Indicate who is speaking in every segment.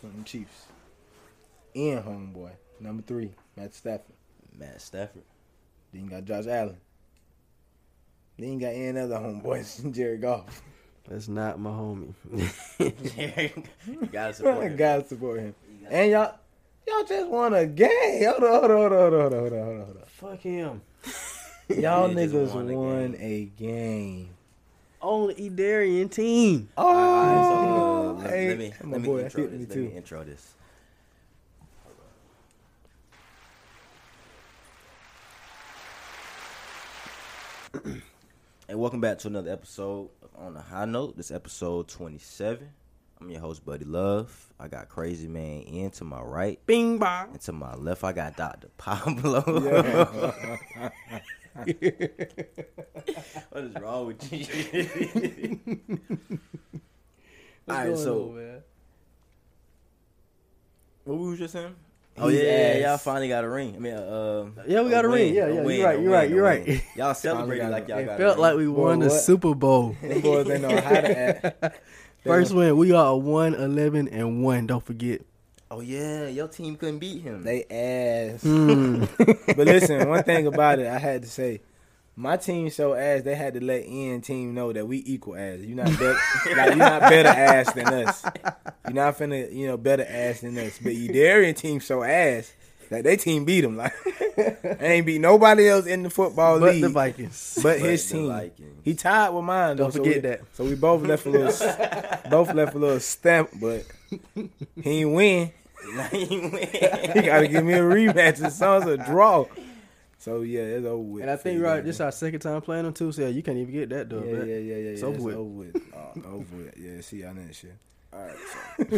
Speaker 1: from the Chiefs. And homeboy. Number three, Matt Stafford.
Speaker 2: Matt Stafford.
Speaker 1: Then you got Josh Allen. Then you got any other homeboys, Jared Goff.
Speaker 3: That's not my homie.
Speaker 2: you gotta support him.
Speaker 1: Gotta support him. And y'all y'all just won a game. Hold on, hold on, hold on, hold on, hold on, hold on, hold
Speaker 3: Fuck him.
Speaker 1: on. Y'all
Speaker 2: They just
Speaker 1: niggas
Speaker 2: won
Speaker 1: won,
Speaker 2: a
Speaker 1: a game.
Speaker 3: Only Edarian team.
Speaker 1: Oh,
Speaker 2: All right, so, uh,
Speaker 1: hey,
Speaker 2: let, let me
Speaker 1: my
Speaker 2: let me
Speaker 1: boy,
Speaker 2: intro
Speaker 1: hit me
Speaker 2: this. Let
Speaker 1: too.
Speaker 2: me intro this. And welcome back to another episode of On a High Note. This episode 27. I'm your host, Buddy Love. I got Crazy Man in to my right.
Speaker 3: Bing bong.
Speaker 2: And to my left, I got Dr. Pablo. what is wrong with you? All right, so what we was just saying? Oh
Speaker 1: He's
Speaker 2: yeah, yeah,
Speaker 1: ass.
Speaker 2: yeah, y'all finally got a ring. I mean, uh,
Speaker 3: Yeah, we got a ring.
Speaker 2: win,
Speaker 3: Yeah, yeah, you
Speaker 2: win,
Speaker 3: right,
Speaker 2: a
Speaker 3: you
Speaker 2: win,
Speaker 3: right,
Speaker 2: a
Speaker 3: you
Speaker 2: win.
Speaker 3: right.
Speaker 2: Y'all celebrated
Speaker 1: got
Speaker 2: like
Speaker 1: a-
Speaker 2: y'all
Speaker 1: it
Speaker 2: got.
Speaker 3: It
Speaker 2: a
Speaker 3: felt
Speaker 2: ring.
Speaker 3: like we
Speaker 1: Boy,
Speaker 3: won the
Speaker 1: what?
Speaker 3: Super Bowl.
Speaker 1: Them boys they know how to act. They
Speaker 3: First
Speaker 1: know-
Speaker 3: win. We are 1 11 and 1. Don't forget.
Speaker 2: Oh yeah, your team couldn't beat him.
Speaker 1: They ass. Hmm.
Speaker 2: Hmm.
Speaker 3: Mm.
Speaker 1: but listen, one thing about it, I had to say, my team so ass they had to let N team know that we equal ass. You not better, like you not better ass than us. You not finna, you know, better ass than us. But Udarian team so ass that they team beat them. Like they ain't beat nobody else in the football
Speaker 3: But
Speaker 1: league,
Speaker 3: the Vikings.
Speaker 1: but his
Speaker 2: the
Speaker 1: team.
Speaker 2: Vikings.
Speaker 1: He tied with mine. Though,
Speaker 3: Don't
Speaker 1: so
Speaker 3: forget
Speaker 1: we-
Speaker 3: that.
Speaker 1: So we both left a little, s- both left a little stamp, but he ain't win. He gotta give me a rematch. It sounds a draw. So yeah, it's over with.
Speaker 3: and I think right, this is our second time playing them too. So yeah, you can't even get that
Speaker 1: yeah,
Speaker 3: dub.
Speaker 1: yeah, yeah, yeah, yeah. It's,
Speaker 3: over with.
Speaker 1: over with. Uh, over with. Yeah, see y'all next year.
Speaker 2: All right.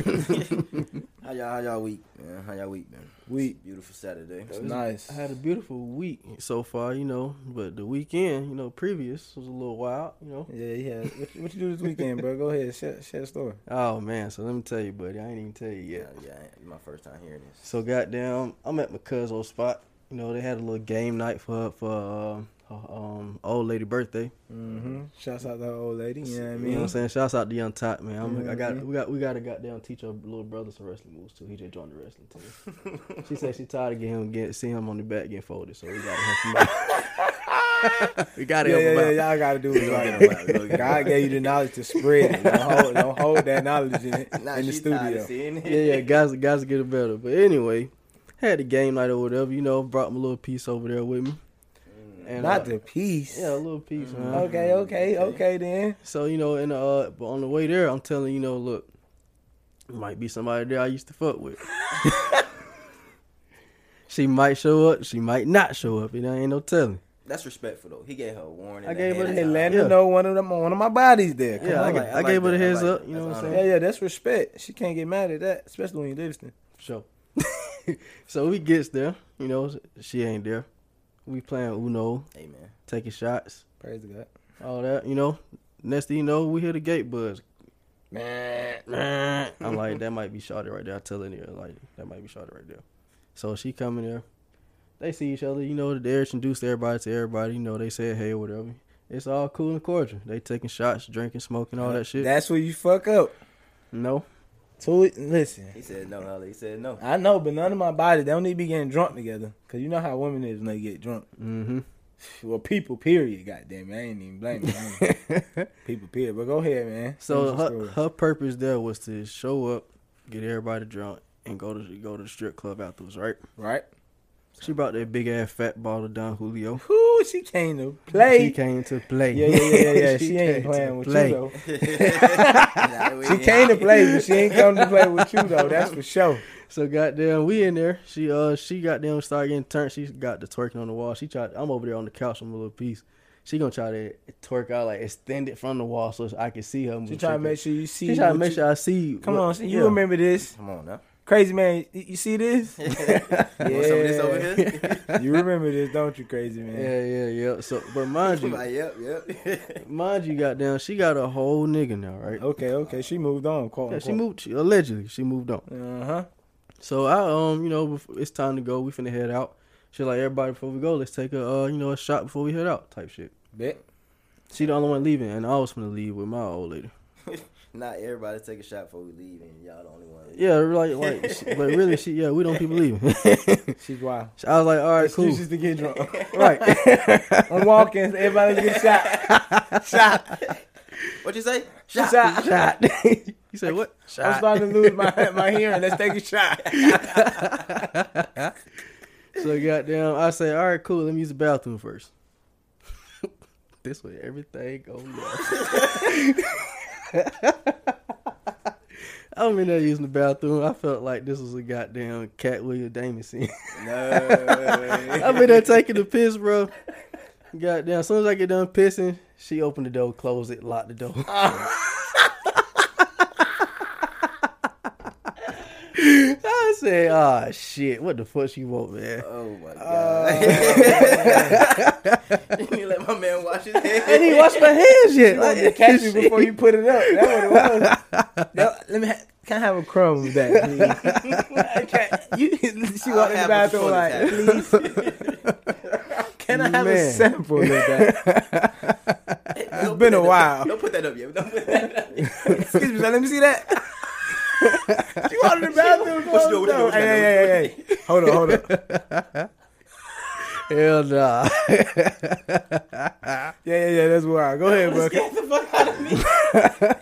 Speaker 2: how y'all? How y'all week? Man? How y'all week been?
Speaker 1: Week.
Speaker 2: Beautiful Saturday.
Speaker 1: It's nice.
Speaker 3: I had a beautiful week so far, you know. But the weekend, you know, previous was a little wild, you know.
Speaker 1: yeah, yeah. What, you- what you do this weekend, bro? Go ahead, share, share the story.
Speaker 3: Oh man, so let me tell you, buddy. I ain't even tell you
Speaker 2: Yeah,
Speaker 3: yet.
Speaker 2: yeah. it's My first time hearing this.
Speaker 3: So goddamn, I'm at my cousin's old spot. You know, they had a little game night for for um, her, um old lady birthday.
Speaker 1: Mm-hmm. Shouts out to the old lady. You know what I
Speaker 3: You
Speaker 1: mean?
Speaker 3: know what I'm saying? Shouts out to Young Top, man. I'm, I got
Speaker 1: Mhm.
Speaker 3: we got we got to goddamn teach our little brother some wrestling moves too. He just joined the wrestling team. she said she tired of getting him get seeing him on the back getting folded, so we got to help him out. we got to
Speaker 1: Yeah,
Speaker 3: help him
Speaker 1: yeah,
Speaker 3: out.
Speaker 1: yeah, y'all gotta do it
Speaker 2: Go get 'em out, go
Speaker 1: right.
Speaker 2: get 'em
Speaker 1: God
Speaker 2: out.
Speaker 1: gave you the knowledge to spread it. Don't hold, don't hold that knowledge in,
Speaker 2: Nah,
Speaker 1: in the
Speaker 2: she's tired of
Speaker 1: studio.
Speaker 2: seeing it.
Speaker 3: yeah, yeah, guys, guys get it better. But anyway, had the game night or whatever. You know, brought my little piece over there with me.
Speaker 2: Mm.
Speaker 3: And,
Speaker 1: Not
Speaker 3: uh,
Speaker 1: the peace.
Speaker 3: yeah, a little piece, man.
Speaker 1: Okay, okay, okay then.
Speaker 3: So you know, and uh, but on the way there, I'm telling you know, look, there might be somebody there I used to fuck with. she might show up. She might not show up. You know, ain't no telling.
Speaker 2: That's respectful though. He gave her a warning.
Speaker 3: I gave her
Speaker 2: ahead
Speaker 1: Hey,
Speaker 3: the
Speaker 2: of time.
Speaker 1: let
Speaker 3: Yeah.
Speaker 1: me know one of them one of my bodies there. Come on.
Speaker 3: Yeah, I,
Speaker 2: like-
Speaker 3: ga-
Speaker 2: I
Speaker 3: I
Speaker 2: like
Speaker 3: gave her the
Speaker 2: that. I
Speaker 3: heads
Speaker 2: like
Speaker 3: up.
Speaker 2: that.
Speaker 3: You know
Speaker 2: That's
Speaker 3: what I'm
Speaker 1: Yeah,
Speaker 3: saying?
Speaker 1: yeah, that's respect. She can't get mad at that, especially when you Livingston.
Speaker 3: Sure. so we gets there. You know, she ain't there. We playing Uno,
Speaker 2: Hey man.
Speaker 3: taking shots,
Speaker 1: Praise God.
Speaker 3: all that. You know, next thing you know, we hear the gate buzz. I'm like, that might be shorty right there. I tell her, nigga, like, that might be shorty right there. So she coming there. They see each other. You know, they're introduced everybody to everybody. You know, they said hey or whatever. It's all cool and cordial. They taking shots, drinking, smoking, all that shit.
Speaker 1: That's where you fuck up.
Speaker 3: no.
Speaker 1: Two, listen,
Speaker 2: He said no, Holly. He said no.
Speaker 1: I know, but none of my body, they don't need to be getting drunk together. Cause you know how women is when they get drunk.
Speaker 3: Mm-hmm.
Speaker 1: Well, people, period. Goddamn, it, I ain't even blame you. I ain't- people, period. But go ahead, man.
Speaker 3: So
Speaker 1: Finish your
Speaker 3: her,
Speaker 1: story.
Speaker 3: her purpose there was to show up, get everybody drunk, and go to go to the strip club afterwards, right?
Speaker 1: right?
Speaker 3: She brought that big ass fat bottle down, Julio.
Speaker 1: Who she came to play?
Speaker 3: She came to play.
Speaker 1: yeah, yeah, yeah, yeah. yeah. she, ain't
Speaker 3: came to
Speaker 1: playing with
Speaker 3: play.
Speaker 1: you though.
Speaker 2: she
Speaker 1: She came to play, but she ain't come to play with you though. That's for sure.
Speaker 3: So goddamn, we in there. She uh, she goddamn started getting turned. She got the twerking on the wall. She tried. I'm over there on the couch. I'm a little piece. She gonna try to twerk out like extend it from the wall so I can see her.
Speaker 1: She trying to make sure you see.
Speaker 3: She trying to
Speaker 1: what
Speaker 3: make
Speaker 1: you-
Speaker 3: sure I see.
Speaker 1: Come
Speaker 3: what-
Speaker 1: on, see, you
Speaker 3: yeah.
Speaker 1: remember this?
Speaker 2: Come on now.
Speaker 1: Crazy man, y- you see this?
Speaker 2: Want some of this over here?
Speaker 1: you remember this, don't you, crazy man?
Speaker 3: Yeah, yeah, yeah. So, but mind you,
Speaker 2: Like, yep, yep.
Speaker 3: mind you, goddamn, she got a whole nigga now, right?
Speaker 1: Okay, okay. She moved on. Quote,
Speaker 3: Yeah, she moved. She, allegedly, she moved on.
Speaker 1: Uh huh.
Speaker 3: So I um, you know, bef- it's time to go. We finna head out. She like everybody before we go. Let's take a uh, you know, a shot before we head out. Type shit.
Speaker 1: Bet.
Speaker 3: She the only one leaving, and I was finna leave with my old lady.
Speaker 2: Not everybody take a shot before we leave, and y'all the only one.
Speaker 3: Yeah, like like, she- but really, she yeah, we don't keep believing.
Speaker 1: She's wild.
Speaker 3: I was like, all right, cool,
Speaker 1: Excuses to get drunk.
Speaker 3: right?
Speaker 1: I'm walking. Everybody get shot.
Speaker 2: What you say?
Speaker 1: Shot. shot.
Speaker 3: You said what?
Speaker 1: I'm starting to lose my my hearing. Let's take a shot.
Speaker 3: So goddamn, I say, all right, cool. Let me use the bathroom first. this way, everything go nuts. I'm in there using the bathroom. I felt like this was a goddamn Cat William Damon scene.
Speaker 1: No.
Speaker 3: I'm in there taking the piss, bro. Goddamn, as soon as I get done pissing, she opened the door, closed it, locked the door. I said, ah, shit, what the fuck she want, man?
Speaker 2: Oh my
Speaker 1: you let my man watch his
Speaker 3: I didn't even wash my hands yet.
Speaker 1: I
Speaker 3: Like,
Speaker 1: didn't catch you
Speaker 3: shit.
Speaker 1: before you put it up. That what it was. No, let me. Ha- can I have a crumb of that, please? you, she
Speaker 2: I'll
Speaker 1: walked in the
Speaker 2: have
Speaker 1: bathroom
Speaker 2: what
Speaker 1: like,
Speaker 2: the
Speaker 1: please. Can I have a
Speaker 3: Man.
Speaker 1: sample of that?
Speaker 2: It's
Speaker 1: been a while.
Speaker 2: Don't put that up yet. Don't put that up.
Speaker 1: Excuse me, sir, let me see that. she walked in the bathroom.
Speaker 2: What
Speaker 1: closed
Speaker 2: you doing? What you
Speaker 1: the door. Hey,
Speaker 2: doing?
Speaker 1: hey, hey, hey, hey. Hold on, hold on.
Speaker 3: Hell nah.
Speaker 1: Yeah, yeah, yeah. That's wild. Go ahead, bro.
Speaker 2: Get the fuck out of me.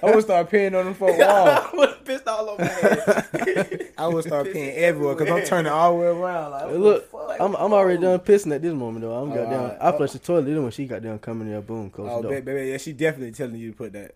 Speaker 1: I would start peeing on the fucking wall.
Speaker 2: I would have pissed all over my head.
Speaker 1: I would start
Speaker 2: Pissing
Speaker 1: peeing everywhere because I'm
Speaker 2: everywhere.
Speaker 1: turning all the way around. Like,
Speaker 3: Look,
Speaker 2: fuck?
Speaker 3: I'm I'm already done pissing at this moment though. I'm
Speaker 1: Oh,
Speaker 3: goddamn.
Speaker 1: alright.
Speaker 3: I flushed the toilet. Then when she got down coming there, boom, close
Speaker 1: oh,
Speaker 3: the door.
Speaker 1: baby, baby, yeah, she definitely telling you to put that,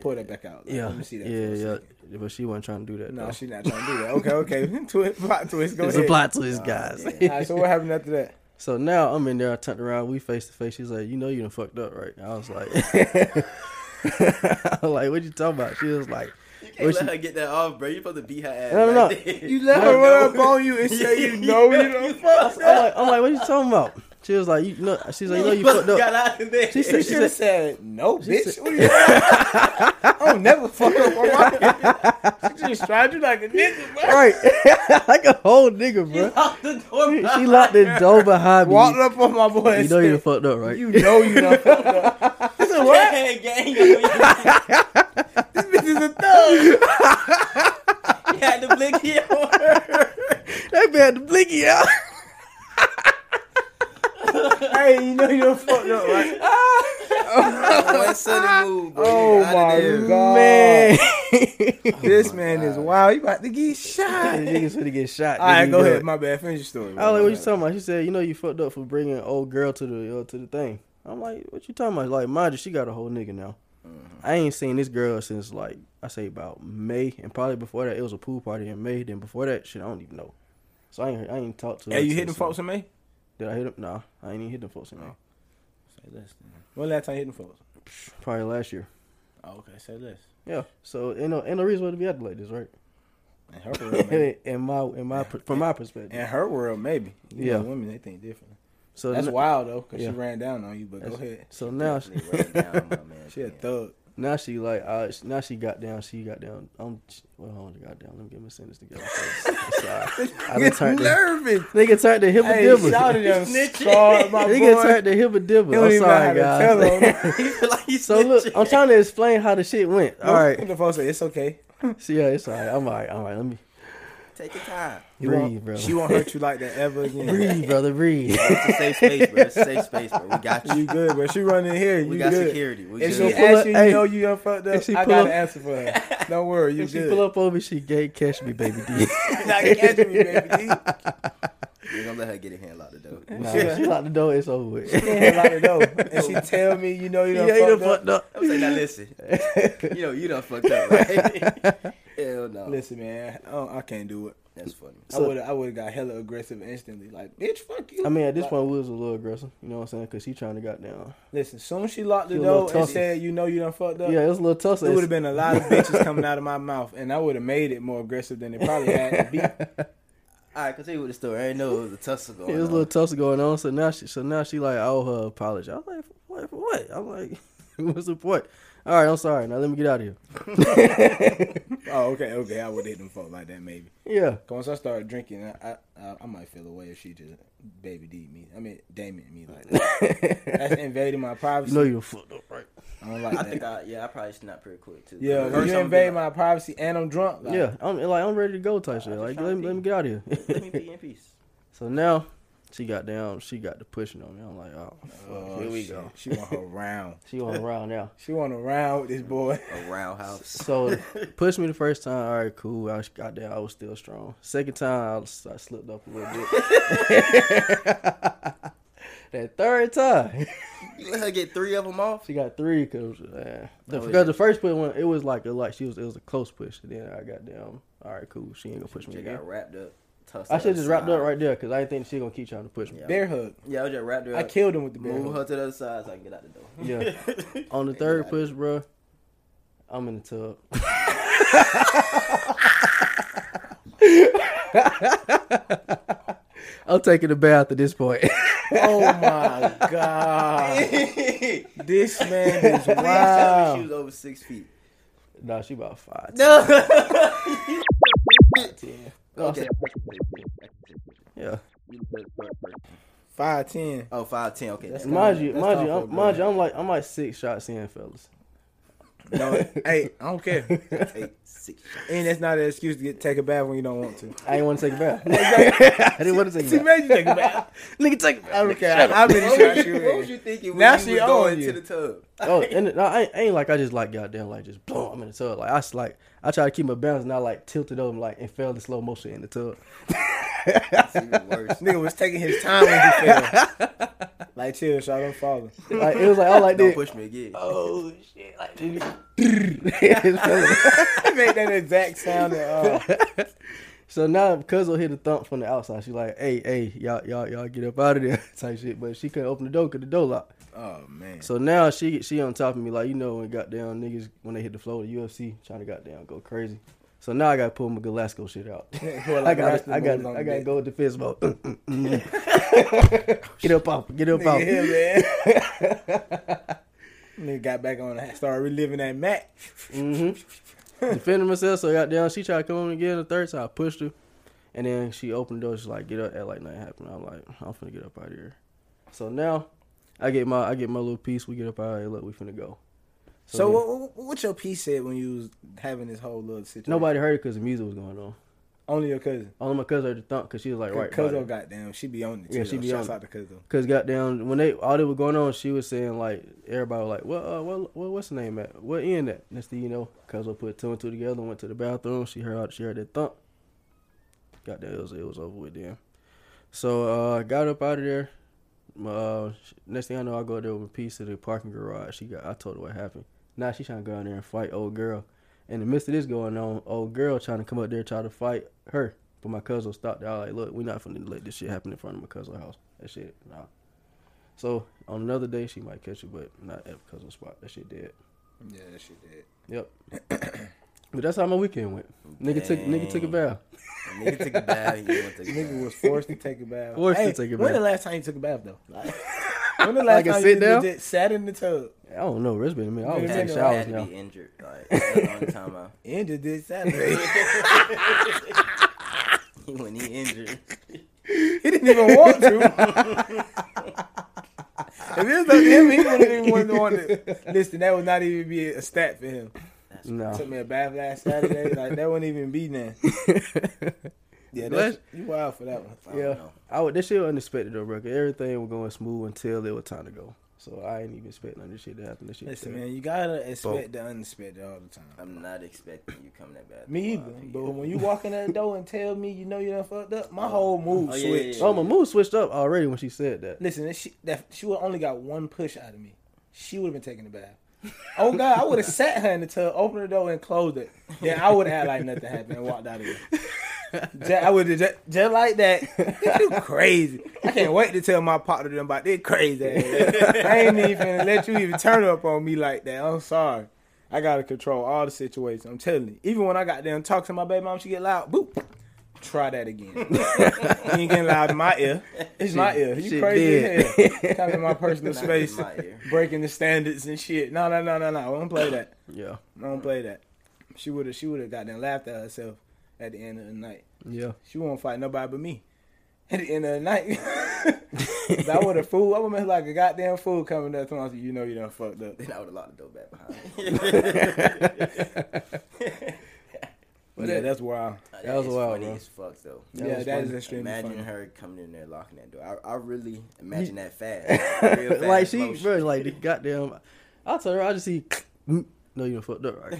Speaker 1: pull that back out. Like,
Speaker 3: Yeah,
Speaker 1: let me see that. for
Speaker 3: yeah,
Speaker 1: a
Speaker 3: yeah.
Speaker 1: second.
Speaker 3: But she wasn't trying to do that.
Speaker 1: No,
Speaker 3: though.
Speaker 1: she's not trying to do that. Okay, okay. twist, plot twist. Go
Speaker 3: it's
Speaker 1: ahead.
Speaker 3: a plot twist, guys.
Speaker 1: All right, so what happened after that?
Speaker 3: So now I'm in there. I turned around. We face to face. She's like, "You know, you done fucked up, right?" I was like, "I'm like, what you talking about?" She was like,
Speaker 2: You can't
Speaker 3: What
Speaker 2: let
Speaker 3: she-
Speaker 2: her get that off, bro. You supposed to beat her ass.
Speaker 3: No, no,
Speaker 2: like
Speaker 3: no.
Speaker 2: this.
Speaker 1: You let
Speaker 2: I
Speaker 1: her run up
Speaker 2: know.
Speaker 1: on you and say you know you don't fuck.
Speaker 3: "I'm like, I'm like, what you talking about?" She was like, "You know," she's like, "You know, you
Speaker 2: supposed
Speaker 3: fucked
Speaker 2: to
Speaker 3: up."
Speaker 2: got out of there.
Speaker 3: She
Speaker 1: You
Speaker 3: said, she
Speaker 1: should have
Speaker 3: said,
Speaker 1: said no, bitch.
Speaker 3: said-
Speaker 1: What are you I don't never fuck up on my She just tried you like a nigga, bro.
Speaker 3: "Right, like a whole nigga, bro."
Speaker 2: locked the door.
Speaker 3: She locked the door behind me.
Speaker 1: Walked up on my boy.
Speaker 3: You
Speaker 1: and
Speaker 3: know you done
Speaker 1: said,
Speaker 3: fucked up, right?
Speaker 1: You know you done fucked up. This is what?
Speaker 2: Hey, gang. You
Speaker 1: This bitch is a thug.
Speaker 2: had the blinky on her.
Speaker 3: that man had the blinky out.
Speaker 1: hey, you know you done fucked up, right?
Speaker 2: One sudden move, bro.
Speaker 1: Oh
Speaker 2: You outta
Speaker 1: my
Speaker 2: there.
Speaker 1: god,
Speaker 3: Man, Oh
Speaker 1: this man is wild. You about to get shot.
Speaker 3: the nigga's finna get shot.
Speaker 1: All right,
Speaker 3: Nigga,
Speaker 1: go
Speaker 3: you know
Speaker 1: ahead.
Speaker 3: it.
Speaker 1: My bad. Finish your story.
Speaker 3: I was like, "What you talking about?" She said, "You know, you fucked up for bringing old girl to the uh, to the thing." I'm like, "What you talking about?" Like, mind you, she got a whole nigga now.
Speaker 1: Mm-hmm.
Speaker 3: I ain't seen this girl since like I say about May, and probably before that it was a pool party in May. Then before that, shit, I don't even know. So I ain't I ain't talked to.
Speaker 1: Hey,
Speaker 3: her
Speaker 1: you
Speaker 3: since
Speaker 1: hitting
Speaker 3: then.
Speaker 1: folks Oh. in May?
Speaker 3: Did I hit him? Nah, I ain't even hitting folks in May.
Speaker 2: Say less. then.
Speaker 1: When last time you hitting folks?
Speaker 3: Probably last year.
Speaker 2: Oh, okay. Say less.
Speaker 3: Yeah. So ain't no ain't no reason why to be acting like this, right?
Speaker 1: In her world, maybe.
Speaker 3: in my in my from my perspective.
Speaker 1: In her world, maybe. You
Speaker 3: Yeah.
Speaker 1: know, women they think differently.
Speaker 3: So
Speaker 1: That's
Speaker 3: n-
Speaker 1: wild though, cause
Speaker 3: Yeah.
Speaker 1: she ran down on you. But go
Speaker 3: That's-
Speaker 1: ahead.
Speaker 3: So now
Speaker 2: Right now, my man.
Speaker 1: She a thug.
Speaker 3: Now she like, uh, sh- now she got down. She got down. I'm well, hold on, got down. Let me get my sentence together. Sorry. I done
Speaker 1: It's
Speaker 3: turned the
Speaker 1: nervous.
Speaker 3: nigga turned the
Speaker 1: Hey, shout
Speaker 3: hippodymus.
Speaker 1: it out.
Speaker 2: Snitching.
Speaker 1: Scarred my boy.
Speaker 3: Nigga turned the
Speaker 1: He don't
Speaker 3: hippodymus. I'm
Speaker 1: even know how
Speaker 3: sorry,
Speaker 1: to tell him.
Speaker 3: guys.
Speaker 2: You feel like you
Speaker 3: So look, I'm trying to explain how the shit went. All right,
Speaker 1: The folks say it's okay.
Speaker 3: see, yeah, it's all right. I'm all right. All right, let me
Speaker 2: Take your time.
Speaker 1: You
Speaker 3: breathe,
Speaker 1: won't-
Speaker 3: brother.
Speaker 1: She won't hurt you like that ever again.
Speaker 3: breathe, brother, breathe.
Speaker 2: It's a safe space, bro. It's a safe space, bro. We got you.
Speaker 1: you good, but she run in here. You
Speaker 2: We got
Speaker 1: good.
Speaker 2: security. We
Speaker 1: If
Speaker 2: good.
Speaker 1: she
Speaker 3: pull
Speaker 1: asks
Speaker 3: up-
Speaker 1: you,
Speaker 3: hey.
Speaker 1: you know you done fucked up.
Speaker 3: If she
Speaker 1: I
Speaker 3: pull
Speaker 1: got
Speaker 3: up-
Speaker 1: an answer for her. Don't worry, you
Speaker 3: If she
Speaker 1: good.
Speaker 3: pull up over, she gay catch me, baby D.
Speaker 1: Not catch me, baby. D.
Speaker 2: You're gonna let her get her hand locked the door.
Speaker 3: Nah, she locked the door. It's over. With.
Speaker 1: She ain't allowed to know. And she tell me, you know you
Speaker 3: Yeah,
Speaker 1: done
Speaker 3: you done
Speaker 1: fucked up.
Speaker 3: fucked up.
Speaker 2: I'm saying, now listen. you know, you done fucked up, right? Hell no.
Speaker 1: Listen, man, I, don't- I can't do it.
Speaker 2: That's funny.
Speaker 3: So-
Speaker 1: I would I would have got hella aggressive instantly. Like, bitch, fuck you.
Speaker 3: I mean, at this
Speaker 1: Like,
Speaker 3: point, we was a little aggressive. You know what I'm saying? Cause she trying to got down.
Speaker 1: listen. Soon as she locked the
Speaker 3: You a little
Speaker 1: door and
Speaker 3: tough.
Speaker 1: said, "You know you done fucked up."
Speaker 3: Yeah, it was a little tough. so
Speaker 1: There
Speaker 3: it's-
Speaker 1: would have been a lot of bitches coming out of my mouth, and I would have made it more aggressive than it probably had to be.
Speaker 2: All right, continue with the story. I didn't know it was a tussle going
Speaker 3: It was a
Speaker 2: on.
Speaker 3: little tussle going on. So now she, so now she like, I owe her apology. I was like, for what? For what? I'm like, what's the point? All right, I'm sorry. Now let me get out of here.
Speaker 1: Oh, okay, okay. I would hit them folk like that, maybe.
Speaker 3: Yeah,
Speaker 1: 'Cause Once I start drinking, I, I I I might feel away if she just baby D me. I mean, Damon me like that. That's invading my privacy.
Speaker 3: you know you're fucked up, right?
Speaker 1: I don't like
Speaker 2: I
Speaker 1: that.
Speaker 2: think I yeah I probably snapped pretty quick too.
Speaker 1: yeah,
Speaker 2: First,
Speaker 1: when you
Speaker 2: I'ma be
Speaker 1: invade
Speaker 2: like,
Speaker 1: my privacy and I'm drunk. like,
Speaker 3: yeah, I'm like I'm ready to go type shit.
Speaker 2: I
Speaker 3: Like
Speaker 2: just
Speaker 3: let
Speaker 2: found
Speaker 3: me, let me get out of
Speaker 2: Let
Speaker 3: here.
Speaker 2: me be in peace.
Speaker 3: so now she got down. She got to pushing on me. I'm like, oh,
Speaker 1: oh,
Speaker 3: here we
Speaker 1: shit.
Speaker 3: go.
Speaker 1: She want her round.
Speaker 3: She on around now.
Speaker 1: She want a round with this boy.
Speaker 2: A roundhouse.
Speaker 3: So pushed me the first time. All right, cool. I got there. I was still strong. Second time, I, was- I slipped up a little bit. that third time,
Speaker 2: You let her get three of them off.
Speaker 3: she got three because
Speaker 2: Oh,
Speaker 3: because
Speaker 2: yeah.
Speaker 3: the first push one it was like a like she was it was a close push. And then I got down. All right, cool. She ain't gonna push me
Speaker 2: She
Speaker 3: again.
Speaker 2: got wrapped up. tossed
Speaker 3: Mm-hmm. I
Speaker 2: to
Speaker 3: should
Speaker 2: the
Speaker 3: just wrapped
Speaker 2: side.
Speaker 3: up right there because I didn't think she gonna keep trying to push me.
Speaker 2: Yeah.
Speaker 1: Bear hug.
Speaker 2: Yeah, I was just wrapped her
Speaker 1: I
Speaker 2: up.
Speaker 1: killed him with the bear
Speaker 2: Move
Speaker 1: hug.
Speaker 2: her to the other side so I can get out the door.
Speaker 3: Yeah. On the third push, bro, I'm in the tub. I'm taking a bath at this point.
Speaker 1: Oh my god.
Speaker 2: Please
Speaker 1: This man is
Speaker 2: tell me she
Speaker 1: wild.
Speaker 2: was over six feet.
Speaker 3: nah, she about five.
Speaker 2: No.
Speaker 3: Okay.
Speaker 2: okay.
Speaker 3: Yeah.
Speaker 1: Five ten.
Speaker 2: Oh, five ten. Okay.
Speaker 1: That's
Speaker 2: That's
Speaker 1: not-
Speaker 3: Mind you,
Speaker 1: that's
Speaker 3: mind
Speaker 1: not for
Speaker 3: you,
Speaker 1: a
Speaker 3: I'm, mind
Speaker 1: brother.
Speaker 3: you, I'm like I'm like six shots in, fellas.
Speaker 1: No, hey, I don't care.
Speaker 2: eight, six.
Speaker 1: And that's not an excuse to get take a bath when you don't want to.
Speaker 3: I didn't want to take a bath. I didn't want to take
Speaker 1: She
Speaker 3: a bath.
Speaker 1: made you take a bath.
Speaker 3: Nigga, take a
Speaker 1: I
Speaker 3: bath.
Speaker 1: don't care how many
Speaker 2: What was,
Speaker 1: shots you
Speaker 2: you, what was
Speaker 1: in.
Speaker 2: you thinking when
Speaker 1: Now
Speaker 2: you
Speaker 1: she
Speaker 2: was
Speaker 1: on
Speaker 2: going
Speaker 1: you.
Speaker 2: to the tub?
Speaker 3: Oh, and no, I ain't, I ain't like I just like goddamn like just boom, I'm in the tub. Like I s- like I try to keep my balance, and I like tilted over like and fell in slow motion in the tub.
Speaker 2: That's even worse.
Speaker 1: Nigga was taking his time when he fell. Like chill, shot I'm falling.
Speaker 3: Like it was like all like
Speaker 2: Don't
Speaker 3: this.
Speaker 2: push me again.
Speaker 3: Oh shit! Like It's feeling-
Speaker 1: I made that exact sound at all.
Speaker 3: so now Cuzzo hit a thump from the outside. She like, hey, hey, y'all, y'all, y'all get up out of there type shit. But she couldn't open the door because the door locked.
Speaker 1: Oh man.
Speaker 3: So now she she on top of me like you know when goddamn niggas when they hit the floor the UFC trying to goddamn go crazy. So now I gotta pull my Galasco shit out.
Speaker 1: Well,
Speaker 3: I
Speaker 1: like the
Speaker 3: got
Speaker 1: rest of
Speaker 3: I
Speaker 1: the
Speaker 3: got
Speaker 1: moves on
Speaker 3: I
Speaker 1: the
Speaker 3: gotta
Speaker 1: bed.
Speaker 3: go with the fist mode. Mm, get up off, get up off.
Speaker 1: Nigga, here, man. Nigga got back on and started reliving that match.
Speaker 3: Mm-hmm. Defending myself, so I got down. She tried to come on again the third time. I pushed her, and then she opened the door. She's like, "Get up!" Act like nothing happened. I'm like, "I'm finna get up out of here." So now, I get my I get my little piece. We get up out of here. Look, we finna go.
Speaker 1: So,
Speaker 3: then-
Speaker 1: what, what, what your piece said when you was having this whole little situation?
Speaker 3: nobody heard it because the music was going on.
Speaker 1: Only your cousin.
Speaker 3: Only my cousin heard the thump because she was like right. by
Speaker 1: Cuzzo
Speaker 3: there.
Speaker 1: goddamn, she be on it. Too,
Speaker 3: Yeah,
Speaker 1: yeah,
Speaker 3: she
Speaker 1: she
Speaker 3: be
Speaker 1: Shouts
Speaker 3: on
Speaker 1: out to Cuzzo.
Speaker 3: Cause goddamn, when they all that was going on, she was saying like everybody was like, "What, uh, what, what, what's the name at? What end at?" Next thing you know, cause I put two and two together, went to the bathroom. She heard, all- she heard that thump. Goddamn, it was, it was over with then. So uh, I got up out of there. My, Uh, sh- next thing I know, I go there with a piece to the parking garage. She got, I told her what happened. Now she trying to go down there and fight old girl. In the midst of this going on, old girl trying to come up there try to fight her. But my cousin stopped. I was like, look, we're not finna let this shit happen in front of my cousin's house. That shit, nah. So on another day, she might catch it, but not at cousin spot. That shit dead.
Speaker 1: Yeah, that shit did.
Speaker 3: Yep. but that's how my weekend went. Nigga took nigga took a
Speaker 2: Dang.
Speaker 3: bath.
Speaker 2: Nigga took a bath. He didn't want to take a
Speaker 1: Nigga
Speaker 2: bath.
Speaker 1: was forced to take a bath.
Speaker 3: Forced to take a
Speaker 1: When
Speaker 3: bath.
Speaker 1: the last time you took a bath though? when the last
Speaker 3: Like a
Speaker 1: time
Speaker 3: sit
Speaker 1: you
Speaker 3: down?
Speaker 1: legit sat in the tub?
Speaker 3: I don't know. It's been a minute. I
Speaker 1: Nigga
Speaker 3: always
Speaker 2: Had
Speaker 3: take
Speaker 1: took
Speaker 2: to-
Speaker 1: a
Speaker 3: showers
Speaker 2: had to
Speaker 3: now.
Speaker 2: be injured. Like that's the only time I.
Speaker 1: Ended this Saturday.
Speaker 2: When he injured,
Speaker 1: he didn't even want to. if it was up to him, he wouldn't even want to. want to- Listen, that would not even be a stat for him.
Speaker 3: No.
Speaker 1: Took me a bath last Saturday. Like that wouldn't even be there. Yeah, that's, you wild for that one.
Speaker 2: I
Speaker 3: Yeah.
Speaker 2: don't know.
Speaker 3: I would, this shit was unexpected though, bro. 'cause Everything was going smooth until it was time to go. So I ain't even expect none of this shit to happen. This shit.
Speaker 1: Listen,
Speaker 3: dead.
Speaker 1: man, you gotta expect the unexpected all the time.
Speaker 2: I'm not expecting you coming that bad.
Speaker 1: Me either. But when you walk in that door and tell me you know you done fucked up, my whole mood
Speaker 2: Oh, yeah, yeah,
Speaker 1: switched.
Speaker 2: yeah.
Speaker 3: Oh, my mood switched up already when she said that.
Speaker 1: Listen, that she that she would only got one push out of me. She would have been taking the bath. Oh God, I would have sat her in the tub, opened the door, and closed it. Then I would have had like nothing happened and walked out of there. Ju- I would have just, just like that. You crazy! I can't wait to tell my partner them about this crazy. ass. I ain't even finna let you even turn up on me like that. I'm sorry. I gotta control all the situations. I'm telling you. Even when I got there and talk to my baby mom, she get loud. Boop. Try that again. you ain't getting loud in my ear. It's my ear. You
Speaker 3: shit
Speaker 1: crazy
Speaker 3: dead.
Speaker 1: as hell. Come in my personal
Speaker 2: Not in
Speaker 1: space,
Speaker 2: my ear.
Speaker 1: breaking the standards and shit. No, no, no, no, no. I don't play that.
Speaker 3: Yeah.
Speaker 1: I don't play that. She would have. She would have gotten laughed at herself at the end of the night.
Speaker 3: Yeah.
Speaker 1: She won't fight nobody but me. At the end of the night, If I would have fool, I would have like a goddamn fool coming up to me. I was like, You know you done fucked up.
Speaker 2: Then I would have locked the door back behind me.
Speaker 1: But yeah, that's wild.
Speaker 3: That was
Speaker 2: is
Speaker 3: wild,
Speaker 2: funny
Speaker 3: bro.
Speaker 2: as fuck though.
Speaker 3: That
Speaker 1: yeah,
Speaker 3: was
Speaker 1: that
Speaker 3: funny.
Speaker 1: is extremely
Speaker 2: imagine
Speaker 1: funny.
Speaker 2: her coming in there locking that door. I, I really imagine that fast. Real fast
Speaker 3: like she,
Speaker 2: motion.
Speaker 3: bro, like the goddamn. I told her I just see. No, you done fucked up. Right?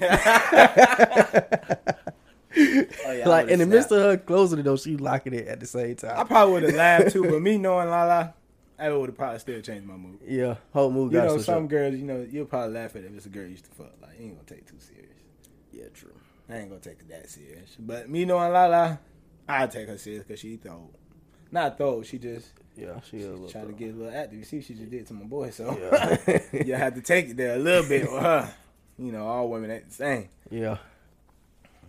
Speaker 2: Oh, yeah, I
Speaker 3: like in the
Speaker 2: would've
Speaker 3: midst
Speaker 2: snapped.
Speaker 3: of her closing the door, she locking it at the same
Speaker 1: I
Speaker 3: time.
Speaker 1: probably would have laughed too, but me knowing Lala, I would have probably still changed my mood.
Speaker 3: Yeah, whole move
Speaker 1: You
Speaker 3: got
Speaker 1: know,
Speaker 3: switched
Speaker 1: some
Speaker 3: up.
Speaker 1: girls, you know, you'll probably laugh at if it's a girl you used to fuck. Like, you ain't gonna take it too serious.
Speaker 2: yeah, true.
Speaker 1: I ain't gonna take it that serious. But me knowing Lala, I take her serious because she throw. Not throw, she just
Speaker 3: Yeah, she a little.
Speaker 1: try to
Speaker 3: throw.
Speaker 1: get a little active. You see, what she just did to my boy, so
Speaker 3: Yeah.
Speaker 1: you have to take it there a little bit with her. You know, all women ain't the same.
Speaker 3: Yeah,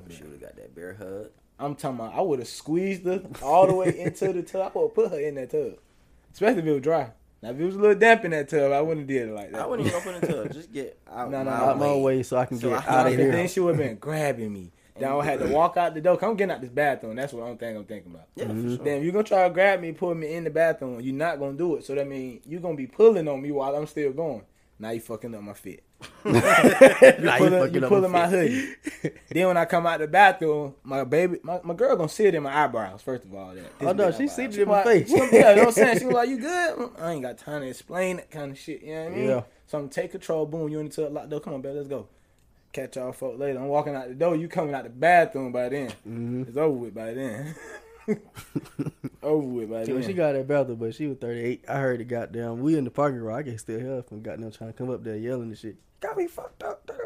Speaker 2: She would have got that bear hug.
Speaker 1: I'm talking about, I would have squeezed her all the way into the tub. I would have put her in that tub, especially if it was dry. Now, if it was a little damp in that tub, I wouldn't have did it like that.
Speaker 2: I wouldn't even open the tub. Just get out.
Speaker 1: No, no,
Speaker 2: my
Speaker 3: out my way so I can
Speaker 2: So
Speaker 3: get
Speaker 2: I-
Speaker 3: out
Speaker 1: And
Speaker 3: of here.
Speaker 1: Then she would have been grabbing me. Then I would have
Speaker 2: Mm-hmm.
Speaker 1: had to walk out the door. Come getting out this bathroom. That's what I'm thing I'm thinking about.
Speaker 2: Yeah,
Speaker 3: Mhm.
Speaker 2: for sure.
Speaker 1: Then if you're gonna try to grab me, pull me in the bathroom, you're not gonna do it. So that means you're gonna be pulling on me while I'm still going. Now you fucking up my fit. You
Speaker 3: Nah, you
Speaker 1: pulling,
Speaker 3: fucking
Speaker 1: you
Speaker 3: up
Speaker 1: pulling
Speaker 3: my
Speaker 1: my hoodie. then when I come out the bathroom, my baby, my, my girl gonna see it in my eyebrows. First of all, that.
Speaker 3: Oh no, she
Speaker 1: see
Speaker 3: sees it in my face.
Speaker 1: yeah, you know what I'm saying? She was like, "You good? Mm, I ain't got time to explain that kind of shit." You know what I mean?
Speaker 3: Yeah.
Speaker 1: So I'm take control. Boom, you into a locked door. Come on, baby, let's go. Catch y'all folk later. I'm walking out the door. You coming out the bathroom by then?
Speaker 3: Mhm.
Speaker 1: It's over with by then. over with by
Speaker 3: When
Speaker 1: then.
Speaker 3: she got that bathroom, but she was 38. I heard it goddamn. We in the parking lot. I can still hear her from goddamn trying to come up there yelling and shit. Got me fucked up.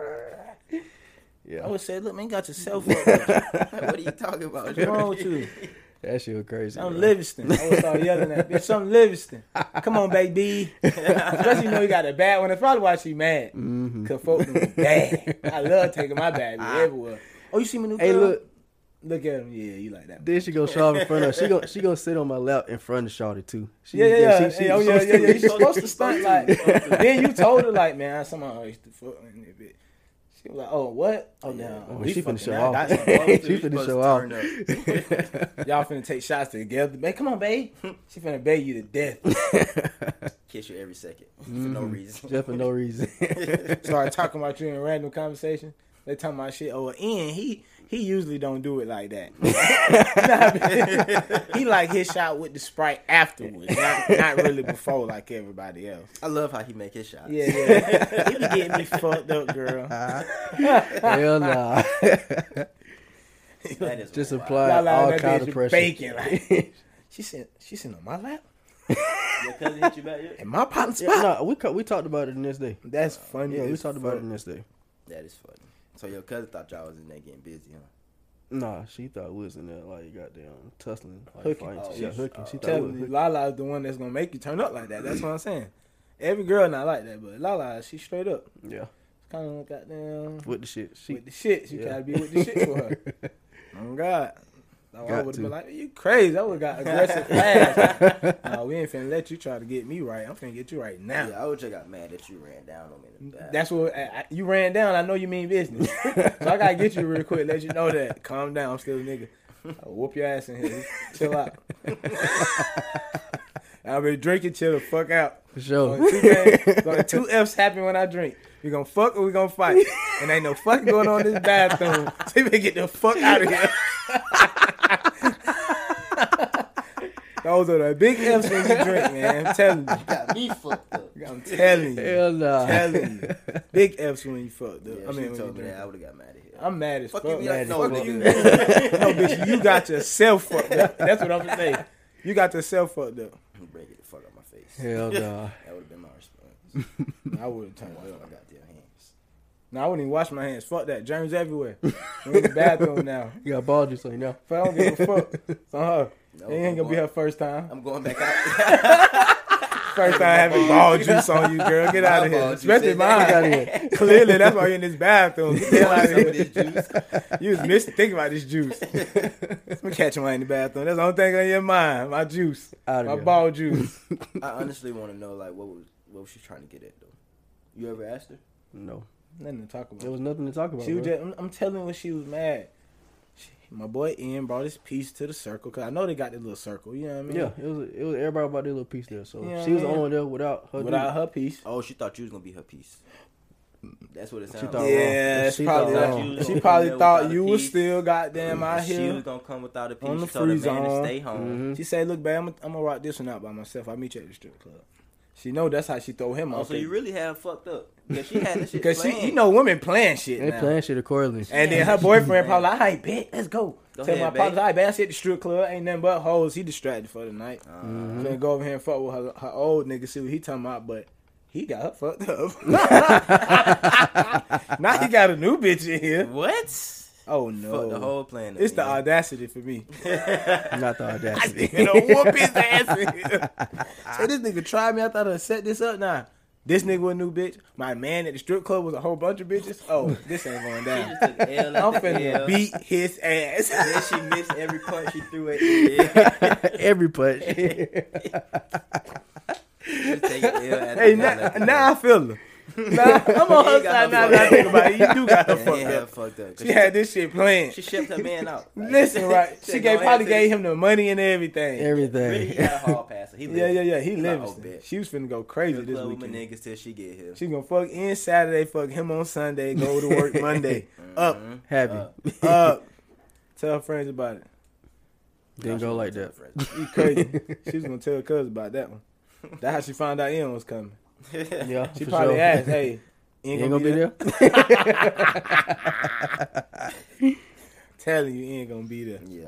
Speaker 1: I
Speaker 3: Yeah,
Speaker 1: would say, look, man, you got yourself up.
Speaker 2: Like, what are you talking about?
Speaker 1: What's wrong with you?
Speaker 3: that shit was crazy.
Speaker 1: I'm
Speaker 3: bro.
Speaker 1: Livingston. I would start yelling at bitch. I'm Livingston. Come on, baby. Especially you know you got a bad one. That's probably why she mad.
Speaker 3: Mhm.
Speaker 1: Cause folk be bad. I love taking my bad bitch everywhere. Oh, you see my new girl?
Speaker 3: Hey, look.
Speaker 1: Look at him. Yeah, you like that.
Speaker 3: Then she gonna shawty in front of her. She gonna she gonna sit on my lap in front of shawty too. She,
Speaker 1: Yeah, yeah, yeah.
Speaker 3: she-
Speaker 1: Hey,
Speaker 3: she-
Speaker 1: oh, yeah,
Speaker 3: she-
Speaker 1: yeah, yeah. You're supposed to stunt like. then you told her like, man, I somehow used to fuck in that bitch. She was like, oh, what? Oh, no.
Speaker 3: Oh,
Speaker 1: we
Speaker 3: she finna
Speaker 1: fucking
Speaker 3: show
Speaker 1: out.
Speaker 3: off.
Speaker 1: That's-
Speaker 3: She finna show off.
Speaker 1: Y'all finna take shots together. Babe, come on, babe. She finna babe you to death.
Speaker 2: Kiss you every 2nd for
Speaker 1: Mm-hmm.
Speaker 2: no reason.
Speaker 3: Just for no reason.
Speaker 1: Start talking about you in random conversation. They talking about shit. Oh, and he he usually don't do it like that. Nah, man. he like his shot with the sprite afterwards, not, not really before like everybody else.
Speaker 2: I love how he make his shots.
Speaker 1: Yeah, yeah. he be getting me fucked up, girl.
Speaker 3: Hell nah.
Speaker 2: that is
Speaker 3: Just
Speaker 2: wild.
Speaker 3: apply
Speaker 1: Y'all lying,
Speaker 3: all
Speaker 1: that
Speaker 3: kind
Speaker 1: bitch
Speaker 3: of pressure.
Speaker 1: Bacon. Like, she said, she sitting on my lap
Speaker 2: Your cousin hit you back yet?
Speaker 1: and my partner's
Speaker 3: Yeah,
Speaker 1: spot.
Speaker 3: no, we co- we talked about it the next day.
Speaker 1: That's funny.
Speaker 3: Yeah, we
Speaker 1: as
Speaker 3: talked about
Speaker 1: fuck.
Speaker 3: it the next day.
Speaker 2: That is funny. So your cousin thought y'all was in there getting busy, huh?
Speaker 3: Nah, she thought we was in there like goddamn tussling, like
Speaker 1: Hooking.
Speaker 3: fighting.
Speaker 2: Oh,
Speaker 3: yeah,
Speaker 2: she's-
Speaker 3: hooking. she
Speaker 2: oh,
Speaker 3: thought we
Speaker 1: telling
Speaker 3: was
Speaker 1: you,
Speaker 3: hooking.
Speaker 1: Lala is the one that's gonna make you turn up like that. That's what I'm saying. Every girl not like that, but Lala, she straight up.
Speaker 3: Yeah,
Speaker 1: It's kind of goddamn
Speaker 3: with the shit. She
Speaker 1: with the shit. She
Speaker 3: yeah.
Speaker 1: gotta be with the shit for her. oh God. So I
Speaker 3: Got
Speaker 1: would have
Speaker 3: to.
Speaker 1: been like, "You crazy?" I would have got aggressive fast. no, we ain't finna let you try to get me right. I'm finna get you right now.
Speaker 2: Yeah, I would just got mad that you ran down on me in the back.
Speaker 1: That's what I, I, you ran down. I know you mean business, so I gotta get you real quick. Let you know that. Calm down. I'm still a nigga. I'll whoop your ass in here. Chill out. I've been drinking. Chill the fuck out.
Speaker 3: for
Speaker 1: Only
Speaker 3: sure.
Speaker 1: two, things- only two F's happen when I drink. We gonna fuck or we gonna fight. And ain't no fucking going on in this bathroom. So you better get the fuck out of here. Those are the big F's when you drink, man. I'm telling you.
Speaker 2: got me fucked up.
Speaker 1: I'm telling you.
Speaker 3: Hell nah.
Speaker 1: telling you. Big F's when you fucked up.
Speaker 2: Yeah,
Speaker 1: I mean,
Speaker 2: she
Speaker 1: when you
Speaker 2: told me that.
Speaker 1: drink.
Speaker 2: I would have got mad at him.
Speaker 1: I'm mad as fuck.
Speaker 2: fuck you, be
Speaker 1: man.
Speaker 2: like, no,
Speaker 1: Fuck
Speaker 2: fuck
Speaker 1: you.
Speaker 2: you.
Speaker 1: No, bitch, you got yourself fucked up. That's what I'm saying. You got yourself fucked up.
Speaker 2: Bring it the fuck out my face.
Speaker 3: Hell nah.
Speaker 2: That would have been my response.
Speaker 1: I would have turned
Speaker 2: Wash
Speaker 1: up.
Speaker 2: my goddamn hands.
Speaker 1: No, I wouldn't even wash my hands. Fuck that. Germs everywhere. I'm in the bathroom now.
Speaker 3: You got ball juice on you now.
Speaker 1: If I don't give a fuck, it's on her.
Speaker 2: No,
Speaker 1: it ain't
Speaker 2: I'm
Speaker 1: gonna be her
Speaker 2: going-
Speaker 1: first time.
Speaker 2: I'm going back out.
Speaker 1: First time having ball juice on you, girl. Get
Speaker 2: My
Speaker 1: out of here.
Speaker 2: ball juice
Speaker 1: Especially
Speaker 2: is out.
Speaker 3: Get out
Speaker 1: mine.
Speaker 3: of here.
Speaker 1: Clearly, that's why you're in this bathroom. Get the hell out of
Speaker 2: Some of
Speaker 1: here.
Speaker 2: this juice.
Speaker 1: You was missing thinking about this juice. I'm catching one in the bathroom. That's the only thing on your mind. My juice.
Speaker 3: Out of
Speaker 1: My
Speaker 3: here.
Speaker 1: ball juice.
Speaker 2: I honestly want to know, like, what was what was she trying to get at though? You ever asked her?
Speaker 3: No,
Speaker 1: Nothing to talk about.
Speaker 3: there was nothing to talk about.
Speaker 1: She was
Speaker 3: bro.
Speaker 1: just, I'm, I'm telling when she was mad. my boy Ian brought his piece to the circle because I know they got their little circle. You know what I mean?
Speaker 3: Yeah, it was it was everybody about their little piece there. So
Speaker 1: Yeah,
Speaker 3: she was the
Speaker 1: yeah.
Speaker 3: only one there without her.
Speaker 1: Without
Speaker 3: dude.
Speaker 1: her piece.
Speaker 2: Oh, she thought you was gonna be her piece. Mm, That's what it sounds.
Speaker 3: thought-
Speaker 2: like.
Speaker 1: Yeah,
Speaker 3: wrong.
Speaker 1: it's
Speaker 3: She
Speaker 1: probably
Speaker 3: thought
Speaker 1: that-
Speaker 3: you
Speaker 2: was
Speaker 1: she
Speaker 2: gonna
Speaker 1: probably
Speaker 2: come
Speaker 1: thought
Speaker 2: without
Speaker 1: you
Speaker 2: a
Speaker 1: was
Speaker 2: piece.
Speaker 1: still
Speaker 2: Mm.
Speaker 1: goddamn out
Speaker 2: She was
Speaker 1: here.
Speaker 2: gonna come without a piece.
Speaker 1: On the
Speaker 2: she told the
Speaker 1: free
Speaker 2: man to
Speaker 1: zone.
Speaker 2: stay home.
Speaker 3: Mhm.
Speaker 1: She said, "Look, babe, I'm, I'm gonna rock this one out by myself. I'll meet you at the strip club." She know that's how she throw him
Speaker 2: Oh,
Speaker 1: off.
Speaker 2: so you really have fucked up because she had this shit
Speaker 1: because she,
Speaker 2: planned.
Speaker 1: you know, women playing shit
Speaker 3: They
Speaker 1: now.
Speaker 3: playing shit accordingly.
Speaker 1: And
Speaker 2: Yeah,
Speaker 1: then her
Speaker 2: she
Speaker 1: boyfriend
Speaker 2: playing.
Speaker 1: probably, like, "All right, bitch, let's go."
Speaker 2: Go
Speaker 1: Tell
Speaker 2: ahead,
Speaker 1: my pops,
Speaker 2: babe.
Speaker 1: "All right, man, I at the strip club. Ain't nothing but hoes." He distracted for the night.
Speaker 2: Uh,
Speaker 3: Uh-huh.
Speaker 1: I'm Gonna go over here and fuck with her, her old nigga, see what he talking about, but he got her fucked up. now he got a new bitch in here.
Speaker 2: What?
Speaker 1: Oh no.
Speaker 2: Fuck Uh, the whole plan.
Speaker 1: it's the audacity for me.
Speaker 3: Not the audacity.
Speaker 1: You know, whoop his ass in here. So this nigga tried me. I thought I'd set this up now. This nigga with a new bitch. My man at the strip club was a whole bunch of bitches. Oh, this ain't going
Speaker 2: She
Speaker 1: down.
Speaker 2: just took L
Speaker 1: I'm
Speaker 2: after
Speaker 1: finna
Speaker 2: L.
Speaker 1: beat his ass.
Speaker 2: Then she missed every punch she threw at the end.
Speaker 3: Every punch.
Speaker 2: She take L after
Speaker 1: Hey,
Speaker 2: L
Speaker 1: now,
Speaker 2: after L.
Speaker 1: now I feel her. Nah, I'm on
Speaker 2: You
Speaker 1: her side
Speaker 2: got her
Speaker 1: now.
Speaker 2: fucked
Speaker 1: that I
Speaker 2: up.
Speaker 1: think about it. You do got her
Speaker 2: Yeah,
Speaker 1: fucked
Speaker 2: yeah,
Speaker 1: up.
Speaker 2: fucked up. 'Cause
Speaker 1: She had this shit planned.
Speaker 2: She shipped her man out. Like,
Speaker 1: Listen, right?
Speaker 2: said,
Speaker 1: She
Speaker 2: "Go
Speaker 1: gave
Speaker 2: ahead,
Speaker 1: probably
Speaker 2: sis."
Speaker 1: gave him the money and everything.
Speaker 2: Really, he
Speaker 3: Everything.
Speaker 2: got a hall pass. He
Speaker 1: Yeah, yeah, yeah. He
Speaker 2: He's
Speaker 1: lives.
Speaker 2: Like, oh, bitch.
Speaker 1: She was finna go
Speaker 2: Go
Speaker 1: crazy this
Speaker 2: club with my
Speaker 1: weekend.
Speaker 2: niggas till she get here.
Speaker 1: She gonna fuck in Saturday, fuck him on Sunday, go to work Monday, up,
Speaker 2: Mhm.
Speaker 3: Happy.
Speaker 2: Uh,
Speaker 1: up. Tell her friends about it.
Speaker 3: Didn't go like that.
Speaker 1: You crazy. she was gonna tell her cousin about that one. That's how she found out Ian was coming.
Speaker 3: Yeah,
Speaker 1: She
Speaker 3: for
Speaker 1: probably
Speaker 3: sure.
Speaker 1: asked, "Hey,
Speaker 3: You
Speaker 1: Ian
Speaker 3: ain't gonna be there.
Speaker 1: Telling you, Ian gonna be there.
Speaker 2: yeah,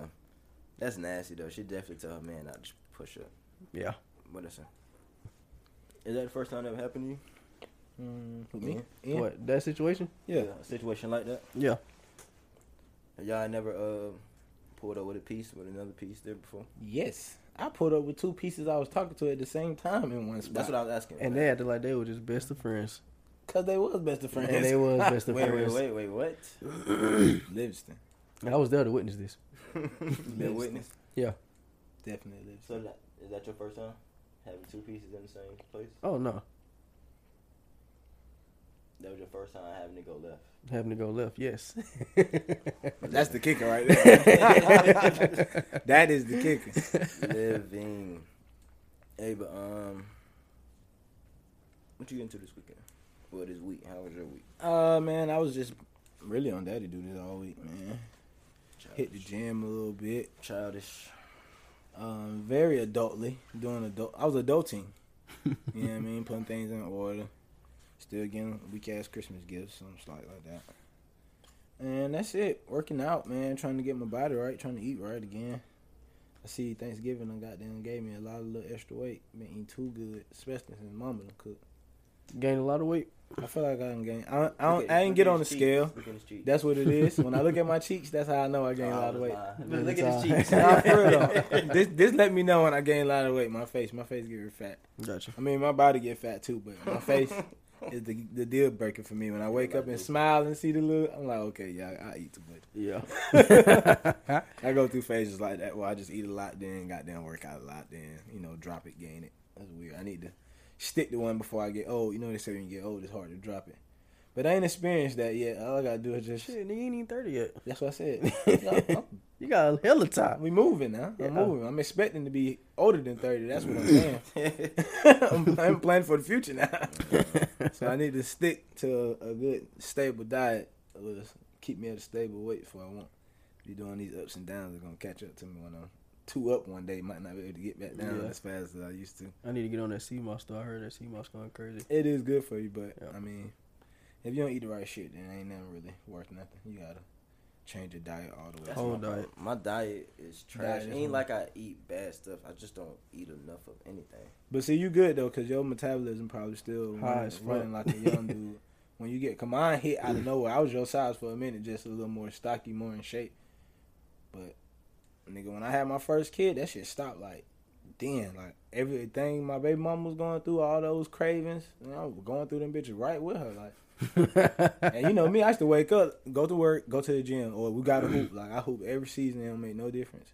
Speaker 2: that's nasty though. She definitely tell her man not to push up.
Speaker 3: Yeah.
Speaker 2: What is it? Is that the first time that ever happened to you?
Speaker 1: Who, Mm, me? Ian?
Speaker 3: What that situation?
Speaker 1: Yeah.
Speaker 2: a situation like that.
Speaker 3: Yeah.
Speaker 2: Y'all ain't never uh pulled up with a piece with another piece there before.
Speaker 1: Yes, I pulled up with two pieces I was talking to at the same time in one spot.
Speaker 2: That's what I was asking.
Speaker 3: And they acted like they were just best of friends.
Speaker 1: Cause they was best of friends.
Speaker 3: And they was best of
Speaker 2: wait, wait,
Speaker 3: friends.
Speaker 2: wait, wait, what?
Speaker 1: Livingston,
Speaker 3: And I was there to witness this.
Speaker 2: the witness.
Speaker 1: definitely Livingston.
Speaker 2: So that, is that your first time having two pieces in the same place?
Speaker 3: Oh no,
Speaker 2: That was your first time having to go left.
Speaker 3: having to go left. Yes.
Speaker 1: That's the kicker right there. that is the kicker.
Speaker 2: Living. Hey, but um, what you into this weekend? Well, this week. How was your week?
Speaker 1: Uh man, I was just really on daddy duty all week, man. Hit the gym a little bit.
Speaker 2: Childish.
Speaker 1: Um, very adultly doing adult. I was adulting. you know what I mean? Putting things in order. Still getting weak ass Christmas gifts, some slight like that. And that's it. Working out, man. Trying to get my body right. Trying to eat right again. I see Thanksgiving and goddamn gave me a lot of little extra weight. Been eating too good, especially since Mama done cooked.
Speaker 3: Gained a lot of weight.
Speaker 1: I feel like I done gained. I don't, I, don't, I ain't get on the scale. That's what it is. When I look at my cheeks, that's how I know I gained a lot of weight.
Speaker 2: Look at his
Speaker 3: Nah,
Speaker 2: cheeks.
Speaker 1: Nah, for real though. This this let me know when I gain a lot of weight. My face, my face get fat.
Speaker 3: Gotcha.
Speaker 1: I mean, my body get fat too, but my face is the the deal breaker for me. When I wake up and smile and see the little, I'm like, okay, yeah, I, I eat too much.
Speaker 3: Yeah.
Speaker 1: I go through phases like that where I just eat a lot, then goddamn work out a lot, then you know drop it, gain it. That's weird. I need to stick to one before I get old. You know they say when you get old, it's hard to drop it. But I ain't experienced that yet. All I gotta do is just.
Speaker 3: Shit, nigga, you ain't even thirty yet.
Speaker 1: That's what I said. I'm-
Speaker 3: You got a hell of time.
Speaker 1: We moving now.
Speaker 3: Yeah.
Speaker 1: I'm moving. I'm expecting to be older than thirty. That's what I'm saying. I'm, I'm planning for the future now. so I need to stick to a, a good stable diet. Will keep me at a stable weight for I want. Be doing these ups and downs are gonna catch up to me when I'm two up one day. Might not be able to get back down
Speaker 3: Yeah.
Speaker 1: as fast as I used to.
Speaker 3: I need to get on that sea moss though. I heard that sea moss going crazy.
Speaker 1: It is good for you, but
Speaker 3: Yeah.
Speaker 1: I mean, if you don't eat the right shit, then ain't nothing really worth nothing. You gotta change your diet all the way.
Speaker 2: That's
Speaker 3: Whole
Speaker 2: my problem. My diet is trash.
Speaker 1: Diet
Speaker 2: It
Speaker 1: is
Speaker 2: ain't
Speaker 1: wrong.
Speaker 2: like I eat bad stuff. I just don't eat enough of anything.
Speaker 1: But see, you good though, cause your metabolism probably still
Speaker 3: High
Speaker 1: running,
Speaker 3: as fuck.
Speaker 1: running like a young dude. When you get Kamon hit out of nowhere, I was your size for a minute, just a little more stocky, more in shape. But nigga, when I had my first kid, that shit stopped. Like, damn, like everything my baby mama was going through, all those cravings, and I was going through them bitches right with her. Like, and you know me, I used to wake up, go to work, go to the gym, or we got to hoop. Like I hoop every season, it don't make no difference.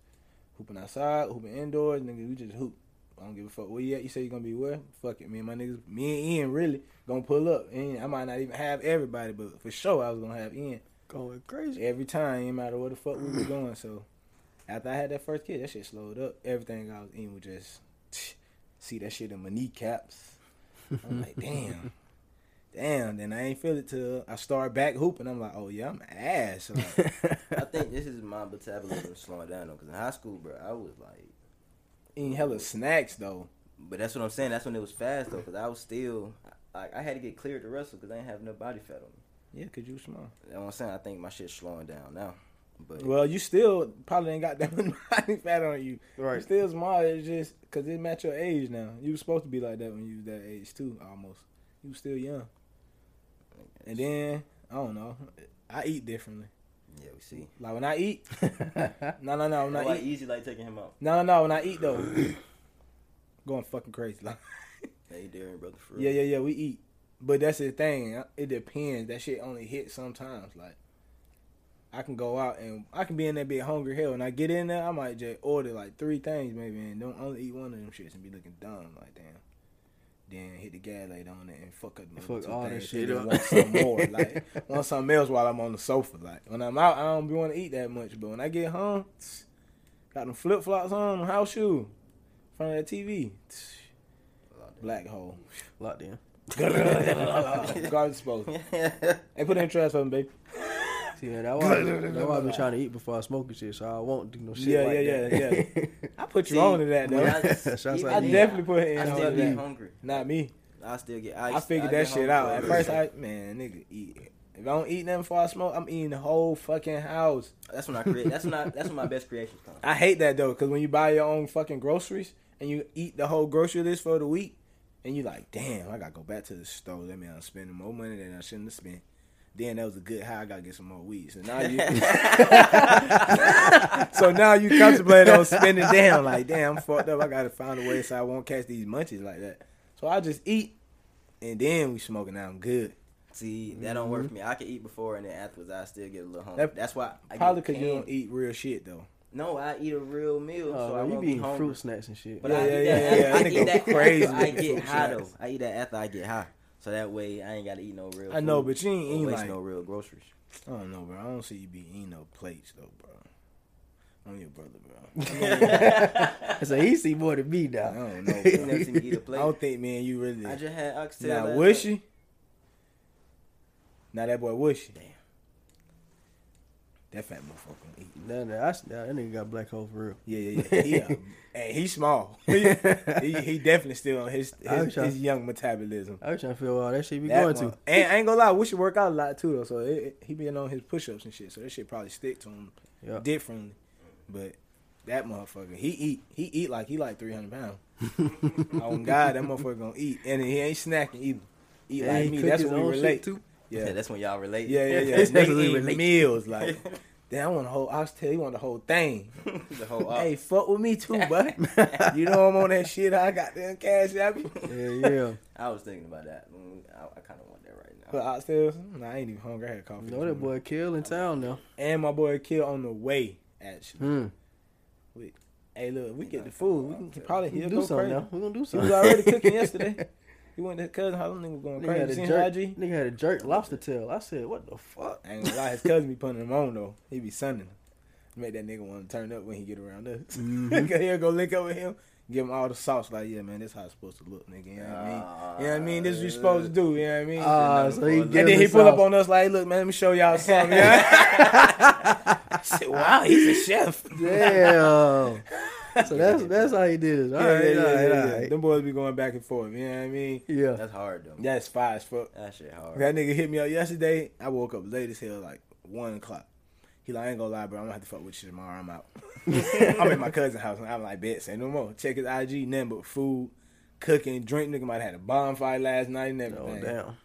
Speaker 1: Hooping outside, hooping indoors, nigga, we just hoop. I don't give a fuck where you at. You say you gonna be where? Fuck it, me and my niggas, me and Ian really gonna pull up. And I might not even have everybody, but for sure I was gonna have Ian.
Speaker 3: Going crazy.
Speaker 1: every time, no matter where the fuck we was going. So after I had that first kid, that shit slowed up. Everything I was in would just see that shit in my kneecaps. I'm like, damn. Damn, then I ain't feel it till I start back hooping. I'm like, oh yeah, I'm ass. Like,
Speaker 2: I think this is my metabolism slowing down though. Cause in high school, bro, I was like,
Speaker 1: eating hella snacks though.
Speaker 2: but that's what I'm saying. That's when it was fast though. Cause I was still, like, I had to get cleared to wrestle because I didn't have no body fat on me.
Speaker 1: Yeah, cause you was small.
Speaker 2: You know what I'm saying? I think my shit's slowing down now. But
Speaker 1: Well, you still probably ain't got that much body fat on you. You
Speaker 3: Right.
Speaker 1: still small. It's just because it match your age now. You was supposed to be like that when you was that age too, almost. You was still young. And then I don't know. I eat differently.
Speaker 2: yeah, we see.
Speaker 1: Like when I eat, no, no, no, when
Speaker 2: Not
Speaker 1: Oh, I
Speaker 2: like
Speaker 1: eat,
Speaker 2: easy like taking him out.
Speaker 1: no, no, no, when I eat though, going fucking crazy. Like,
Speaker 2: Hey, Darren, brother, for
Speaker 1: yeah,
Speaker 2: real.
Speaker 1: yeah, yeah, we eat, but that's the thing. It depends. That shit only hits sometimes. Like, I can go out and I can be in there be hungry hell, and I get in there, I might just order like three things maybe, and don't only eat one of them shits and be looking dumb. Like, damn. Then hit the gas later on it and fuck up the
Speaker 3: Fuck
Speaker 1: other two
Speaker 3: all that
Speaker 1: things,
Speaker 3: shit
Speaker 1: and
Speaker 3: up.
Speaker 1: Want some more? Like, want something else while I'm on the sofa. Like when I'm out, I don't be want to eat that much. But when I get home, got them flip flops on, them house shoe, in front of that TV, black hole,
Speaker 3: Locked in.
Speaker 1: garbage disposal. Hey, put it in the trash for me, baby.
Speaker 3: See, man, that's why, that's why I been trying to eat before I smoke and shit, so I won't do no shit
Speaker 1: Yeah,
Speaker 3: like
Speaker 1: yeah,
Speaker 3: that.
Speaker 1: yeah,
Speaker 3: yeah.
Speaker 1: I put you on to that though.
Speaker 3: I-
Speaker 1: I,
Speaker 3: Shots like that.
Speaker 1: definitely put it in
Speaker 2: I
Speaker 1: on
Speaker 2: still
Speaker 1: that.
Speaker 2: get hungry.
Speaker 1: Not me.
Speaker 2: I still get.
Speaker 1: I figured that shit out. At first, I man, nigga, eat. it. If I don't eat nothing before I smoke, I'm eating the whole fucking house.
Speaker 2: that's when I create. That's when I. That's when my best creations come.
Speaker 1: I hate that though, because when you buy your own fucking groceries and you eat the whole grocery list for the week, and you like, damn, I gotta go back to the store. That mean I'm spending more money than I shouldn't have spent. Then that was a good high. I gotta get some more weed. So now you, so now you contemplate on spending down. Like, damn, I'm fucked up. I gotta find a way so I won't catch these munchies like that. So I just eat, and then we smoking. Now I'm good.
Speaker 2: See, that don't work for me. I can eat before and then afterwards, I still get a little hungry.
Speaker 1: That-
Speaker 2: that's why. I
Speaker 1: Probably
Speaker 2: get
Speaker 1: because you
Speaker 2: canned.
Speaker 1: don't eat real shit though.
Speaker 2: No, I eat a real meal,
Speaker 3: Oh,
Speaker 2: so I
Speaker 3: man, you
Speaker 2: won't
Speaker 3: be
Speaker 2: be
Speaker 3: eating
Speaker 2: hungry.
Speaker 3: fruit snacks and shit.
Speaker 2: But
Speaker 1: Yeah,
Speaker 2: I
Speaker 1: yeah,
Speaker 2: eat
Speaker 1: yeah,
Speaker 2: that.
Speaker 1: yeah.
Speaker 2: I
Speaker 1: That
Speaker 2: eat
Speaker 1: nigga
Speaker 2: that
Speaker 1: go crazy
Speaker 2: crazy. I
Speaker 1: with
Speaker 2: get
Speaker 1: fruit
Speaker 2: high though.
Speaker 1: snacks.
Speaker 2: I eat that after I get high, so that way I ain't gotta eat no real.
Speaker 1: I know,
Speaker 2: food
Speaker 1: but you ain't
Speaker 2: or
Speaker 1: eating
Speaker 2: waste
Speaker 1: like
Speaker 2: no real groceries.
Speaker 1: I don't know, bro. I don't see you be eating no plates though, bro. I'm your brother, bro.
Speaker 3: It's a he see more than me
Speaker 1: I
Speaker 3: now.
Speaker 1: don't know,
Speaker 2: You never
Speaker 1: bro.
Speaker 2: see me eat a
Speaker 1: I
Speaker 2: plate.
Speaker 1: don't think, man, you really.
Speaker 2: I just uh, had oxtail.
Speaker 1: Now
Speaker 2: last night.
Speaker 1: Wishy. Now that boy Wishy.
Speaker 2: Damn.
Speaker 1: That fat motherfucker can eat.
Speaker 3: Nah, nah, I, s- nah, that nigga got black hole for real.
Speaker 1: Yeah, yeah, yeah. He, uh, and he's small. he, he definitely still on his
Speaker 3: I was
Speaker 1: his,
Speaker 3: trying-
Speaker 1: his young metabolism.
Speaker 3: I was trying to feel all that shit be
Speaker 1: That
Speaker 3: going
Speaker 1: one-
Speaker 3: to.
Speaker 1: And I ain't gonna lie, Wishy work out a lot too though. So it, it, he been on his push ups and shit. So that shit probably stick to him
Speaker 3: Yeah.
Speaker 1: differently. But that motherfucker, he eat, he eat like he like three hundred pounds. oh God, that motherfucker gonna eat, and he ain't snacking either. Eat
Speaker 3: And he
Speaker 1: like me.
Speaker 3: cook
Speaker 1: That's
Speaker 3: his
Speaker 1: what we
Speaker 3: own shit,
Speaker 1: relate
Speaker 3: too.
Speaker 1: to.
Speaker 2: Yeah,
Speaker 1: Yeah,
Speaker 2: that's when y'all relate.
Speaker 1: yeah, yeah, yeah.
Speaker 3: That's
Speaker 1: Nigga
Speaker 3: what we
Speaker 1: eat
Speaker 3: relate.
Speaker 1: meals like. Damn, I want a whole oxtail. You want the whole thing?
Speaker 2: the whole op-
Speaker 1: Hey, fuck with me too, bud. you know I'm on that shit. I got them cash out me.
Speaker 3: Yeah, yeah.
Speaker 2: I was thinking about that. Mm, I, I kind of want that right
Speaker 1: But
Speaker 2: now.
Speaker 1: oxtails, nah, I ain't even hungry. I had coffee.
Speaker 3: You
Speaker 1: this
Speaker 3: know that
Speaker 1: morning.
Speaker 3: boy Kill in town now.
Speaker 1: And my boy Kill on the way. Actually,
Speaker 3: Hmm.
Speaker 1: hey, look, if we
Speaker 2: He
Speaker 1: get the
Speaker 2: like
Speaker 1: food. We
Speaker 2: oxtail.
Speaker 1: can probably
Speaker 3: We
Speaker 1: he'll
Speaker 3: do
Speaker 1: go
Speaker 3: something
Speaker 1: crazy.
Speaker 3: now. We're gonna do
Speaker 1: He was
Speaker 3: something.
Speaker 1: already cooking yesterday. He went to his cousin house. Them niggas going
Speaker 3: Nigga had,
Speaker 1: crazy.
Speaker 3: a
Speaker 1: Seen
Speaker 3: jerk,
Speaker 1: IG?
Speaker 3: nigga had a jerk lobster tail. I said, what the fuck?
Speaker 1: I ain't gonna lie, his cousin be putting him on though. He be sunning him. Make that nigga want to turn up when he get around us.
Speaker 3: Mm-hmm.
Speaker 1: Cause he'll go link up with him, give him all the sauce. Like, yeah, man, this how it's supposed to look, nigga. You know what I mean? You know what I mean? This is what you supposed to do. You know what I mean?
Speaker 3: Ah, so he
Speaker 2: And
Speaker 1: and
Speaker 3: give
Speaker 1: then
Speaker 3: him
Speaker 1: he pull
Speaker 3: sauce.
Speaker 1: up on us like, look, man, let me show y'all something. Yeah. I said, wow, he's a chef.
Speaker 3: Damn. so that's that's how he did it. All
Speaker 1: Yeah,
Speaker 3: right,
Speaker 1: yeah,
Speaker 3: all
Speaker 1: yeah,
Speaker 3: right, all
Speaker 1: yeah,
Speaker 3: right.
Speaker 1: Them boys be going back and forth. You know what I mean?
Speaker 3: yeah.
Speaker 2: That's hard though.
Speaker 1: That's fire as fuck.
Speaker 2: That shit hard.
Speaker 1: That nigga hit me up yesterday. I woke up late as hell, like one o'clock. He like, I ain't gonna lie, bro. I'm gonna have to fuck with you tomorrow. I'm out. I'm at my cousin's house, and I'm like, bet, say no more. Check his IG, nothing but food, cooking, drink. Nigga might have had a bonfire last night and
Speaker 3: Oh
Speaker 1: everything.
Speaker 3: damn.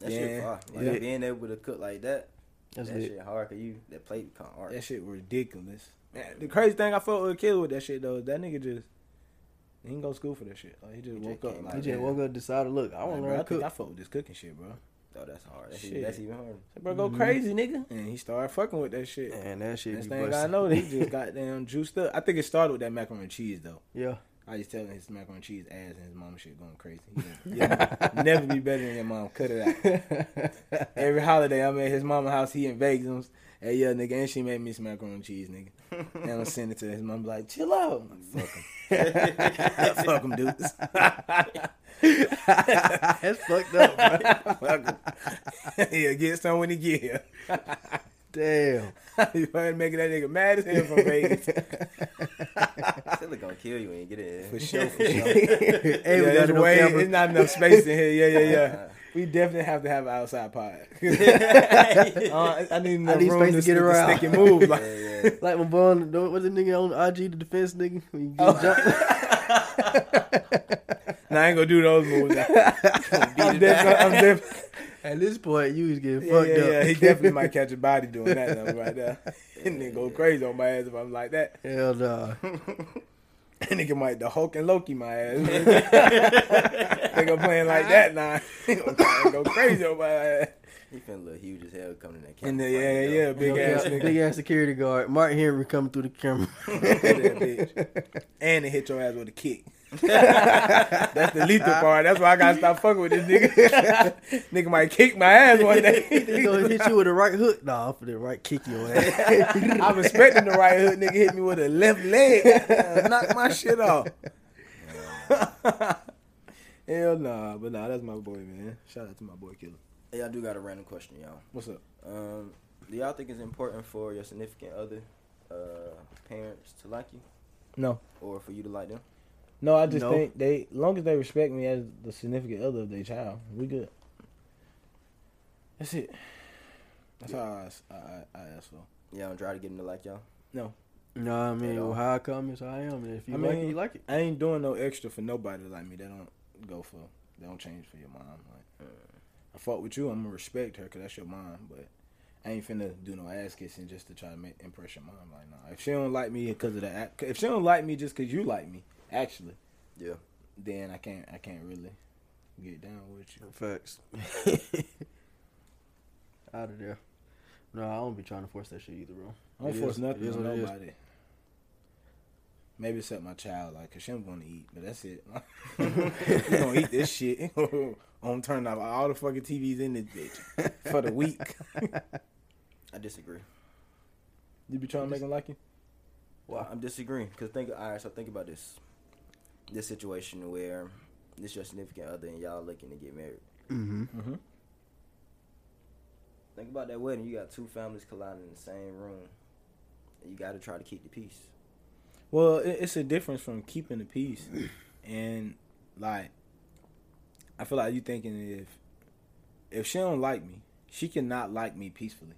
Speaker 2: That shit
Speaker 1: Yeah.
Speaker 2: far. Like
Speaker 1: Yeah.
Speaker 2: being able to cook like that.
Speaker 3: That's
Speaker 2: that
Speaker 3: lit.
Speaker 2: shit hard. Cause you that plate become hard.
Speaker 1: That shit ridiculous. Man, the crazy thing I felt with a kid with that shit though, is that nigga just he didn't go to school for that shit. Like he just
Speaker 2: He just
Speaker 1: woke up.
Speaker 2: came
Speaker 1: Like,
Speaker 2: out.
Speaker 3: He just
Speaker 1: damn.
Speaker 3: woke up, decided, look, I
Speaker 1: Like,
Speaker 3: want to
Speaker 1: bro,
Speaker 3: learn
Speaker 1: I
Speaker 3: how to
Speaker 1: think I
Speaker 3: cook.
Speaker 1: fuck with this cooking shit, bro.
Speaker 2: Oh, that's hard. That's,
Speaker 1: Shit.
Speaker 2: Even, that's even harder.
Speaker 1: Said, bro, go crazy, nigga. And he started fucking with that shit.
Speaker 3: And that shit
Speaker 1: Next
Speaker 3: be
Speaker 1: thing I
Speaker 3: busting.
Speaker 1: know, he just got damn juiced up. I think it started with that macaroni and cheese though.
Speaker 3: Yeah.
Speaker 1: I just tell him his macaroni and cheese ass and his mom shit going crazy. Yeah, never be better than your mom. Cut it out. Every holiday I'm at his mama house, he in Vegas. I'm s- Hey, yeah, nigga, and she made me some macaroni and cheese, nigga. And I'm sending it to his mom, like, chill out. I'm like, Fuck him. Fuck him, dudes.
Speaker 3: That's fucked up, bro.
Speaker 1: yeah, get some when he get here.
Speaker 3: Damn.
Speaker 1: you ain't making that nigga mad as hell from Vegas.
Speaker 2: Still gonna kill you when you get in.
Speaker 1: For sure, for
Speaker 3: hey,
Speaker 1: sure.
Speaker 3: we
Speaker 1: yeah,
Speaker 3: got
Speaker 1: it's,
Speaker 3: it on
Speaker 1: way,
Speaker 3: camera.
Speaker 1: it's not enough space in here. Yeah, yeah, yeah. We definitely have to have an outside pod.
Speaker 2: yeah,
Speaker 1: Uh, I need enough
Speaker 3: need
Speaker 1: room to,
Speaker 3: space to
Speaker 1: stick-
Speaker 3: get around.
Speaker 1: stick and move. Like,
Speaker 2: yeah.
Speaker 3: Like when Bond, what's the nigga on IG, the defense nigga? When you get jumped.
Speaker 1: nah, I ain't gonna do those moves. I'm def- I'm def-
Speaker 3: At this point, you was getting
Speaker 1: yeah,
Speaker 3: fucked
Speaker 1: yeah,
Speaker 3: up.
Speaker 1: yeah. He definitely might catch a body doing that number right there. And then go crazy on my ass if I'm like that.
Speaker 3: Hell nah.
Speaker 1: And nigga might the Hulk and Loki my ass. nigga playing like that now. Nah. go crazy on my ass.
Speaker 2: He finna look huge as hell coming in that camera.
Speaker 1: And then,
Speaker 2: fight,
Speaker 1: yeah,
Speaker 2: though.
Speaker 1: yeah, yeah, big ass
Speaker 3: Big-
Speaker 1: nigga.
Speaker 3: Big ass security guard. Mark Henry coming through the camera.
Speaker 1: Hit that bitch. And it hit your ass with a kick. That's the lethal part. That's why I gotta stop fucking with this nigga. nigga might kick my ass one
Speaker 3: He gonna
Speaker 1: day.
Speaker 3: hit you with a right hook. Nah, I'm finna right kick your ass.
Speaker 1: I was expecting the right hook. Nigga hit me with a left leg. Damn, Knock my shit off. Hell nah, but nah, that's my boy, man. Shout out to my boy Killer.
Speaker 2: Hey, I do got a random question, y'all.
Speaker 1: What's up?
Speaker 2: Um, do y'all think it's important for your significant other, uh, parents to like you,
Speaker 1: No,
Speaker 2: or for you to like them?
Speaker 1: no, I just
Speaker 3: No.
Speaker 1: think they, long as they respect me as the significant other of their child, we good. That's it. That's all I, I, I ask for.
Speaker 2: Yeah, don't try to get them to like y'all.
Speaker 3: nah, I mean,
Speaker 2: At all.
Speaker 3: well, how I come is how I am. If you
Speaker 1: I
Speaker 3: like
Speaker 1: mean-
Speaker 3: it, you like it.
Speaker 1: I ain't doing no extra for nobody like me. They don't go for. They don't change for your mom. Like I fought with you. I'm gonna respect her because that's your mom. But I ain't finna do no ass kissing just to try to make, impress your mom. Like nah, if she don't like me because of that, if she don't like me just because you like me, actually,
Speaker 2: Yeah.
Speaker 1: then I can't. I can't really get down with you.
Speaker 3: Facts. Out of there. No, I don't be trying to force that shit either, bro.
Speaker 1: I don't
Speaker 3: It
Speaker 1: force
Speaker 3: is-
Speaker 1: nothing
Speaker 3: it is
Speaker 1: on
Speaker 3: what it is.
Speaker 1: nobody. Maybe except my child, like, cause she don't want to eat, but that's it. you don't eat this shit. I'm turning off all the fucking TVs in this bitch for the week.
Speaker 2: I disagree.
Speaker 1: You be trying to make them like you?
Speaker 2: Well, I'm disagreeing because think. All right, so think about this. This situation where this your significant other and y'all looking to get married.
Speaker 3: Mm-hmm.
Speaker 1: Mm-hmm.
Speaker 2: Think about that wedding. You got two families colliding in the same room. You got to try to keep the peace.
Speaker 1: Well, it, it's a difference from keeping the peace, and like, I feel like you thinking if if she don't like me, she cannot like me peacefully.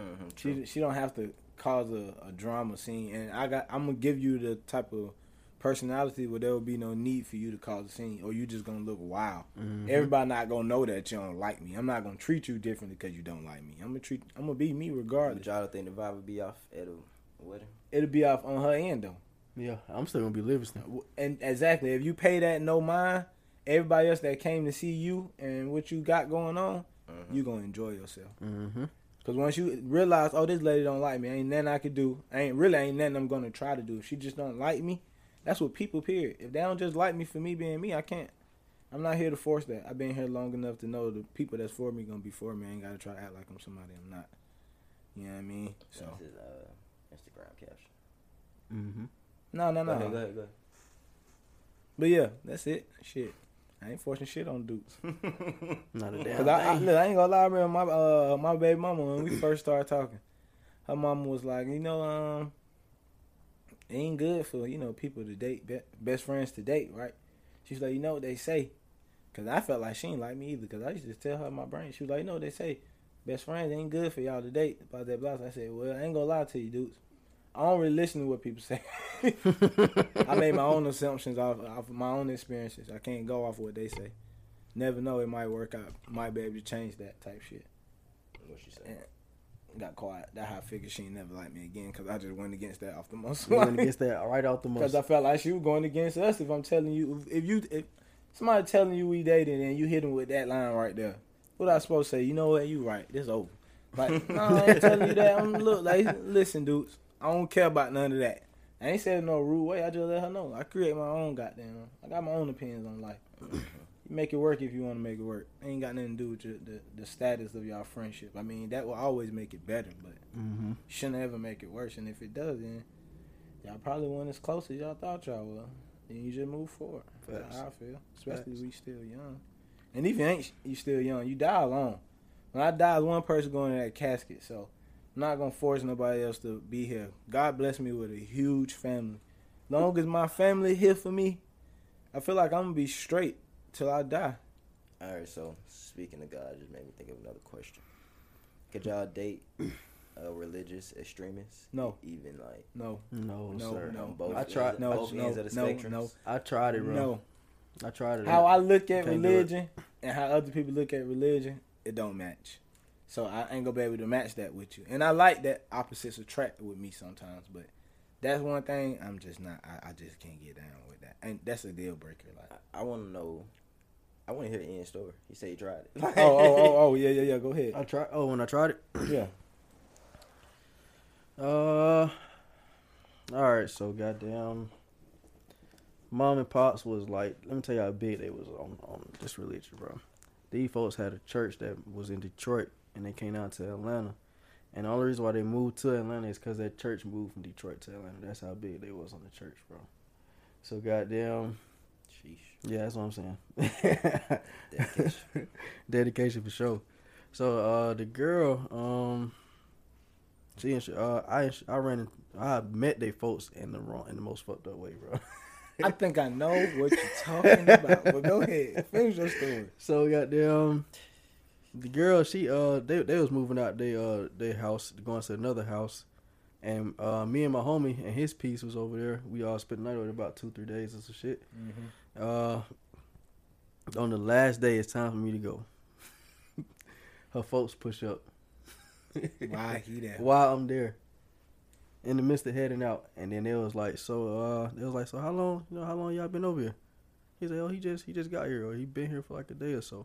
Speaker 2: Mm-hmm,
Speaker 1: She she don't have to cause a, a drama scene, and I got I'm gonna give you the type of personality where there will be no need for you to cause a scene, or you just gonna look wild.
Speaker 3: Mm-hmm.
Speaker 1: Everybody not gonna know that you don't like me. I'm not gonna treat you differently because you don't like me. I'm gonna treat I'm gonna be me
Speaker 2: Would
Speaker 1: regardless.
Speaker 2: y'all think the vibe would be off at a wedding?
Speaker 1: It'll be off on her end though.
Speaker 3: Yeah, I'm still gonna be Livingston.
Speaker 1: And exactly, if you pay that no mind, everybody else that came to see you and what you got going on,
Speaker 2: Mhm.
Speaker 1: you gonna enjoy yourself.
Speaker 3: Mm-hmm.
Speaker 1: Cause once you realize, oh, this lady don't like me, ain't nothing I could do. Ain't really ain't nothing I'm gonna try to do. If she just don't like me, that's what people period. If they don't just like me for me being me, I can't. I'm not here to force that. I've been here long enough to know the people that's for me gonna be for me. I ain't gotta try to act like I'm somebody I'm not. You know what I mean? So
Speaker 2: That's his uh, Instagram caption.
Speaker 3: Mm-hmm.
Speaker 1: no, no,
Speaker 2: Go ahead, go
Speaker 1: no.
Speaker 2: ahead, go ahead.
Speaker 1: But yeah, that's it. Shit, I ain't forcing shit on dudes.
Speaker 3: Not a damn
Speaker 1: Cause I, I,
Speaker 3: thing.
Speaker 1: look, I ain't gonna lie, I remember my uh my baby mama when we first started talking, her mama was like, you know, um, it ain't good for you know people to date be- best friends to date, right? She's like, you know what they say, cause I felt like she ain't like me either, cause I used to tell her my brain. She was like, you know what they say, best friends ain't good for y'all to date. Blah blah blah. So I said, well, I ain't gonna lie to you, dudes. I don't really listen to what people say. I made my own assumptions off, off of my own experiences. I can't go off what they say. Never know, it might work out. Might be able to change that type shit.
Speaker 2: What she said.
Speaker 1: Yeah. Got quiet. That how I figured she ain't never liked me again because I just went against that off the most.
Speaker 3: You went against that right off the
Speaker 1: Because
Speaker 3: most.
Speaker 1: I felt like she was going against us. If I'm telling you, if you, if somebody telling you we dated and you hit them with that line right there, what I supposed to say? You know what? You right. This over. Like, no, I ain't telling you that. I'm look like, listen, dudes. I don't care about none of that. I ain't said it no rude way. I just let her know. I create my own goddamn. I got my own opinions on life. you make it work if you want to make it work. ain't got nothing to do with your, the the status of y'all friendship. I mean, that will always make it better, but
Speaker 3: Mm-hmm.
Speaker 1: shouldn't ever make it worse. And if it does, then y'all probably weren't as close as y'all thought y'all were. Then you just move forward. That's
Speaker 3: Facts.
Speaker 1: how I feel. Especially
Speaker 3: Facts.
Speaker 1: we still young. And if you ain't, you still young. You die alone. When I die, one person going to that casket. So I'm not gonna force nobody else to be here. God bless me with a huge family. Long as my family here for me, I feel like I'm gonna be straight till I die.
Speaker 2: All right, so speaking of God, just made me think of another question. Could y'all date uh, religious extremists?
Speaker 1: No.
Speaker 2: Even like
Speaker 1: No,
Speaker 3: No,
Speaker 1: No,
Speaker 3: sir.
Speaker 1: no.
Speaker 2: on both
Speaker 3: I
Speaker 2: ends
Speaker 3: tried-
Speaker 2: of-
Speaker 1: no,
Speaker 2: both
Speaker 1: no,
Speaker 2: ends of the
Speaker 1: no,
Speaker 2: spectrum.
Speaker 1: no.
Speaker 3: I tried it, bro.
Speaker 1: no.
Speaker 3: I tried it.
Speaker 1: how I look at
Speaker 3: Can't do it.
Speaker 1: religion and how other people look at religion, it don't match. So I ain't gonna be able to match that with you. And I like that opposites attract with me sometimes, but that's one thing I'm just not. I, I just can't get down with that, and that's a deal breaker. Like,
Speaker 2: I, I want to know. I want to hear Ian's story. He said he tried it.
Speaker 1: oh, oh, oh, oh, yeah, yeah, yeah. Go ahead.
Speaker 3: I tried. Oh, when I tried it.
Speaker 1: Yeah.
Speaker 3: Uh, all right. So goddamn, mom and pops was like, let me tell you how big they was on on this religion, bro. These folks had a church that was in Detroit, and they came out to Atlanta. And the only reason why they moved to Atlanta is because that church moved from Detroit to Atlanta. That's how big they was on the church, bro. So goddamn,
Speaker 2: Sheesh.
Speaker 3: yeah, that's what I'm saying.
Speaker 2: Dedication.
Speaker 3: dedication for sure. So uh, the girl, um, she and she, uh, I I ran, in, I met they folks in the wrong, in the most fucked up way, bro.
Speaker 1: I think I know what you're talking about, but go ahead, finish your story.
Speaker 3: So goddamn, the girl, she uh, they they was moving out they uh their house, going to another house, and uh, me and my homie and his piece was over there. We all spent the night over there about two three days or some shit.
Speaker 1: Mm-hmm.
Speaker 3: Uh, on the last day, it's time for me to go. Her folks push up.
Speaker 1: Why he that?
Speaker 3: while I'm there. In the midst of heading out, and then they was like, so uh, they was like, so how long, you know, how long y'all been over here? He's like, oh, he just he just got here, or he been here for like a day or so.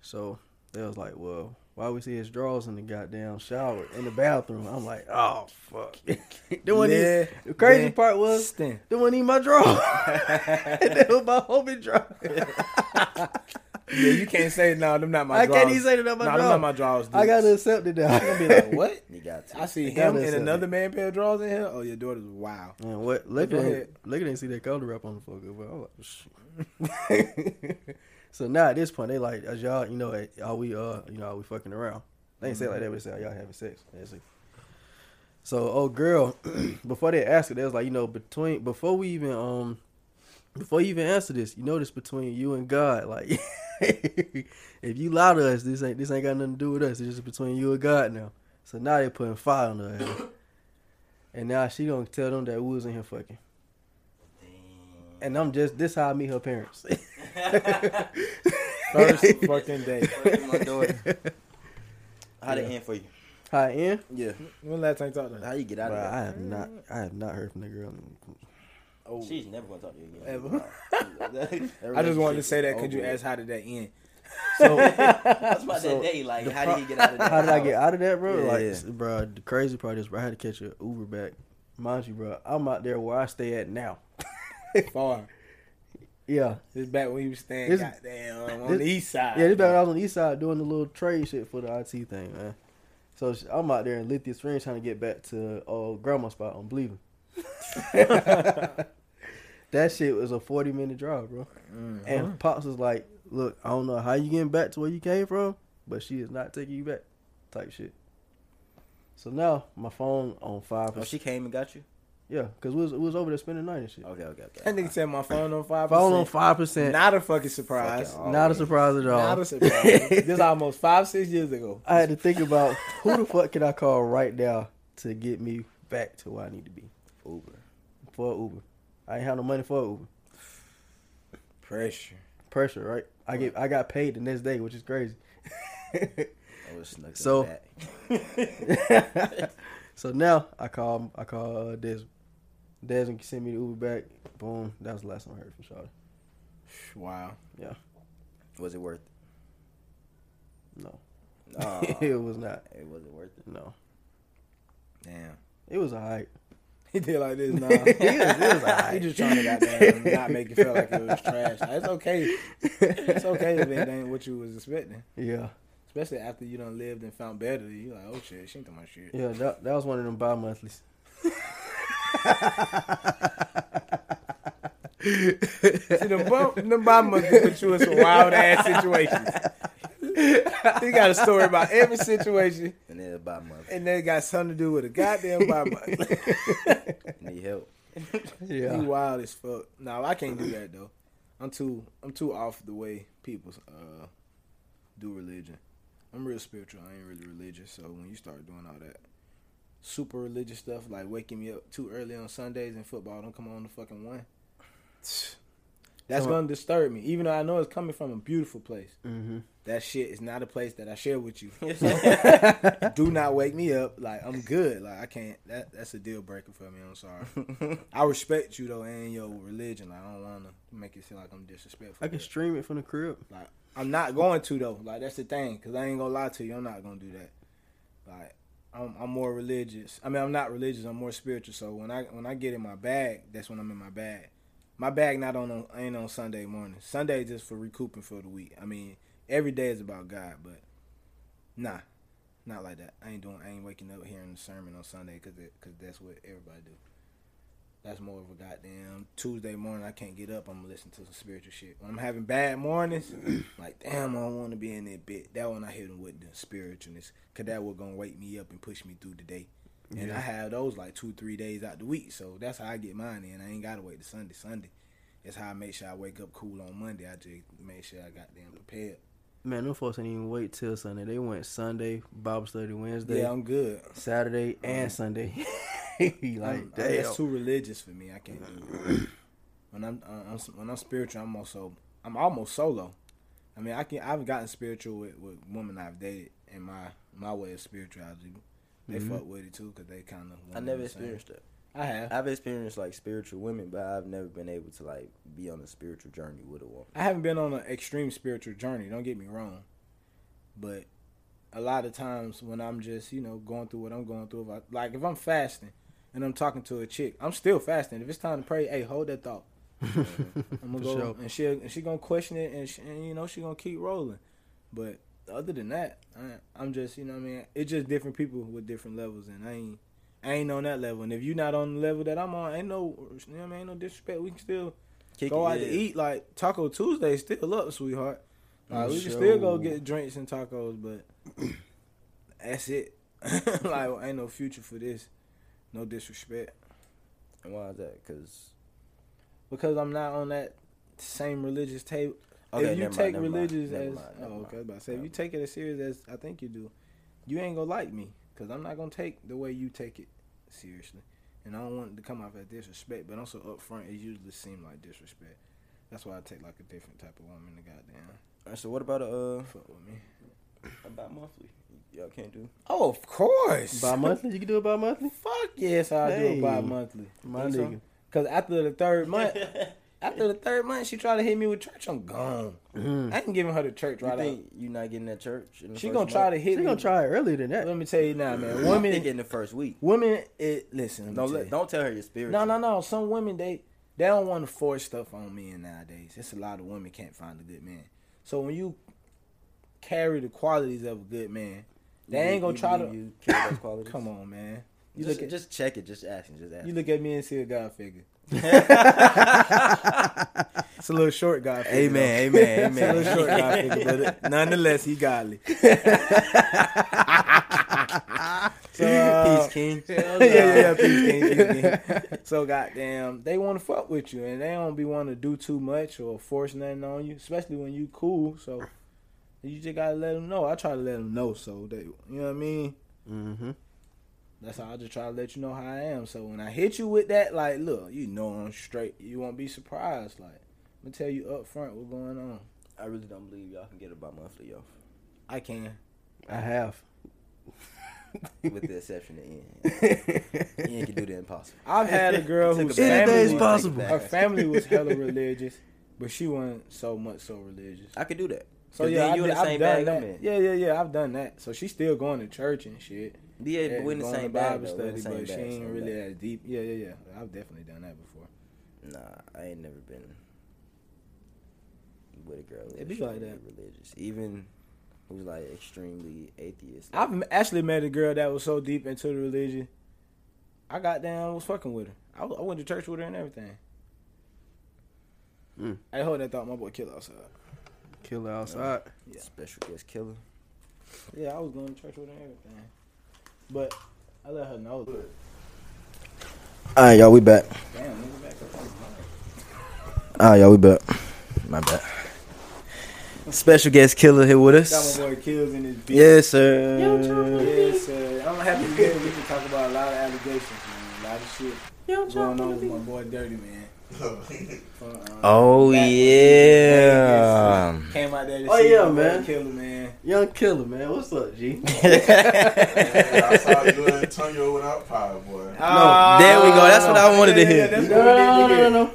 Speaker 3: So they was like, well, why we see his drawers in the goddamn shower in the bathroom? I'm like, oh fuck. the one
Speaker 1: Yeah,
Speaker 3: the crazy
Speaker 1: yeah.
Speaker 3: part was
Speaker 1: Stin.
Speaker 3: the one in my drawer. that was my homie drawer.
Speaker 1: Yeah, you can't say no. Them not my.
Speaker 3: I
Speaker 1: drawers.
Speaker 3: can't even say that on my
Speaker 1: Nah, them
Speaker 3: drawer.
Speaker 1: not my drawers.
Speaker 3: I gotta
Speaker 1: dudes.
Speaker 3: accept it now.
Speaker 1: I'm gonna be like, what?
Speaker 2: You got to.
Speaker 1: I see
Speaker 3: That
Speaker 1: him
Speaker 3: is
Speaker 1: and
Speaker 3: a-
Speaker 1: another man pair of drawers in here. Oh, your daughter's wow.
Speaker 3: Man, what?
Speaker 1: Go
Speaker 3: Luckily,
Speaker 1: ahead.
Speaker 3: luckily didn't see that color wrap on the fucker, but I'm like, shit. so now at this point, they like, as y'all, you know, are we, uh, you know, are we fucking around? They ain't say it like that, but they say, are y'all having sex? That's it. So, oh girl, before they asked it, they was like, you know, between before we even, um, before you even answer this, you know, this between you and God, like, if you lie to us, this ain't this ain't got nothing to do with us. It's just between you and God now. So now they putting fire on her. ass. And now she gonna tell them that we was in here fucking. And I'm just this how I meet her parents.
Speaker 1: First fucking day.
Speaker 2: my daughter. How did it end for you?
Speaker 3: Hi, Ian.
Speaker 2: Yeah.
Speaker 1: When last time you talked to her?
Speaker 2: How you get out
Speaker 3: Bro,
Speaker 2: of
Speaker 3: I
Speaker 2: that?
Speaker 3: have not, I have not heard from the girl.
Speaker 1: Oh.
Speaker 2: She's never gonna talk to you again.
Speaker 1: Ever.
Speaker 2: Ever.
Speaker 1: I just wanted to say that because you asked how did that end.
Speaker 2: That's about
Speaker 3: So,
Speaker 2: that day. Like,
Speaker 3: the
Speaker 2: how
Speaker 3: pro-
Speaker 2: did he get out of that?
Speaker 3: How did I
Speaker 2: house?
Speaker 3: get out of that, bro?
Speaker 2: Yeah,
Speaker 3: like,
Speaker 2: yeah.
Speaker 3: bro, the crazy part is, bro, I had to catch an Uber back. Mind you, bro, I'm out there where I stay at now.
Speaker 1: Far.
Speaker 3: Yeah,
Speaker 1: This is back when you was staying
Speaker 3: This-
Speaker 1: goddamn on
Speaker 3: this-
Speaker 1: the east side.
Speaker 3: yeah. This back when I was on the east side doing the little trade shit for the IT thing, man. So sh- I'm out there in Lithia Springs trying to get back to uh, grandma's spot on Bleeding. that shit was a 40 minute drive, bro.
Speaker 1: Mhm.
Speaker 3: And Pops was like, Look, I don't know how you getting back to where you came from, but she is not taking you back type shit. So now my phone on five.
Speaker 2: Oh, she came and got you.
Speaker 3: yeah, because we was, we was over there spending the night and shit.
Speaker 2: Okay, okay, okay.
Speaker 1: that nigga said my phone on five.
Speaker 3: Phone on five percent.
Speaker 1: Not
Speaker 3: Not,
Speaker 1: a fucking surprise.
Speaker 2: Fucking
Speaker 3: a surprise at all.
Speaker 1: Not a surprise. this is almost five six years ago.
Speaker 3: I had to think about who the fuck can I call right now to get me back to where I need to be
Speaker 2: Uber.
Speaker 3: for Uber. I ain't have no money for Uber.
Speaker 1: Pressure.
Speaker 3: Pressure, right? I get I got paid the next day, which is crazy.
Speaker 2: I was snuck in
Speaker 3: So-
Speaker 2: the back.
Speaker 3: so now I call I call uh, Des. Des can send me the Uber back. Boom. That was the last time I heard from Shawty.
Speaker 1: Wow.
Speaker 2: was it worth?
Speaker 3: No.
Speaker 2: It? No,
Speaker 3: it was not.
Speaker 2: it wasn't worth it.
Speaker 3: No.
Speaker 1: Damn.
Speaker 3: It was a hype.
Speaker 1: He did like this. Nah, he, was, he, was he just trying to goddamn not make you feel like it was trash. Nah, it's okay. It's okay if it ain't what you was expecting.
Speaker 3: Yeah.
Speaker 1: Especially after you done lived and found better, you like, oh shit, she ain't talking about shit.
Speaker 3: Yeah, that, that was one of them bi monthlies.
Speaker 1: See, the bump, the bottom of it put you in some wild ass situations. he got a story about every situation,
Speaker 2: And then about month.
Speaker 1: and they got something to do with a goddamn bottom.
Speaker 2: Need help.
Speaker 1: He
Speaker 3: Yeah.
Speaker 1: wild as fuck. No, I can't do that though. I'm too I'm too off the way people uh, do religion. I'm real spiritual. I ain't really religious. So when you start doing all that super religious stuff, like waking me up too early on Sundays and football, don't come on the fucking one. That's
Speaker 3: So-
Speaker 1: gonna disturb me, even though I know it's coming from a beautiful place.
Speaker 3: Mm-hmm.
Speaker 1: That shit is not a place that I share with you. do not wake me up. Like I'm good. Like I can't. That that's a deal breaker for me. I'm sorry. I respect you though and your religion. Like, I don't want to make it seem like I'm disrespectful.
Speaker 3: I can stream it from the crib.
Speaker 1: I'm not going to though. Like that's the thing, cause I ain't gonna lie to you. I'm not gonna do that. Like I'm, I'm more religious. I mean, I'm not religious. I'm more spiritual. So when I when I get in my bag, that's when I'm in my bag. My bag not on, on ain't on Sunday morning. Sunday is just for recouping for the week. I mean, every day is about God, but nah, not like that. I ain't doing. I ain't waking up hearing the sermon on Sunday, cause it, cause that's what everybody do. That's more of a goddamn Tuesday morning. I can't get up. I'm gonna listen to some spiritual shit. When I'm having bad mornings, like damn, I don't want to be in that bit. That one I hit 'em with the spiritualness, cause that was gonna wake me up and push me through the day. And I have those like two, three days out the week, so that's how I get mine in. I ain't gotta wait to Sunday. Sunday, that's how I make sure I wake up cool on Monday. I just make sure I goddamn prepared.
Speaker 3: Man, them folks didn't even wait till Sunday. They went Sunday, Bible study Wednesday,
Speaker 1: Yeah, I'm good.
Speaker 3: Saturday, and Sunday. like,
Speaker 1: I'm- I'm-
Speaker 3: damn.
Speaker 1: that's too religious for me. I can't do it. when I'm, uh, I'm when I'm spiritual, I'm also I'm almost solo. I mean, I can I've gotten spiritual with, with women I've dated in my my way of spirituality. They
Speaker 3: Mhm.
Speaker 1: fuck with it too because they kind of.
Speaker 2: I never experienced that.
Speaker 1: I have.
Speaker 2: I've experienced like spiritual women, but I've never been able to like be on a spiritual journey with a woman.
Speaker 1: I haven't been on an extreme spiritual journey. Don't get me wrong, but a lot of times when I'm just you know going through what I'm going through, if I, like if I'm fasting and I'm talking to a chick, I'm still fasting. If it's time to pray, hey, hold that thought. I'm gonna
Speaker 3: For
Speaker 1: go,
Speaker 3: sure.
Speaker 1: and she and she gonna question it, and, she, and you know she gonna keep rolling. But other than that, I, I'm just you know what I mean it's just different people with different levels, and I ain't I ain't on that level. And if you're not on the level that I'm on, ain't no you know what I mean ain't no disrespect. We can still
Speaker 2: Kick
Speaker 1: go
Speaker 2: it,
Speaker 1: out
Speaker 2: yeah.
Speaker 1: to eat like Taco Tuesday still up, sweetheart. Like, we can
Speaker 3: Sure.
Speaker 1: still go get drinks and tacos, but that's it. like ain't no future for this. No disrespect
Speaker 2: And why is that? Because
Speaker 1: because I'm not on that same religious table.
Speaker 2: Okay,
Speaker 1: if you
Speaker 2: never mind,
Speaker 1: take
Speaker 2: never mind,
Speaker 1: religious
Speaker 2: never
Speaker 1: as
Speaker 2: mind, never
Speaker 1: oh,
Speaker 2: mind.
Speaker 1: okay, I was about to say if
Speaker 2: Never
Speaker 1: you take it as serious as I think you do, you ain't gonna like me because I'm not gonna take the way you take it seriously, and I don't want it to come off as disrespect. But also upfront, it usually seems like disrespect. That's why I take like a different type of woman to goddamn
Speaker 2: so what about uh
Speaker 1: fuck with me.
Speaker 2: about monthly? Y'all can't do.
Speaker 1: Oh, of course.
Speaker 3: Bi monthly? You can do it bi monthly?
Speaker 1: Fuck yes, I do
Speaker 3: Hey.
Speaker 1: it bi monthly.
Speaker 3: My
Speaker 1: Think so?
Speaker 3: nigga.
Speaker 1: Cause after the third month, after the third month, she tried to hit me with church. I'm gone. I ain't giving her the church
Speaker 2: You
Speaker 1: right out.
Speaker 2: think you not getting that church? In the
Speaker 1: She
Speaker 2: first
Speaker 1: gonna try
Speaker 2: month?
Speaker 1: to hit
Speaker 3: She
Speaker 1: me.
Speaker 3: gonna try it earlier than that.
Speaker 1: Let me tell you now, man.
Speaker 2: I think
Speaker 1: Women,
Speaker 2: in the first week.
Speaker 1: women, it, listen.
Speaker 2: No,
Speaker 1: No,
Speaker 2: let, don't tell her your spirit.
Speaker 1: no, no, no. Some women they they don't want to force stuff on men nowadays. It's a lot of women can't find a good man. So when you carry the qualities of a good man, they ain't gonna try to.
Speaker 2: You carry those qualities?
Speaker 1: come on, man. You
Speaker 2: You
Speaker 1: look
Speaker 2: just,
Speaker 1: at
Speaker 2: just check it. Just ask him. Just ask.
Speaker 1: you
Speaker 2: him.
Speaker 1: look at me and see a God figure. it's a little short God figure. though.
Speaker 2: Amen.
Speaker 1: It's a little short guy figure, but it- nonetheless, he godly. so, uh,
Speaker 2: Peace, King.
Speaker 1: yeah, yeah, yeah, peace, king, peace, king. So goddamn, they want to fuck with you, and they don't be want to do too much or force nothing on you, especially when you cool. So you just gotta let them know. I try to let them know, so they, you know what I mean.
Speaker 3: Mm-hmm.
Speaker 1: That's how I just try to let you know how I am. So when I hit you with that, like, look, you know I'm straight. You won't be surprised. Like, I'm gonna tell you up front what's going on.
Speaker 2: I really don't believe y'all can get about monthly, yo.
Speaker 1: I can.
Speaker 3: I have.
Speaker 2: With the exception of Ian. Ian can do the impossible.
Speaker 1: I've had a girl
Speaker 2: It took
Speaker 1: whose
Speaker 2: a bad
Speaker 1: family
Speaker 3: Anything's
Speaker 1: was,
Speaker 3: possible.
Speaker 1: her family was hella religious, but she wasn't so much so religious.
Speaker 2: I could do that.
Speaker 1: So
Speaker 2: 'Cause
Speaker 1: yeah,
Speaker 2: then
Speaker 1: I
Speaker 2: you in
Speaker 1: did,
Speaker 2: the same
Speaker 1: I've done
Speaker 2: bag I'm
Speaker 1: that.
Speaker 2: in.
Speaker 1: Yeah, yeah, yeah. I've done that. So she's still going to church and shit.
Speaker 2: Yeah,
Speaker 1: Yeah,
Speaker 2: but we in the
Speaker 1: going to
Speaker 2: same bag.
Speaker 1: Bible
Speaker 2: though. We in
Speaker 1: study,
Speaker 2: the
Speaker 1: but
Speaker 2: same
Speaker 1: she
Speaker 2: bag,
Speaker 1: ain't
Speaker 2: same
Speaker 1: really
Speaker 2: bag.
Speaker 1: as deep. Yeah, yeah, yeah. I've definitely done that before.
Speaker 2: Nah, I ain't never been with a girl.
Speaker 1: It
Speaker 2: who's
Speaker 1: be like
Speaker 2: extremely
Speaker 1: that.
Speaker 2: Religious, even who's like extremely atheist.
Speaker 1: I've m- actually met a girl that was so deep into the religion. I got down, was fucking with her. I, w- I went to church with her and everything.
Speaker 2: Hmm.
Speaker 3: Mm.
Speaker 1: I hold that thought my boy killed outside.
Speaker 3: Killer outside.
Speaker 1: yeah.
Speaker 2: special guest killer.
Speaker 1: Yeah, I was going to church with her and everything. But I let her know.
Speaker 2: All right, y'all, we back.
Speaker 1: Damn, nigga back up.
Speaker 2: All right, y'all, we back. My bad. Special guest killer here with
Speaker 1: Got
Speaker 2: us.
Speaker 1: my boy kills in his beat.
Speaker 2: Yes, sir.
Speaker 1: Yes, sir. I'm happy to be here. We can talk about a lot of allegations, man. A lot of shit going on with my boy Dirty, man. From, um,
Speaker 2: Oh
Speaker 1: back when he
Speaker 2: yeah.
Speaker 1: was Came out there to
Speaker 3: Oh,
Speaker 1: see
Speaker 3: yeah,
Speaker 1: my boy
Speaker 3: man.
Speaker 1: Killer, man.
Speaker 3: Young Killer, man. What's up, G?
Speaker 4: I saw you and Antonio without power, boy.
Speaker 2: there we go. That's what I wanted to hear.
Speaker 1: Ah, that's
Speaker 3: no,
Speaker 1: what we did
Speaker 3: no, no,
Speaker 1: to
Speaker 3: no,
Speaker 1: get.
Speaker 3: no.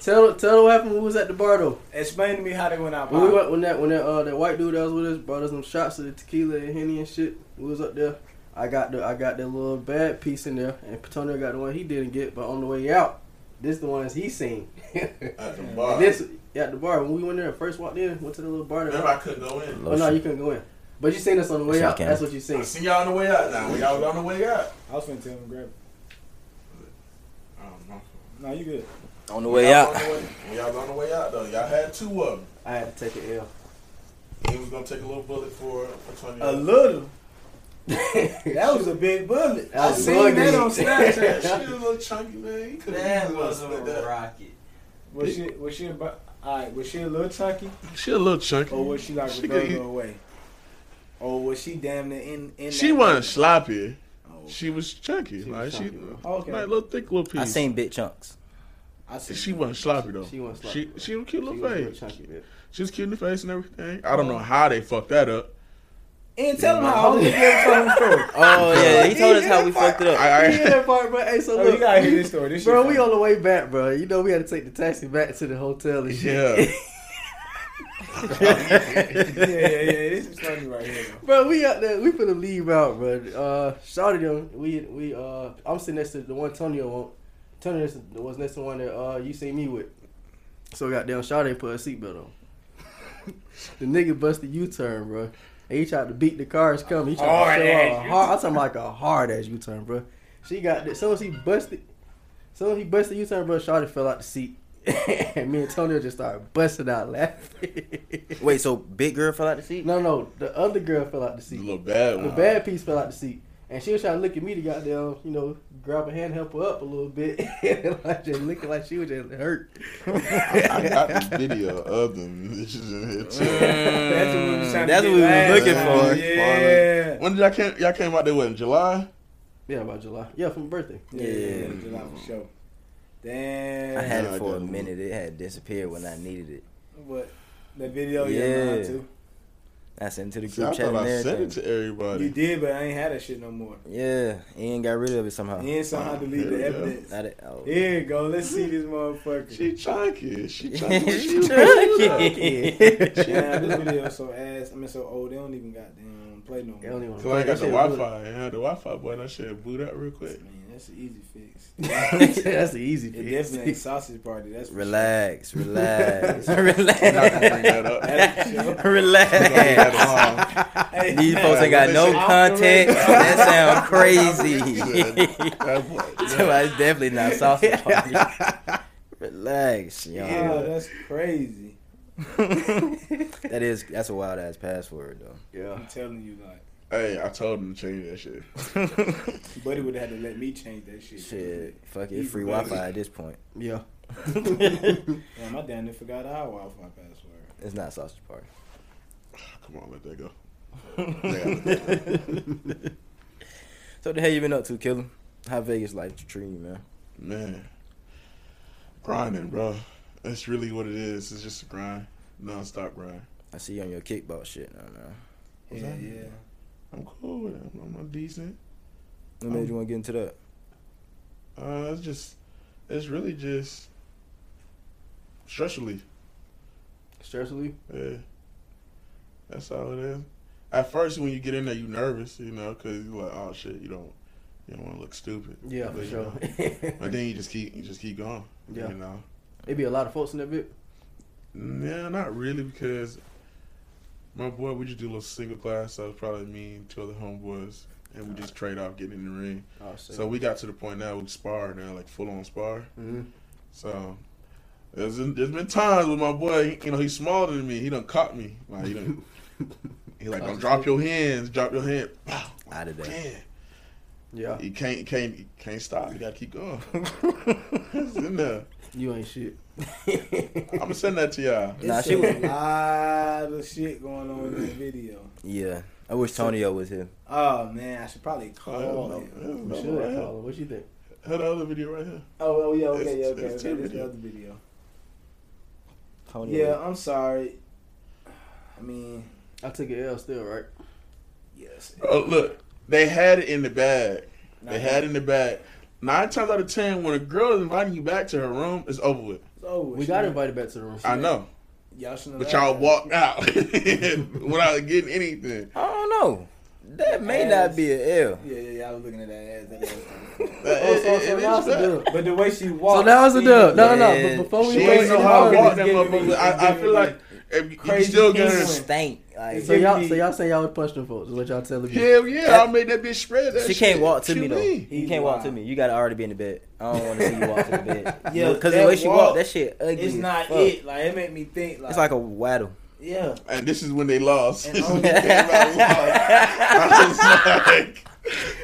Speaker 3: Tell tell them what happened when we was at the bar though.
Speaker 1: Explain to me how they went out.
Speaker 3: When we
Speaker 1: Pop.
Speaker 3: went when that when that uh that white dude that was with us brought us some shots of the tequila and henny and shit. We was up there. I got the I got that little bad piece in there, and Petonio got the one he didn't get. But on the way out, this the ones he seen.
Speaker 4: At the
Speaker 3: And
Speaker 4: bar.
Speaker 3: this at the bar when we went there first walked in, went to the little bar.
Speaker 4: Remember,
Speaker 3: There.
Speaker 4: I couldn't go in.
Speaker 3: Oh no, you couldn't go in. But you seen us on the way
Speaker 2: Yes, I
Speaker 3: out.
Speaker 2: can.
Speaker 3: That's what you seen.
Speaker 4: I see y'all on the way out now. When y'all was on the way out.
Speaker 1: I was finna tell him grab. it.
Speaker 4: I don't know.
Speaker 1: No, you good.
Speaker 2: On the
Speaker 4: When
Speaker 2: way
Speaker 4: y'all
Speaker 2: out.
Speaker 4: was on the way- When y'all was on the way out, though, y'all had two of them.
Speaker 3: I had to take an L.
Speaker 4: He was going to take a little bullet for Antonio.
Speaker 1: A little. That was a big bullet.
Speaker 3: That
Speaker 1: I
Speaker 3: was
Speaker 1: seen that
Speaker 3: buggy.
Speaker 1: on Snapchat.
Speaker 4: That shit was a little chunky, man. He could have easily split that.
Speaker 2: rocket.
Speaker 1: Was she? Was she? About, all right. Was she a little chunky,
Speaker 5: She a little
Speaker 3: Oh,
Speaker 5: chunky.
Speaker 1: or was Oh, she like
Speaker 5: She
Speaker 1: she
Speaker 5: could-
Speaker 1: away? Or Oh, was she damn near in? in
Speaker 5: She
Speaker 1: that
Speaker 5: wasn't
Speaker 1: thing?
Speaker 5: sloppy.
Speaker 1: Oh,
Speaker 5: She was chunky.
Speaker 3: She was
Speaker 5: like
Speaker 3: chunky,
Speaker 5: she,
Speaker 3: bro.
Speaker 1: Okay.
Speaker 5: like little thick little piece.
Speaker 2: I seen big chunks.
Speaker 1: Oh, I see.
Speaker 5: She wasn't sloppy though.
Speaker 3: She wasn't sloppy,
Speaker 5: She
Speaker 3: bro.
Speaker 5: she was cute
Speaker 3: She
Speaker 5: little
Speaker 3: was real
Speaker 5: face.
Speaker 3: chunky, man.
Speaker 5: She was cute in the face and everything. I don't know how they fucked that up.
Speaker 1: And tell him how. I was gonna tell him the story.
Speaker 2: Oh yeah, he told us how we fucked it up.
Speaker 5: I,
Speaker 3: We in
Speaker 5: I,
Speaker 3: that part, bro. Hey, so
Speaker 1: Oh,
Speaker 3: look,
Speaker 1: you gotta hear this story. This shit
Speaker 3: bro. We
Speaker 1: funny.
Speaker 3: on the way back, bro. You know we had to take the taxi back to the hotel and shit.
Speaker 5: yeah.
Speaker 1: Yeah, yeah, yeah. This is funny right here. Though.
Speaker 3: Bro, we out there. We finna leave out, bro. Uh, shouted them. We we uh, I'm sitting next to the one Tony on. Tony was- was next to the one that uh you see me with. So goddamn, Shawty put a seatbelt on. the nigga busted U turn, bro. And he tried to beat the cars coming. He tried
Speaker 1: Hard
Speaker 3: to show
Speaker 1: ass
Speaker 3: her a hard. I'm talking like a hard ass U turn, bro. She got this. Soon as he busted, soon as he busted U turn, bro, Shawty fell out the seat. and me and Tony just started busting out laughing.
Speaker 2: Wait, so big girl fell out the seat?
Speaker 3: no, no, the other girl fell out the seat.
Speaker 5: little bad
Speaker 3: The
Speaker 5: one.
Speaker 3: bad piece fell out the seat. And she was trying to look at me to goddamn, you know, grab a hand, help her up a little bit. like just looking like she was just hurt.
Speaker 4: I got the video of them bitches in here,
Speaker 1: That's what we was trying to
Speaker 2: Mm,
Speaker 1: get
Speaker 2: That's what we was
Speaker 1: last
Speaker 2: looking
Speaker 1: time.
Speaker 2: for.
Speaker 1: Yeah.
Speaker 4: When did y'all came, y'all came out there? What, in July?
Speaker 3: Yeah, about July. Yeah, from birthday.
Speaker 1: Yeah, yeah, yeah. for sure. Damn.
Speaker 2: I had
Speaker 4: Yeah, I
Speaker 2: it for a
Speaker 4: got it.
Speaker 2: minute. It had disappeared when I needed it.
Speaker 1: What? The video you
Speaker 2: Yeah.
Speaker 1: yeah. too.
Speaker 2: I sent it to the
Speaker 4: See, I
Speaker 2: group chat and
Speaker 4: thought I sent it
Speaker 2: everything.
Speaker 4: to everybody.
Speaker 1: You did, but I ain't had that shit no more.
Speaker 2: Yeah, Ian got rid of it somehow.
Speaker 1: Then somehow delete
Speaker 4: Here we
Speaker 1: the
Speaker 4: go.
Speaker 1: evidence.
Speaker 2: I did- oh.
Speaker 1: Here you go. Let's see this motherfucker.
Speaker 4: She chunky. She chunky. She
Speaker 2: She
Speaker 4: was
Speaker 2: tricky.
Speaker 1: Yeah, this video so ass. I mean, so old. They don't even goddamn play no
Speaker 3: They don't
Speaker 1: more.
Speaker 3: even
Speaker 4: Cause I ain't
Speaker 3: That
Speaker 4: got the
Speaker 3: shit
Speaker 4: Wi Fi. I had the Wi Fi, boy. That shit boot up real quick.
Speaker 1: Man, that's an easy fix.
Speaker 3: was- That's the easy
Speaker 1: It definitely ain't
Speaker 3: fix.
Speaker 1: sausage party. That's for
Speaker 2: Relax, relax,
Speaker 4: I'm not gonna bring that
Speaker 2: relax,
Speaker 4: up.
Speaker 2: relax.
Speaker 1: sure. Hey,
Speaker 2: These folks ain't got no context. That sound crazy. So uh, it's definitely not sausage party. Relax, y'all.
Speaker 1: Yeah, that's crazy.
Speaker 2: That is that's a wild ass password though.
Speaker 3: Yeah.
Speaker 1: I'm telling you, like,
Speaker 4: Hey, I told him to change that shit.
Speaker 1: Buddy would have had to let me change that shit.
Speaker 2: Shit, fuck it, free Wi Fi at this point.
Speaker 3: Yeah.
Speaker 2: it's
Speaker 1: Damn, I damn near forgot our Wi-Fi password.
Speaker 2: not sausage party.
Speaker 4: Come on, let that go.
Speaker 2: So the hell you been up to, Killer? How Vegas life treating you, man?
Speaker 4: Man, grinding, bro. That's really what it is. It's just a grind, non-stop grind.
Speaker 2: I see you on your kickball shit now, man.
Speaker 4: Was
Speaker 1: Yeah,
Speaker 4: that-
Speaker 1: yeah.
Speaker 4: I'm cool with it. I'm, I'm- I'm decent.
Speaker 2: What made you want to get into that?
Speaker 4: Uh, it's just, it's really just stress relief.
Speaker 3: Stress relief.
Speaker 4: Yeah, that's all it is. at first when you get in there, you nervous, you know, because you like, oh shit, you don't, you don't want to look stupid.
Speaker 3: Yeah, for
Speaker 4: But, you
Speaker 3: sure.
Speaker 4: know, but then you just keep, you just keep going.
Speaker 3: Yeah.
Speaker 4: You know.
Speaker 3: it be a lot of folks in that bit.
Speaker 4: Nah, not really because my boy, we just do a little single class. So it's probably me and two other homeboys, and we just trade off getting in the ring.
Speaker 3: Oh,
Speaker 4: So we got to the point now we spar now, like full on spar.
Speaker 3: Mhm.
Speaker 4: So there's, there's been times with my boy, you know, he's smaller than me. He done caught me. Like he done, he like, don't drop your hands, drop your hand. Pow.
Speaker 2: Out of there.
Speaker 4: Man,
Speaker 3: yeah,
Speaker 4: you can't, can't, you can't stop. You gotta keep going. it's in there.
Speaker 3: you ain't shit.
Speaker 4: I'm gonna send that to y'all.
Speaker 2: Nah,
Speaker 1: It's
Speaker 2: she
Speaker 1: a
Speaker 2: was-
Speaker 1: lot of shit going on in this video.
Speaker 2: Yeah. I wish Tonyo was here.
Speaker 1: Oh man, I should probably call
Speaker 4: Oh,
Speaker 1: him.
Speaker 3: We should
Speaker 4: right here.
Speaker 3: call him. What you think?
Speaker 4: Hell, the other video right here.
Speaker 1: Oh, oh yeah, okay, yeah,
Speaker 4: It's-
Speaker 1: okay.
Speaker 4: it's
Speaker 1: okay.
Speaker 4: two
Speaker 1: That's the
Speaker 4: videos.
Speaker 1: other video.
Speaker 2: Tonyo.
Speaker 1: Yeah, I'm sorry. I mean,
Speaker 3: I took an L still, right?
Speaker 1: yes.
Speaker 4: Oh, look, they had it in the bag.
Speaker 1: Nah,
Speaker 4: They had it in the bag. Nine times out of ten, when a girl is inviting you back to her room, it's over with.
Speaker 1: it's over with.
Speaker 3: We got
Speaker 1: She-
Speaker 3: invited back to the room.
Speaker 4: I know,
Speaker 1: Y'all shouldn't.
Speaker 4: but
Speaker 1: have
Speaker 4: y'all
Speaker 1: laughed.
Speaker 4: walked out without getting anything.
Speaker 2: I don't know. That may not be an L.
Speaker 1: Yeah, yeah, yeah. I was looking at that ass. That ass.
Speaker 4: It-
Speaker 3: Oh, so,
Speaker 4: it-
Speaker 3: so
Speaker 4: it
Speaker 3: now
Speaker 4: is
Speaker 3: it's a
Speaker 4: bad.
Speaker 3: dub.
Speaker 1: But the way she
Speaker 3: So
Speaker 1: walked.
Speaker 3: now it's a
Speaker 1: she-
Speaker 3: dub. No, no, no.
Speaker 2: Yeah.
Speaker 3: But before we
Speaker 4: She
Speaker 3: go
Speaker 4: ain't know how to
Speaker 3: any further,
Speaker 4: walk that motherfucker. I, I feel like if you can
Speaker 1: Crazy
Speaker 4: still get her.
Speaker 1: penguin.
Speaker 2: Stank. Like,
Speaker 3: so y'all, so y'all say y'all was punching folks. Is what y'all telling me?
Speaker 4: Hell yeah, I made that bitch spread. That
Speaker 2: she can't
Speaker 4: shit.
Speaker 2: walk to
Speaker 4: She
Speaker 2: me though.
Speaker 4: mean.
Speaker 2: You
Speaker 1: He's
Speaker 2: can't walk to
Speaker 1: wild.
Speaker 2: me. You gotta already be in the bed. I don't want to see you walk to the bed.
Speaker 1: Yeah,
Speaker 2: because the
Speaker 1: that
Speaker 2: way she
Speaker 1: walk
Speaker 2: walked, that shit ugly.
Speaker 1: It's
Speaker 2: as
Speaker 1: not
Speaker 2: fuck.
Speaker 1: it. Like it made me think. Like,
Speaker 2: It's like a waddle.
Speaker 1: yeah.
Speaker 4: And this is when they lost.
Speaker 1: And
Speaker 4: This is
Speaker 1: only-
Speaker 4: when they came out and lost. I was like,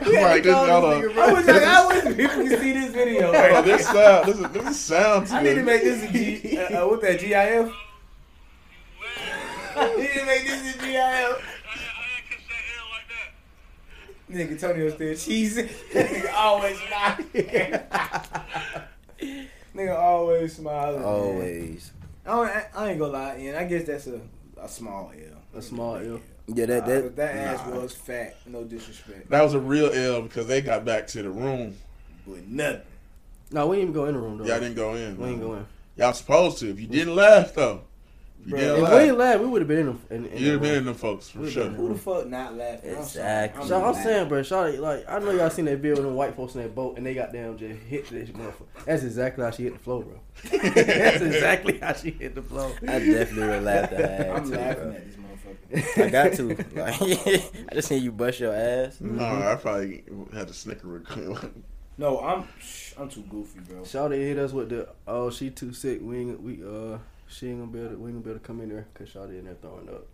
Speaker 4: I'm like, this, hold on.
Speaker 1: I wish like, I wish people could see this video.
Speaker 4: Hold on, Oh, this sound, this, is- this is sound to
Speaker 1: I need to
Speaker 4: it.
Speaker 1: make this a G. Uh, uh, what that GIF? I need to make this a GIF. Nigga, Tony still cheesy. Nigga always smiling. Nigga always smiling. man.
Speaker 2: Always.
Speaker 1: I, don't, I, I ain't gonna lie, and I guess that's a, a small L.
Speaker 3: A small L.
Speaker 2: Yeah, that
Speaker 1: That,
Speaker 2: that.
Speaker 1: that ass was fat. No disrespect,
Speaker 4: That was a real L because they got back to the room.
Speaker 1: but nothing.
Speaker 3: No, we didn't even go in the room though.
Speaker 4: Y'all didn't go in.
Speaker 3: we ain't go in.
Speaker 4: Y'all supposed to. If you didn't laugh though, if you
Speaker 1: Bruh.
Speaker 4: didn't
Speaker 1: If
Speaker 3: If we ain't
Speaker 4: laugh,
Speaker 3: laugh, we would have been in. the- in, in
Speaker 4: you'd have
Speaker 3: the
Speaker 4: been
Speaker 3: room.
Speaker 4: in them folks for
Speaker 3: Would've
Speaker 4: sure.
Speaker 3: been
Speaker 1: Who the fuck not laughing? I'm sorry.
Speaker 2: Exactly.
Speaker 3: So I'm
Speaker 1: laughing.
Speaker 3: saying, bro, Shawty, like I know y'all seen that video with them white folks in that boat, and they got down just hit this motherfucker. That's exactly how she hit the floor, bro. That's exactly how she hit the floor.
Speaker 2: I definitely would laugh at her ass
Speaker 1: I'm
Speaker 2: too,
Speaker 1: laughing
Speaker 2: bro.
Speaker 1: at this motherfucker.
Speaker 2: I got to. Like, I just seen you bust your ass.
Speaker 4: No,
Speaker 1: Mm-hmm.
Speaker 4: I probably had to snicker and
Speaker 1: No, I'm shh, I'm too goofy, bro.
Speaker 3: Shawty hit us with the oh she too sick. We ain't we uh she ain't gonna be able to, we ain't gonna be able to come in there because Shawty in there throwing up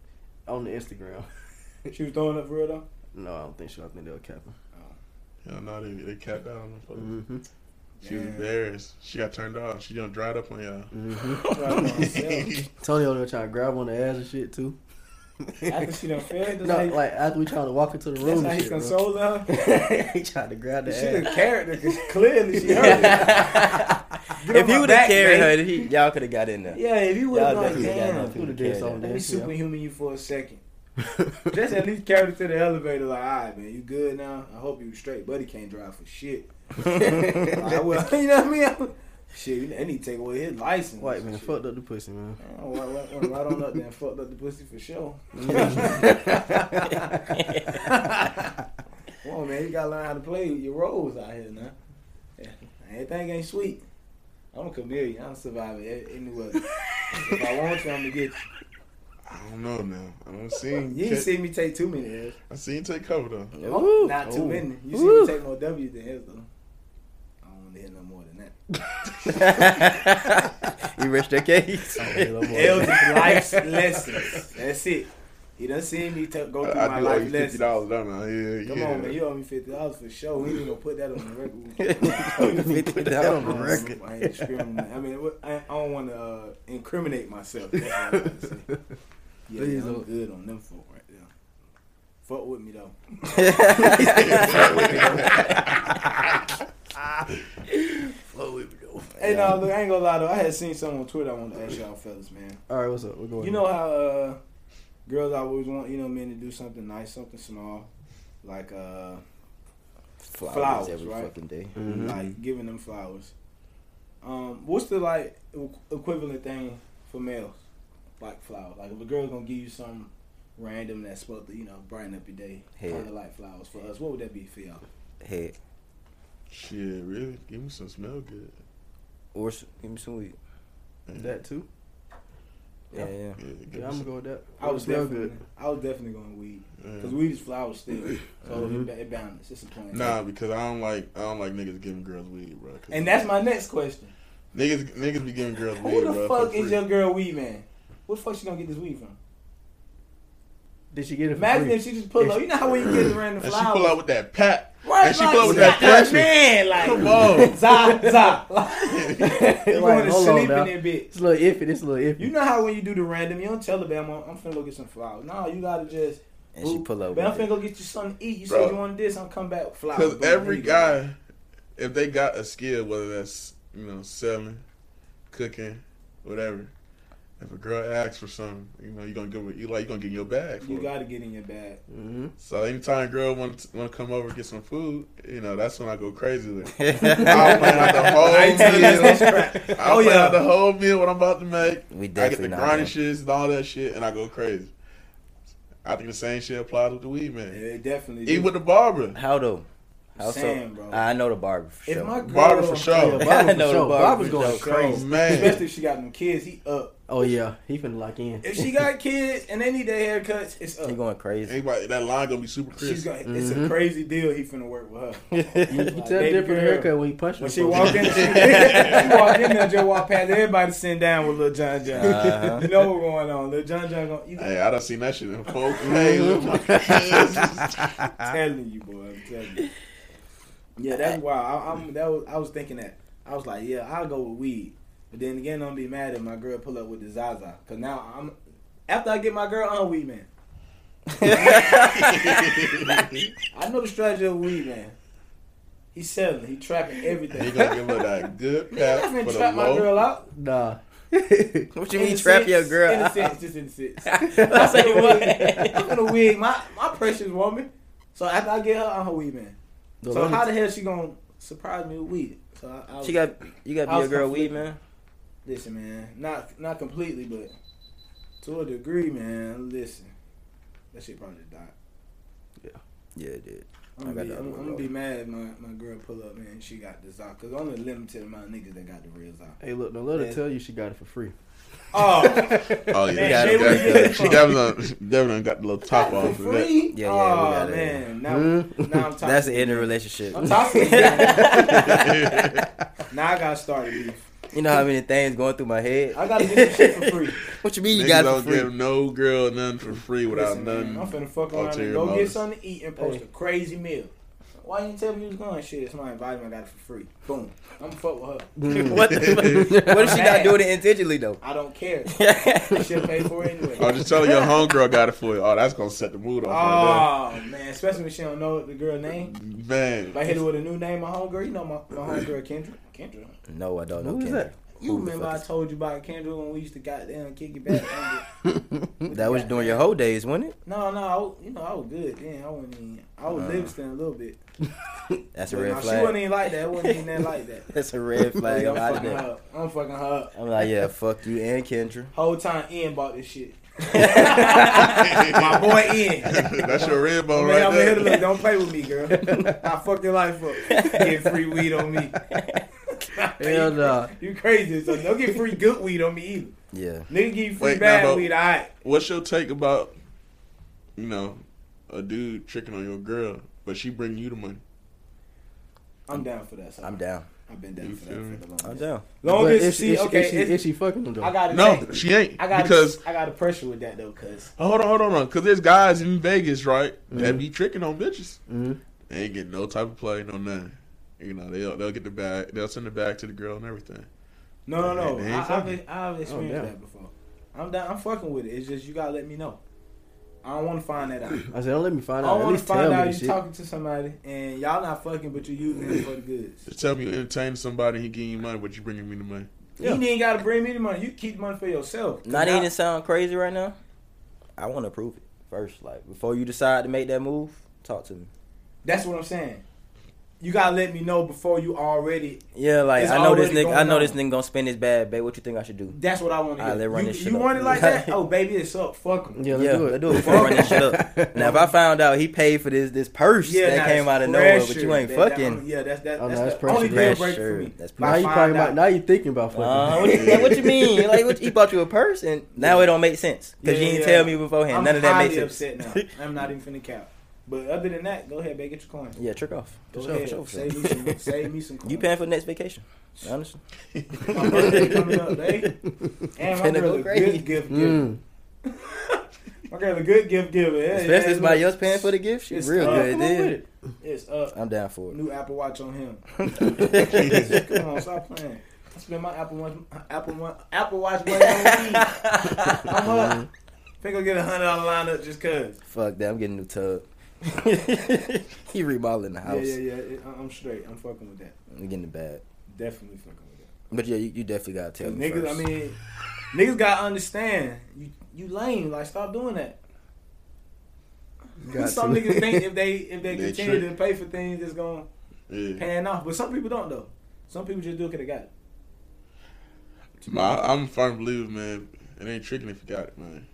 Speaker 3: on the Instagram.
Speaker 1: She was throwing up for real though.
Speaker 3: No, I don't think so. I think they'll cap him.
Speaker 4: Hell no, they, they capped out on them folks.
Speaker 3: Mm-hmm.
Speaker 4: She was embarrassed. She got turned off. She done dried up on y'all.
Speaker 3: Mm-hmm.
Speaker 1: Right.
Speaker 3: Tony over there trying to grab on the ass and shit too.
Speaker 1: After she done fed, that's
Speaker 3: no,
Speaker 1: how he-
Speaker 3: like after we trying to walk into the
Speaker 1: that's
Speaker 3: room,
Speaker 1: how
Speaker 3: and
Speaker 1: he
Speaker 3: shit, bro.
Speaker 1: consoling her.
Speaker 3: he tried to grab the
Speaker 1: She
Speaker 3: ass.
Speaker 1: the character because clearly she hurt. it. Get on my
Speaker 2: if he would have
Speaker 1: back,
Speaker 2: carried
Speaker 1: babe.
Speaker 2: her, he, y'all could have got in there.
Speaker 1: yeah, if you would
Speaker 2: Y'all
Speaker 1: have like,
Speaker 2: definitely got
Speaker 1: damn,
Speaker 2: enough
Speaker 1: let
Speaker 2: people to
Speaker 3: Would've did
Speaker 2: carry
Speaker 3: something.
Speaker 2: that.
Speaker 1: me
Speaker 3: Yeah.
Speaker 1: superhuman you for a second. Just at least carry her to the elevator. Like, all right, man, you good now? I hope you straight. Buddy can't drive for shit. Like, I will. You know what I mean? I'm- shit, I need to take away his license.
Speaker 3: White man
Speaker 1: Shit.
Speaker 3: fucked up the pussy,
Speaker 1: Man,
Speaker 3: man.
Speaker 1: Went went- went right on up there and fucked up the pussy for sure. Come on, man. You gotta learn how to play with your roles out here now. Yeah. Everything ain't sweet. I'm a chameleon. I'm surviving a- any weather. if I want you, I'm gonna get you.
Speaker 4: I don't know now. I don't see.
Speaker 1: You ain't see me take too many L's.
Speaker 4: I seen take cover though.
Speaker 3: Ooh.
Speaker 1: Not too
Speaker 3: Ooh.
Speaker 1: many. You see
Speaker 3: Ooh.
Speaker 1: me take more W's than L's, though. I don't want to hit no more than that.
Speaker 2: you rest your case.
Speaker 1: L's is life's lessons. That's it. He done seen me t- go through
Speaker 4: I,
Speaker 1: my
Speaker 4: I do owe you
Speaker 1: life
Speaker 4: fifty
Speaker 1: lessons.
Speaker 4: dollars, don't I? Yeah,
Speaker 1: Come
Speaker 4: yeah.
Speaker 1: on, man. You owe me fifty dollars for sure. We ain't gonna put that on the record.
Speaker 2: Oh, Put that on the
Speaker 1: I
Speaker 2: record.
Speaker 1: ain't discriminating. I mean, what- I I don't want to uh, incriminate myself. That's what I'm trying to say. Yeah,
Speaker 3: Please
Speaker 1: I'm
Speaker 3: don't.
Speaker 1: good on them folk right there. Fuck with me though. Hey,
Speaker 2: uh,
Speaker 1: no, look, I ain't gonna lie though. I had seen something on Twitter. I wanted to ask y'all fellas, man.
Speaker 3: All right, what's up? We're going.
Speaker 1: You know how uh, girls always want you know men to do something nice, something small, like uh,
Speaker 2: Flowers,
Speaker 1: Flowers,
Speaker 2: every
Speaker 1: right?
Speaker 2: fucking day.
Speaker 4: Mm-hmm.
Speaker 3: Mhm.
Speaker 1: like giving them flowers. Um, what's the like equ- equivalent thing for males, like flowers? Like if a girl's gonna give you something random that's supposed to, you know, brighten up your day.
Speaker 2: Head.
Speaker 1: Kind of like flowers for us. What would that be for y'all?
Speaker 2: Head.
Speaker 4: Shit, really? Give me some smell good.
Speaker 2: Or s- give me some weed.
Speaker 3: That too.
Speaker 2: Yeah, yeah.
Speaker 4: Yeah, give me
Speaker 3: Yeah, I'm gonna
Speaker 4: some.
Speaker 3: go with that.
Speaker 1: I was
Speaker 3: Smell
Speaker 1: definitely, I was definitely going weed
Speaker 4: yeah.
Speaker 1: because weed is flowers still, so it, ba- it balanced. It's a plan.
Speaker 4: Nah, because I don't like I don't like niggas giving girls weed, bro. 'Cause
Speaker 1: And that's my next question.
Speaker 4: niggas niggas be giving girls weed,
Speaker 1: Who the
Speaker 4: bro.
Speaker 1: fuck
Speaker 4: for
Speaker 1: is
Speaker 4: free.
Speaker 1: your girl weed man? Where the fuck she gonna get this weed from?
Speaker 3: Did she get it? For
Speaker 1: Imagine
Speaker 3: free?
Speaker 1: if she just pull up. You know how when you get the random
Speaker 4: And
Speaker 1: flowers.
Speaker 4: she pull out with that pack.
Speaker 1: Right,
Speaker 4: and she
Speaker 1: like,
Speaker 4: pull out with
Speaker 1: like,
Speaker 4: that
Speaker 1: like,
Speaker 4: pressure.
Speaker 1: man, like,
Speaker 4: Come on.
Speaker 1: za, za. Like, you
Speaker 3: Like,
Speaker 1: going to
Speaker 3: hold
Speaker 1: sleep
Speaker 3: on now.
Speaker 1: in that bitch.
Speaker 3: It's a little iffy. It's a little iffy.
Speaker 1: You know how when you do the random, you don't tell her, "Bam, I'm, I'm finna go get some flowers." No, you gotta just,
Speaker 2: And she
Speaker 1: Ooh,
Speaker 2: pull up.
Speaker 1: "Bam, I'm
Speaker 2: with
Speaker 1: finna
Speaker 2: it.
Speaker 1: go get you something to eat." You
Speaker 4: Bro.
Speaker 1: said you wanted this, I'm come back with flowers.
Speaker 4: Because
Speaker 1: Boom,
Speaker 4: every
Speaker 1: here you go.
Speaker 4: guy, if they got a skill, whether that's you know selling, cooking, whatever, if a girl asks for something, you know you gonna give her, you like you gonna get in your bag. For
Speaker 1: you
Speaker 4: it.
Speaker 1: gotta get in your bag.
Speaker 3: Mm-hmm.
Speaker 4: so anytime a girl want to, want to come over and get some food, you know that's when I go crazy with. it. I'll plan out the whole
Speaker 1: I ain't telling you that's
Speaker 4: meal.
Speaker 1: no scrap.
Speaker 4: I'll
Speaker 1: Oh,
Speaker 4: plan
Speaker 1: yeah.
Speaker 4: out the whole meal what I'm about to make.
Speaker 2: we
Speaker 4: I get the
Speaker 2: definitely not.
Speaker 4: grinding
Speaker 2: man.
Speaker 4: shits and all that shit, and I go crazy. I think the same shit applies with the weed
Speaker 1: Yeah,
Speaker 4: man.
Speaker 1: it definitely.
Speaker 4: Even with the barber,
Speaker 2: How though? How
Speaker 1: Saying,
Speaker 2: so?
Speaker 1: bro.
Speaker 2: I know the barber for
Speaker 1: if
Speaker 2: sure.
Speaker 1: my girl,
Speaker 4: barber for
Speaker 1: Oh,
Speaker 2: Yeah,
Speaker 4: sure.
Speaker 2: I know the barber
Speaker 3: Bob's
Speaker 2: for
Speaker 3: going
Speaker 2: sure.
Speaker 3: crazy.
Speaker 4: Oh man,
Speaker 1: especially if she got them kids, he up.
Speaker 3: Oh yeah, he finna lock in.
Speaker 1: If she got kids and they need their haircuts, it's up.
Speaker 2: he going crazy.
Speaker 4: Anybody, that line gonna be super
Speaker 1: She's
Speaker 4: crisp.
Speaker 1: gonna, It's a
Speaker 3: Mhm.
Speaker 1: crazy deal. He finna work with her.
Speaker 3: You
Speaker 2: yeah,
Speaker 3: can
Speaker 1: Like,
Speaker 3: tell
Speaker 1: baby girl.
Speaker 3: different haircut when he punch
Speaker 1: When
Speaker 3: him
Speaker 1: she
Speaker 3: for
Speaker 1: walk
Speaker 3: it.
Speaker 1: in, she, she walk in there, just walk past everybody sitting down with Lil John John.
Speaker 2: Uh-huh.
Speaker 1: You know what's going on. Lil John John gonna you
Speaker 4: Hey, I done seen that shit in full play. Niggas
Speaker 1: I'm telling you, boy. I'm telling you. Yeah, that's why I, I'm. That was I was thinking that I was like, yeah, I'll go with weed. But then again, don't be mad if my girl pull up with the Zaza, cause now I'm. After I get my girl on weed, man, I know the strategy of weed, man. He's selling, he trapping everything.
Speaker 4: gonna give her that good
Speaker 1: I'm
Speaker 4: pat
Speaker 1: not
Speaker 4: for
Speaker 1: gonna
Speaker 4: the
Speaker 1: trap my
Speaker 4: low.
Speaker 1: girl out.
Speaker 3: Nah.
Speaker 2: what
Speaker 1: In
Speaker 2: you
Speaker 1: a
Speaker 2: mean, trap
Speaker 1: sense-
Speaker 2: your girl?
Speaker 1: In a
Speaker 2: out?
Speaker 1: sense, just in a sense.
Speaker 2: I say what?
Speaker 1: I'm gonna wig my my precious woman. So after I get her, I'm her weed man.
Speaker 3: The
Speaker 1: so
Speaker 3: lady-
Speaker 1: how the hell she gonna surprise me with weed? So I, I was,
Speaker 2: She got you got to
Speaker 1: I
Speaker 2: be
Speaker 1: was
Speaker 2: a girl weed
Speaker 1: conflicted.
Speaker 2: man.
Speaker 1: listen, man. Not not completely, but to a degree, man. Listen, that shit probably died.
Speaker 2: Yeah, dude.
Speaker 1: I'm
Speaker 2: I got
Speaker 1: gonna, be,
Speaker 2: that
Speaker 1: I'm,
Speaker 2: one
Speaker 1: I'm gonna be
Speaker 2: rolling.
Speaker 1: mad if my, my girl pull up, man. She got the Zoc. Cause only a limited amount of niggas that got the real Zoc.
Speaker 3: Hey, look, no let her
Speaker 1: Yeah.
Speaker 3: tell you she got it for free.
Speaker 1: Oh,
Speaker 4: Oh
Speaker 1: Man,
Speaker 4: yeah, she
Speaker 2: she
Speaker 1: was
Speaker 4: got-
Speaker 1: getting
Speaker 4: she definitely done- definitely got the little top
Speaker 1: for
Speaker 4: off. of that. Hmm?
Speaker 1: free?
Speaker 2: Yeah, yeah, we
Speaker 1: oh
Speaker 2: got it.
Speaker 1: man, now,
Speaker 3: Mhm.
Speaker 1: now I'm toxic.
Speaker 2: That's the end of the relationship.
Speaker 1: I'm toxic. again. now I gotta start it.
Speaker 2: you know how many things going through my head.
Speaker 1: I gotta get this shit for free.
Speaker 2: What you mean you
Speaker 4: Niggas
Speaker 2: got it
Speaker 4: don't
Speaker 2: for free?
Speaker 4: give no girl nothing for free without
Speaker 1: Listen, man, I'm
Speaker 4: nothing.
Speaker 1: finna fuck around
Speaker 4: ulterior
Speaker 1: and go get
Speaker 4: motives.
Speaker 1: something to eat and post
Speaker 3: Hey.
Speaker 1: a crazy meal. Why you didn't tell me you was going? Shit, it's my environment. I got it for free. Boom. I'm gonna fuck with her.
Speaker 2: what the fuck? What if she not doing it intentionally though?
Speaker 1: I don't care. I
Speaker 2: yeah,
Speaker 1: should pay for it anyway.
Speaker 4: I'm just telling your homegirl got it for you. Oh, that's gonna set the mood off.
Speaker 1: Oh man, especially when she don't know the girl name.
Speaker 4: right there.
Speaker 1: If I
Speaker 4: Man,
Speaker 1: Oh, hit her with a new name, my homegirl. You know my, my homegirl Kendra. Kendra.
Speaker 2: No, I
Speaker 1: Oh,
Speaker 2: don't know.
Speaker 3: Who is
Speaker 2: Kendra.
Speaker 3: that?
Speaker 1: You
Speaker 2: Who the
Speaker 1: remember I
Speaker 2: fuck is-
Speaker 1: told you about Kendra when we used to goddamn kick it back? Kendra?
Speaker 2: That was during your whole days, wasn't it?
Speaker 1: no, no, I, was- you know I was good then. I wasn't even. I was
Speaker 2: Uh,
Speaker 1: Livingston a little bit.
Speaker 2: That's a
Speaker 1: But
Speaker 2: red
Speaker 1: no, she wasn't
Speaker 2: flag.
Speaker 1: even like that. It wasn't even that like that.
Speaker 2: That's a red flag.
Speaker 1: I'm
Speaker 2: I'm out of
Speaker 1: fucking her
Speaker 2: there.
Speaker 1: up. I'm fucking her up.
Speaker 2: I'm like, yeah, fuck you and Kendra.
Speaker 1: Whole time Ian bought this shit.
Speaker 4: My
Speaker 1: My boy Ian.
Speaker 4: that's your red bone
Speaker 1: Man,
Speaker 4: right
Speaker 1: I'm here to
Speaker 4: there.
Speaker 1: look. Don't play with me, girl. I fucked your life up. Get free weed on me.
Speaker 3: Hell nah.
Speaker 1: You crazy. So don't get free good weed on me either.
Speaker 2: Yeah.
Speaker 1: Nigga give you free
Speaker 4: Wait,
Speaker 1: bad
Speaker 4: now, but-
Speaker 1: weed, alright.
Speaker 4: What's your take about, you know, a dude tricking on your girl, but she bring you the money?
Speaker 1: I'm down for that. son.
Speaker 2: I'm down.
Speaker 1: I've been down
Speaker 4: You
Speaker 1: for
Speaker 4: feel me?
Speaker 1: that for the
Speaker 2: I'm
Speaker 1: longest.
Speaker 2: down.
Speaker 1: Long
Speaker 3: But
Speaker 1: as
Speaker 3: if
Speaker 1: she,
Speaker 3: if
Speaker 1: okay,
Speaker 3: if she,
Speaker 1: it's-
Speaker 3: is she fucking him though?
Speaker 1: I gotta
Speaker 4: No,
Speaker 1: take-
Speaker 4: she ain't.
Speaker 1: I gotta,
Speaker 4: because
Speaker 1: I gotta pressure with that though, cause
Speaker 4: Oh, hold on, hold on, hold on. Because there's guys in Vegas, right, that be tricking on bitches.
Speaker 3: Mhm.
Speaker 4: They ain't getting no type of play, no nothing. You know, they'll they'll get the bag, they'll send the bag to the girl and everything.
Speaker 1: no, no, no.
Speaker 4: Ain't
Speaker 1: I,
Speaker 4: fucking.
Speaker 1: I've, I've experienced
Speaker 3: damn.
Speaker 1: that before. I'm down. I'm fucking with it. It's just you gotta let me know. I don't want to find that out.
Speaker 3: I said, don't let me find
Speaker 1: I
Speaker 3: out. At
Speaker 1: want to
Speaker 3: least tell
Speaker 1: find
Speaker 3: me
Speaker 1: out
Speaker 3: the
Speaker 1: you
Speaker 3: shit.
Speaker 1: talking to somebody and y'all not fucking, but you using it for the goods.
Speaker 4: Just tell me you entertain somebody, he giving you money, but you bringing me the money.
Speaker 3: Yeah.
Speaker 1: You ain't gotta bring me the money. You keep the money for yourself.
Speaker 2: Not
Speaker 1: Now-
Speaker 2: even sound crazy right now. I want to prove it first. Like before you decide to make that move, talk to me.
Speaker 1: That's what I'm saying. you gotta let me know before you already.
Speaker 2: Yeah, like
Speaker 1: It's
Speaker 2: I know this
Speaker 1: already
Speaker 2: nigga.
Speaker 1: going
Speaker 2: I know
Speaker 1: on.
Speaker 2: this nigga gonna spend his bag, babe. What you think I should do?
Speaker 1: That's what I want to
Speaker 2: Alright,
Speaker 1: hear.
Speaker 2: let's run
Speaker 1: you
Speaker 2: this shit
Speaker 1: you
Speaker 2: up.
Speaker 1: want it like that? Oh, baby, it's up. Fuck 'em.
Speaker 3: Yeah,
Speaker 2: Yeah,
Speaker 3: let's do it.
Speaker 2: let's do it before I run this shit up. Now, if I found out he paid for this this purse
Speaker 1: Yeah,
Speaker 2: that
Speaker 1: now
Speaker 2: came
Speaker 1: it's
Speaker 2: out of nowhere, but
Speaker 1: pressure.
Speaker 2: you ain't
Speaker 1: That- that-
Speaker 2: fucking.
Speaker 1: yeah, that's that,
Speaker 3: Oh, no,
Speaker 1: that's,
Speaker 3: that's
Speaker 1: the only
Speaker 3: pressure.
Speaker 1: deal break for me.
Speaker 2: Pressure. That's
Speaker 1: If
Speaker 3: Now
Speaker 1: I
Speaker 3: you
Speaker 1: find
Speaker 3: probably
Speaker 1: out- Uh-huh.
Speaker 3: might, now you thinking about fucking.
Speaker 2: Uh, what, you, what you mean? Like, what, he bought you a purse, and now it don't make sense because
Speaker 1: Yeah,
Speaker 2: you didn't
Speaker 1: yeah.
Speaker 2: tell me beforehand.
Speaker 1: I'm
Speaker 2: None of that
Speaker 1: highly
Speaker 2: makes sense.
Speaker 1: upset now. I'm not even finna count. But other than that, go ahead, babe, get your coin.
Speaker 2: Yeah, trick off.
Speaker 1: Go
Speaker 2: For sure,
Speaker 1: ahead,
Speaker 2: for sure, for
Speaker 1: save me
Speaker 2: sure.
Speaker 1: some, save me some coin.
Speaker 2: You paying for the next vacation? Honestly,
Speaker 1: My birthday coming up, babe. And my
Speaker 2: Finna
Speaker 1: girl
Speaker 2: go
Speaker 1: a
Speaker 2: crazy.
Speaker 1: good gift giver.
Speaker 3: Mm.
Speaker 1: My girl a good gift giver. Yeah,
Speaker 2: especially if
Speaker 1: yeah,
Speaker 2: somebody
Speaker 1: look.
Speaker 2: else paying for the gift, she
Speaker 1: It's
Speaker 2: real
Speaker 1: tough.
Speaker 2: good
Speaker 1: Come on with
Speaker 2: then.
Speaker 1: it. It's up.
Speaker 2: I'm down for it.
Speaker 1: New Apple Watch on him.
Speaker 2: That's
Speaker 1: Come on, stop playing. I spent my Apple Watch, Apple Watch, Apple Watch money on weed. I'm up.
Speaker 2: Mm-hmm.
Speaker 1: Think I'll get a hundred dollar lineup just cause.
Speaker 2: Fuck that! I'm getting a new tub. he remodeling the
Speaker 1: Yeah,
Speaker 2: house.
Speaker 1: yeah, yeah. It- I- I'm straight. I'm fucking with that.
Speaker 2: I'm getting the bag.
Speaker 1: Definitely fucking with that.
Speaker 2: But yeah, you, you definitely gotta tell me
Speaker 1: Niggas,
Speaker 2: first.
Speaker 1: I mean, niggas gotta understand. You you lame. Like stop doing that.
Speaker 3: Got
Speaker 1: some
Speaker 3: to.
Speaker 1: niggas think if they if they,
Speaker 4: They
Speaker 1: continue
Speaker 4: trick.
Speaker 1: to pay for things, it's gonna
Speaker 4: Yeah.
Speaker 1: pan off. But some people don't though. Some people just do it 'cause they got it.
Speaker 4: Nah, I- I'm a firm believer, man. It ain't tricking if you got it, man.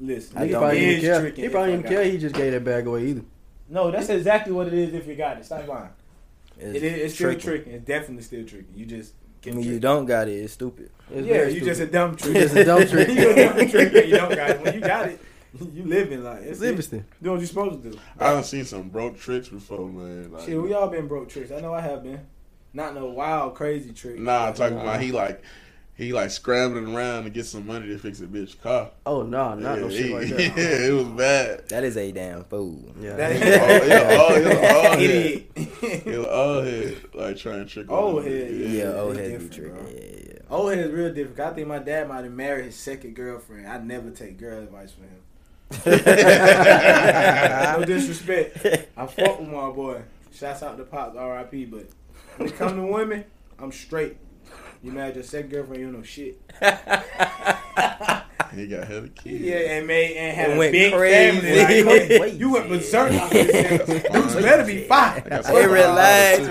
Speaker 1: Listen,
Speaker 2: I
Speaker 3: He
Speaker 1: niggas
Speaker 2: don't
Speaker 3: probably
Speaker 1: is
Speaker 3: didn't care.
Speaker 1: tricking
Speaker 3: He
Speaker 1: if
Speaker 3: probably
Speaker 1: I
Speaker 3: didn't
Speaker 1: got
Speaker 3: care.
Speaker 1: it.
Speaker 3: He just gave that bag away either.
Speaker 1: No, that's exactly what it is. If you got it, stop lying.
Speaker 2: it's,
Speaker 1: It is. It's still tricking. It's definitely still tricking. You just
Speaker 2: When you don't got it, it's stupid.
Speaker 3: It's
Speaker 1: yeah,
Speaker 3: very
Speaker 1: you
Speaker 3: stupid.
Speaker 1: just a dumb trick.
Speaker 3: You just a dumb trick.
Speaker 1: you a dumb trick. and You don't got it. When you got it, you living like it's
Speaker 3: It's interesting.
Speaker 1: doing what you supposed to do.
Speaker 4: I done seen some broke tricks before, man. Like,
Speaker 1: Shit, we all been broke tricks. I know I have been. Not no wild crazy trick.
Speaker 4: Nah, I'm talking about he like he like scrambling around to get some money to fix a bitch car.
Speaker 3: Oh no, not no
Speaker 4: yeah,
Speaker 3: shit like
Speaker 4: he-
Speaker 3: that.
Speaker 4: yeah, it was bad.
Speaker 2: That is a damn fool.
Speaker 3: Yeah.
Speaker 1: That-
Speaker 4: Oh, yeah, oh, yeah, oh, yeah.
Speaker 1: Idiot.
Speaker 4: It was old head, like trying to trick.
Speaker 1: Old
Speaker 4: on it.
Speaker 1: head,
Speaker 2: Yeah,
Speaker 1: Yeah,
Speaker 2: old
Speaker 1: they
Speaker 2: head be
Speaker 1: different,
Speaker 2: tricking.
Speaker 1: bro.
Speaker 2: Yeah, yeah.
Speaker 1: Old head Oh, is real different. I think my dad might have married his second girlfriend. I never take girl advice from him. no disrespect. I fuck with my boy. Shouts out to Pops, R.I.P. But when it come to women, I'm straight. You married your second girlfriend, you don't know shit.
Speaker 4: He got hella kids.
Speaker 1: Yeah, and made and had
Speaker 2: It
Speaker 1: a
Speaker 2: went
Speaker 1: big
Speaker 2: crazy.
Speaker 1: family. Like,
Speaker 2: Wait.
Speaker 1: you went berserk. after this thing.
Speaker 4: That's
Speaker 1: Dudes
Speaker 4: fine.
Speaker 1: better be fine.
Speaker 4: That's
Speaker 2: Hey,
Speaker 4: fine.
Speaker 2: relax,
Speaker 4: That's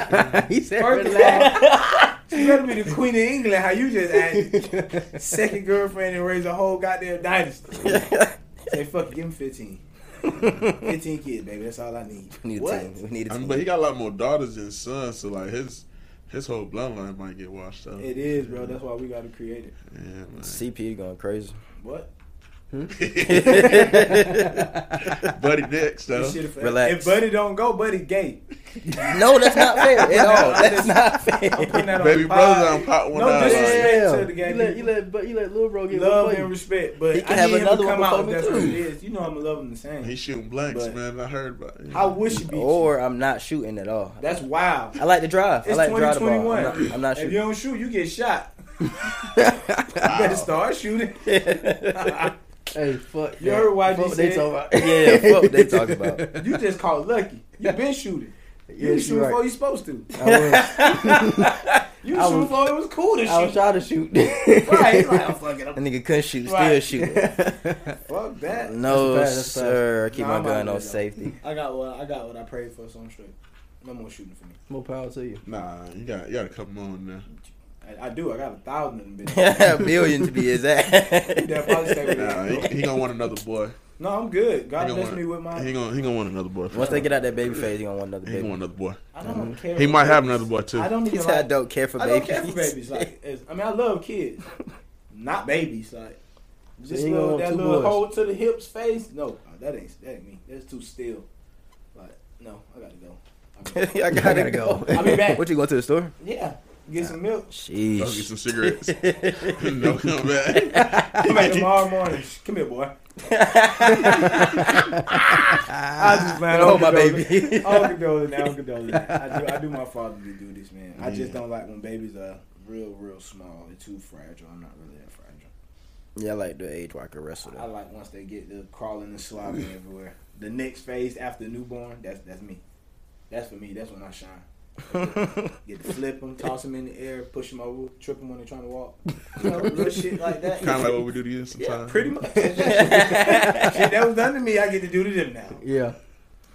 Speaker 2: relax.
Speaker 3: he said
Speaker 1: First of all, she better be the queen of England. How you just act second girlfriend and raise a whole goddamn dynasty. Say fuck, it, give him fifteen. Fifteen kids, baby. That's all I need.
Speaker 2: We need a
Speaker 1: What?
Speaker 2: team. We need a
Speaker 4: I
Speaker 2: team.
Speaker 4: mean, but he got a lot more daughters than sons, so like his his whole bloodline might get washed out.
Speaker 1: It is, bro. That's why we gotta create it.
Speaker 4: Yeah, man.
Speaker 2: CP going crazy.
Speaker 1: What?
Speaker 4: Buddy next though.
Speaker 1: This shit is for-
Speaker 2: Relax.
Speaker 1: If Buddy don't go, Buddy gay.
Speaker 2: no, that's not fair at all. That's not
Speaker 1: I'm putting
Speaker 2: fair.
Speaker 1: that on
Speaker 4: Baby
Speaker 1: the
Speaker 4: brother
Speaker 1: pod.
Speaker 4: done pop one
Speaker 1: No
Speaker 4: out.
Speaker 1: disrespect.
Speaker 4: Like,
Speaker 1: Yeah.
Speaker 3: You let you let but you let little bro get
Speaker 1: Love
Speaker 3: one for
Speaker 1: and
Speaker 3: you.
Speaker 1: respect, but
Speaker 2: He can
Speaker 1: I
Speaker 2: have
Speaker 1: need him
Speaker 2: another
Speaker 1: to come
Speaker 2: one
Speaker 1: out. if
Speaker 2: before me,
Speaker 1: That's what
Speaker 2: too.
Speaker 1: it is. You know I'm gonna love him the same.
Speaker 4: he shooting blanks,
Speaker 1: But-
Speaker 4: man. I heard about it.
Speaker 1: I wish you be.
Speaker 2: Or I'm not shooting at all.
Speaker 1: That's wild.
Speaker 2: I like to drive. I
Speaker 1: It's
Speaker 2: like to drive the ball. I'm
Speaker 1: 2021.
Speaker 2: not, I'm not
Speaker 1: If you
Speaker 2: shooting.
Speaker 1: don't shoot, you get shot. you better start shooting. you
Speaker 3: Hey, fuck.
Speaker 1: You
Speaker 3: that.
Speaker 1: heard YG
Speaker 3: Fuck what they
Speaker 1: said-
Speaker 3: talking about.
Speaker 2: Yeah, fuck what they talking about.
Speaker 1: just called lucky. You been shooting. You
Speaker 3: Yeah,
Speaker 1: was
Speaker 3: she
Speaker 1: shooting before
Speaker 3: right.
Speaker 1: you supposed to.
Speaker 3: I was,
Speaker 1: You
Speaker 3: I
Speaker 1: was shooting
Speaker 3: was-
Speaker 1: before it was cool to shoot.
Speaker 3: I was trying to shoot.
Speaker 1: right? Like, oh, fuck it.
Speaker 2: That
Speaker 1: I'm,
Speaker 2: nigga couldn't shoot, still
Speaker 1: Right.
Speaker 2: shooting.
Speaker 1: fuck that.
Speaker 2: No,
Speaker 3: That's a fact, that's a fact.
Speaker 2: sir. I keep
Speaker 1: Nah,
Speaker 2: my
Speaker 1: I'm
Speaker 2: gun
Speaker 1: out
Speaker 2: on
Speaker 1: there,
Speaker 2: safety.
Speaker 1: I got what I got what I prayed for, so I'm straight. No more shooting for me.
Speaker 3: More power to you.
Speaker 4: Nah, you got you got to come on now.
Speaker 1: I, I do. I got a thousand of them. bitches.
Speaker 2: Million to be exact.
Speaker 1: They'll probably stay with
Speaker 4: Nah,
Speaker 1: me.
Speaker 4: he, he gonna want another boy.
Speaker 1: No, I'm good.
Speaker 4: He
Speaker 1: God
Speaker 4: gonna
Speaker 1: bless
Speaker 4: want,
Speaker 1: me with my.
Speaker 4: he gonna he gonna want another boy. for
Speaker 2: Once
Speaker 4: sure.
Speaker 2: they get out that baby phase, you gonna want another
Speaker 4: he gonna
Speaker 2: baby.
Speaker 4: want another boy.
Speaker 1: I don't care.
Speaker 4: He
Speaker 1: for
Speaker 4: might have
Speaker 1: babies.
Speaker 4: another boy too.
Speaker 1: I don't
Speaker 2: He
Speaker 1: even
Speaker 2: said, I
Speaker 1: like.
Speaker 2: don't care for
Speaker 1: I
Speaker 2: babies.
Speaker 1: don't care for babies. Like, it's- I mean, I love kids, not babies. Like, just
Speaker 3: you ain't
Speaker 1: little,
Speaker 3: gonna
Speaker 1: that
Speaker 3: want two
Speaker 1: little
Speaker 3: boys.
Speaker 1: hole to the hips face. No, uh, that ain't that ain't me. That's too still. Like, no, I gotta go. I gotta go.
Speaker 2: I gotta,
Speaker 3: gotta
Speaker 2: go.
Speaker 1: I'll be back.
Speaker 2: What you going to the store?
Speaker 1: yeah, get some milk.
Speaker 4: Go get some
Speaker 2: Sheesh.
Speaker 4: cigarettes. no, come back.
Speaker 1: Come back tomorrow morning. Come here, boy. I just man,
Speaker 2: Oh, my baby.
Speaker 1: I don't condole that. I don't condole that. I do, I do my father to do this, man. I just
Speaker 4: Yeah.
Speaker 1: don't like when babies are real, real small and too fragile. I'm not really that fragile.
Speaker 2: yeah, I like the age where I can wrestle.
Speaker 1: I like once they get the crawling and slobbing everywhere. The next phase after newborn, that's that's me. That's for me. That's when I shine. Get to flip them, toss them in the air, push them over, trip them when they're trying to walk. You know, little shit like that.
Speaker 4: kind of like what we do to you sometimes.
Speaker 1: yeah, pretty much. shit that was done to me, I get to do to them now.
Speaker 3: Yeah.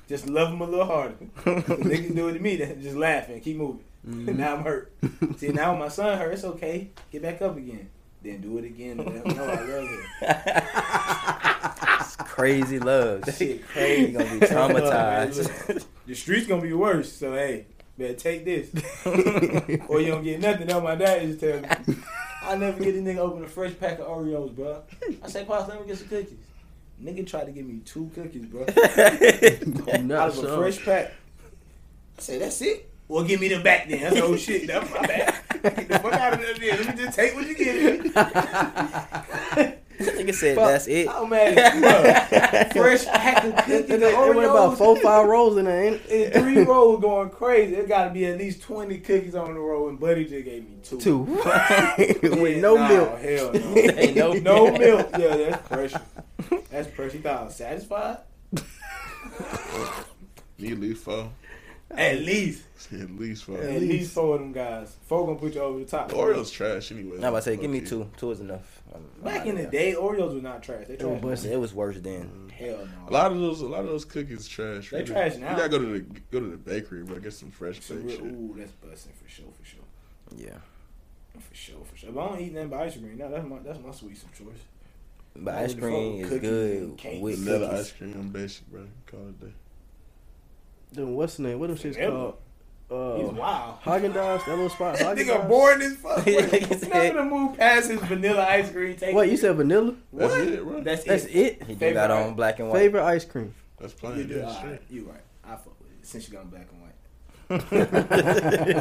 Speaker 1: Just love him a little harder. they can do it to me. Then just laugh and keep moving.
Speaker 2: Mm-hmm.
Speaker 1: now I'm hurt. See, now my son hurt. It's okay. Get back up again. Then do it again. And let him know I love him.
Speaker 2: It's crazy love.
Speaker 1: That
Speaker 2: She
Speaker 1: shit crazy.
Speaker 2: gonna be traumatized.
Speaker 1: the streets gonna be worse. So hey, better take this, or you don't get nothing. That's what my dad used to tell me. I never get a nigga open a fresh pack of Oreos, bro. I say, Pops, let me get some cookies. Nigga tried to give me two cookies, bro.
Speaker 3: I'm
Speaker 1: Out
Speaker 3: not
Speaker 1: of a
Speaker 3: sure.
Speaker 1: fresh pack. I say, that's it. Well, give me them back then. That's the whole Oh, shit. That's my bad. Get the fuck out of there. then. Let me just take what you give me.
Speaker 2: Nigga said
Speaker 3: Fuck.
Speaker 2: that's it.
Speaker 1: I'm mad at you, bro. Fresh pack of
Speaker 3: It,
Speaker 1: cookies.
Speaker 3: it,
Speaker 1: the
Speaker 3: it went about
Speaker 1: Oreos.
Speaker 3: four, five rolls in there. Ain't it?
Speaker 1: It's three rolls going crazy. It got to be at least twenty cookies on the roll, and Buddy just gave me two.
Speaker 3: Two.
Speaker 1: Yeah,
Speaker 3: With no
Speaker 1: nah,
Speaker 3: milk.
Speaker 1: Hell no.
Speaker 2: Ain't no,
Speaker 1: no milk. Yeah, that's pressure. That's pressure. You thought I was satisfied?
Speaker 4: You leave four.
Speaker 1: At least,
Speaker 4: At least four.
Speaker 1: at least four of them guys. Four gonna put you over the top.
Speaker 4: The Oreos trash anyway.
Speaker 2: I'm about to say, give me
Speaker 4: Low-key.
Speaker 2: two. Two is enough. I'm- I'm
Speaker 1: Oh, Back
Speaker 2: outta
Speaker 1: in the
Speaker 2: here.
Speaker 1: day, Oreos were not trash. They trash.
Speaker 2: it was, it was worse then.
Speaker 1: now. Hell
Speaker 4: A
Speaker 1: no.
Speaker 4: lot of those, a lot of those cookies trash.
Speaker 1: They trash now.
Speaker 4: You gotta go to the go to the bakery, but get some fresh
Speaker 1: Some
Speaker 4: baked
Speaker 1: real,
Speaker 4: shit.
Speaker 1: ooh, that's busting for sure, for sure,
Speaker 2: Yeah,
Speaker 1: for sure, for sure. But I don't eat nothing but ice cream. Now that's my that's my sweet some choice.
Speaker 2: but
Speaker 1: I
Speaker 2: ice
Speaker 1: would fuck
Speaker 2: cream
Speaker 1: with
Speaker 2: is
Speaker 1: cookies
Speaker 2: good
Speaker 1: and cakes.
Speaker 2: with
Speaker 4: Vanilla
Speaker 2: cookies.
Speaker 4: ice cream, I'm basic, bro. Call it a day.
Speaker 3: Then what's the name? What them shits
Speaker 1: Vanilla.
Speaker 3: called?
Speaker 1: He's
Speaker 3: Uh,
Speaker 1: wild.
Speaker 3: Hagen Dazs, that little spot.
Speaker 1: That nigga
Speaker 3: Häagen-Dazs.
Speaker 1: boring as fuck.
Speaker 2: Nigga
Speaker 1: He's not
Speaker 2: said-
Speaker 1: gonna move past his vanilla ice cream. Take
Speaker 3: Wait, you said vanilla?
Speaker 4: That's
Speaker 1: What?
Speaker 4: it, bro.
Speaker 1: that's,
Speaker 3: That's
Speaker 1: it.
Speaker 3: it.
Speaker 2: He
Speaker 1: Favorite
Speaker 2: do that
Speaker 1: ice-
Speaker 2: on black and white.
Speaker 3: Favorite ice cream.
Speaker 4: That's
Speaker 1: You
Speaker 4: plain.
Speaker 1: do.
Speaker 4: Yeah,
Speaker 1: All right.
Speaker 4: straight.
Speaker 1: You right. I fuck with it since you gone black and white.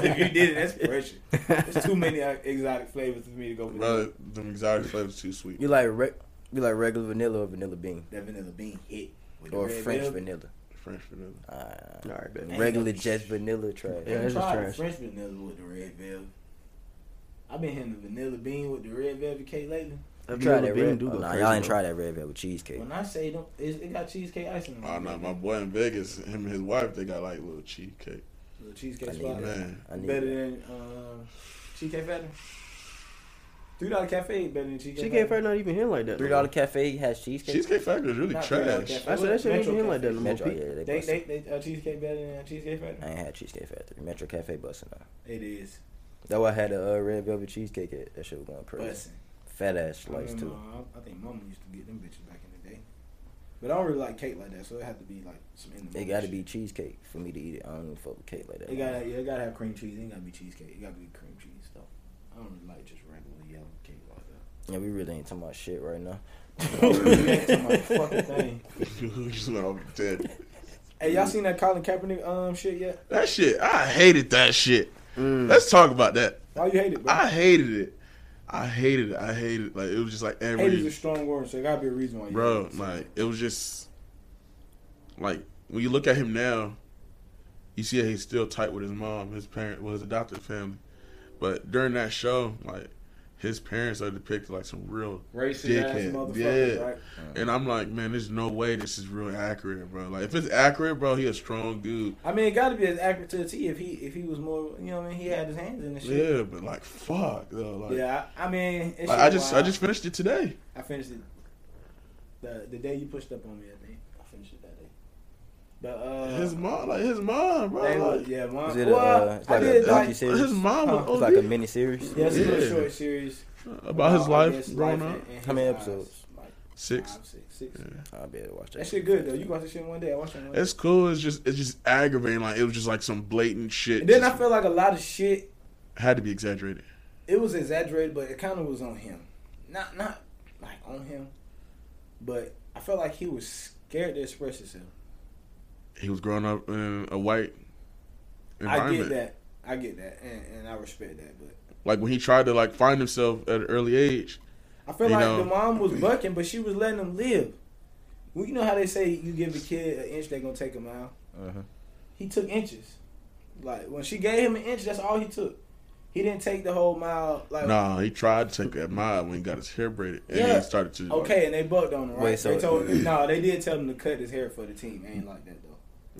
Speaker 1: if you did it, that's pressure. There's too many uh, exotic flavors for me to go with
Speaker 4: Bro, the anxiety flavors too sweet.
Speaker 2: You like re- you like regular vanilla or vanilla bean
Speaker 1: that vanilla bean hit with the
Speaker 2: or
Speaker 1: red
Speaker 2: French
Speaker 1: velvet.
Speaker 2: vanilla.
Speaker 4: French vanilla.
Speaker 2: Uh,
Speaker 3: All right, bet.
Speaker 2: regular just vanilla trash.
Speaker 3: Yeah, that's just
Speaker 1: Tried
Speaker 3: trash.
Speaker 1: French vanilla with the red velvet. I've been hitting the vanilla bean with the red velvet cake lately.
Speaker 3: That
Speaker 2: Try
Speaker 3: vanilla
Speaker 2: that
Speaker 3: bean
Speaker 2: red.
Speaker 3: do
Speaker 2: Oh,
Speaker 3: go
Speaker 2: nah,
Speaker 3: crazy,
Speaker 2: y'all ain't
Speaker 3: though.
Speaker 2: try that red velvet cheesecake.
Speaker 1: When I say them, it's, it got cheesecake icing on it.
Speaker 4: Oh no, my boy in Vegas, him and his wife, they got like little cheesecake.
Speaker 1: Little
Speaker 2: I
Speaker 1: cheesecake
Speaker 2: need
Speaker 1: spot.
Speaker 2: that.
Speaker 4: Man,
Speaker 2: I need
Speaker 1: Better
Speaker 2: that.
Speaker 1: than um, cheesecake factory. Three dollar cafe better than cheesecake.
Speaker 3: She can't fair not even him like that.
Speaker 2: Three
Speaker 3: though.
Speaker 2: dollar cafe has cheesecake.
Speaker 4: cheesecake factory is really
Speaker 1: Not
Speaker 4: trash.
Speaker 1: Cafe.
Speaker 3: I said that shit ain't
Speaker 1: Metro
Speaker 3: even like
Speaker 1: Cafe.
Speaker 3: that no more.
Speaker 2: Metro, yeah, they,
Speaker 1: They
Speaker 2: bussin'.
Speaker 1: they they uh, cheesecake better than uh, cheesecake
Speaker 2: I
Speaker 1: factory.
Speaker 2: ain't had Cheesecake Factory. Metro Cafe busting up.
Speaker 1: It is.
Speaker 2: That's why I had a uh, red velvet cheesecake. At. That shit was going crazy.
Speaker 1: Bussin'.
Speaker 2: Fat ass
Speaker 1: I,
Speaker 2: slice
Speaker 1: remember,
Speaker 2: too.
Speaker 1: uh, I think Mama used to get them bitches back in the day. But I don't really like cake like that, so it had to be like some. In the
Speaker 2: It gotta
Speaker 1: moment
Speaker 2: be cheesecake for me to eat it. I don't even fuck with cake like
Speaker 1: shit.
Speaker 2: that.
Speaker 1: It gotta yeah, it gotta have cream cheese. It ain't gotta be cheesecake. It gotta be cream cheese though. I don't really like just regular yellow cake like that.
Speaker 2: Yeah, we really ain't talking about shit right now.
Speaker 1: Oh, That's my fucking thing.
Speaker 4: you just went off the dead.
Speaker 1: Hey, y'all seen that Colin Kaepernick um shit yet?
Speaker 4: That shit, I hated that shit.
Speaker 3: Mm.
Speaker 4: Let's talk about that.
Speaker 1: Why you hate it, bro?
Speaker 4: I hated it. I hated it. I hated it. Like it was just like
Speaker 1: hate is a
Speaker 4: every
Speaker 1: strong word, so it gotta be a reason why you.
Speaker 4: bro.
Speaker 1: hate it.
Speaker 4: Like it was just like when you look at him now, you see that he's still tight with his mom, his parent, well, his adopted family. But during that show, like his parents are depicted like some real
Speaker 1: racist ass
Speaker 4: dickhead.
Speaker 1: motherfuckers,
Speaker 4: Yeah.
Speaker 1: right?
Speaker 4: And I'm like, man, there's no way this is real accurate, bro. Like, if it's accurate, bro, he a strong dude.
Speaker 1: I mean, it got to be as accurate to a T if he if he was more, you know, what I mean, he had his hands in the shit.
Speaker 4: Yeah, but like, fuck, though. Like,
Speaker 1: Yeah, I, I mean, it's
Speaker 4: like, I just, I just finished it today.
Speaker 1: I finished it the the day you pushed up on me. I think I finished it that day. But uh,
Speaker 4: His mom, like his mom, bro.
Speaker 1: they was,
Speaker 4: Like,
Speaker 1: yeah, mom.
Speaker 2: Is it a,
Speaker 1: well,
Speaker 2: uh, it's
Speaker 1: I
Speaker 2: like a
Speaker 1: did like,
Speaker 2: docu- series?
Speaker 4: his mom
Speaker 1: Huh.
Speaker 4: was
Speaker 2: It's like a
Speaker 4: OD.
Speaker 2: mini series.
Speaker 1: yeah, it's a little
Speaker 4: Yeah.
Speaker 1: short series
Speaker 4: about his
Speaker 1: Oh, I guess
Speaker 4: life growing up.
Speaker 1: and- and his
Speaker 2: How many
Speaker 1: lives,
Speaker 2: episodes?
Speaker 1: Like
Speaker 4: Six.
Speaker 1: five, six, six.
Speaker 4: Yeah.
Speaker 2: I better watch that.
Speaker 1: That shit good though. You can watch that shit in one day. I watched it in one day.
Speaker 4: It's cool. It's just, it's just aggravating. Like, it was just like some blatant shit.
Speaker 1: And then I
Speaker 4: Just
Speaker 1: feel like a lot of shit
Speaker 4: had to be exaggerated.
Speaker 1: it was exaggerated, but it kind of was on him. Not not like on him, but I felt like he was scared to express himself.
Speaker 4: He was growing up in a white
Speaker 1: I get
Speaker 4: environment.
Speaker 1: that. I get that, and, and I respect that. But
Speaker 4: Like when he tried to like find himself at an early age.
Speaker 1: I feel
Speaker 4: You
Speaker 1: like
Speaker 4: know-
Speaker 1: the mom was bucking, but she was letting him live. Well, you know how they say you give a kid an inch, they gonna take a mile.
Speaker 2: Mhm.
Speaker 1: He took inches. Like when she gave him an inch, that's all he took. He didn't take the whole mile. Like
Speaker 4: Nah, he tried to take that mile when he got his hair braided, and
Speaker 1: Yeah.
Speaker 4: he started to. like-
Speaker 1: okay, and they bucked on him. Right?
Speaker 2: Wait, so-
Speaker 1: they told him, no, they did tell him to cut his hair for the team. Ain't like that though.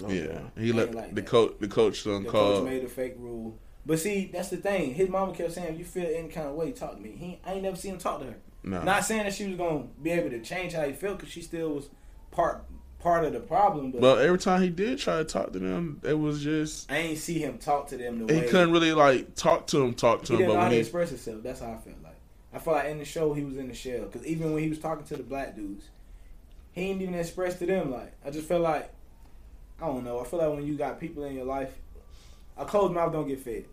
Speaker 4: yeah, he let
Speaker 1: like
Speaker 4: the
Speaker 1: that.
Speaker 4: coach. The coach um,
Speaker 1: The
Speaker 4: called.
Speaker 1: coach made a fake rule. But see, that's the thing. His mama kept saying, "If you feel any kind of way, talk to me." He, I ain't never seen him talk to her.
Speaker 4: nah,
Speaker 1: Not saying that she was gonna be able to change how he felt, cause she still was part part of the problem, but,
Speaker 4: But every time he did try to talk to them, it was just
Speaker 1: I ain't see him talk to them the
Speaker 4: he
Speaker 1: way
Speaker 4: couldn't really like talk to him, talk to
Speaker 1: he
Speaker 4: him.
Speaker 1: didn't know
Speaker 4: But
Speaker 1: how
Speaker 4: when
Speaker 1: to
Speaker 4: he
Speaker 1: express himself. That's how I felt like. I felt like in the show he was in the shell because even when he was talking to the black dudes, he ain't even express to them. Like I just felt like I don't know. I feel like when you got people in your life, a closed mouth don't get fed.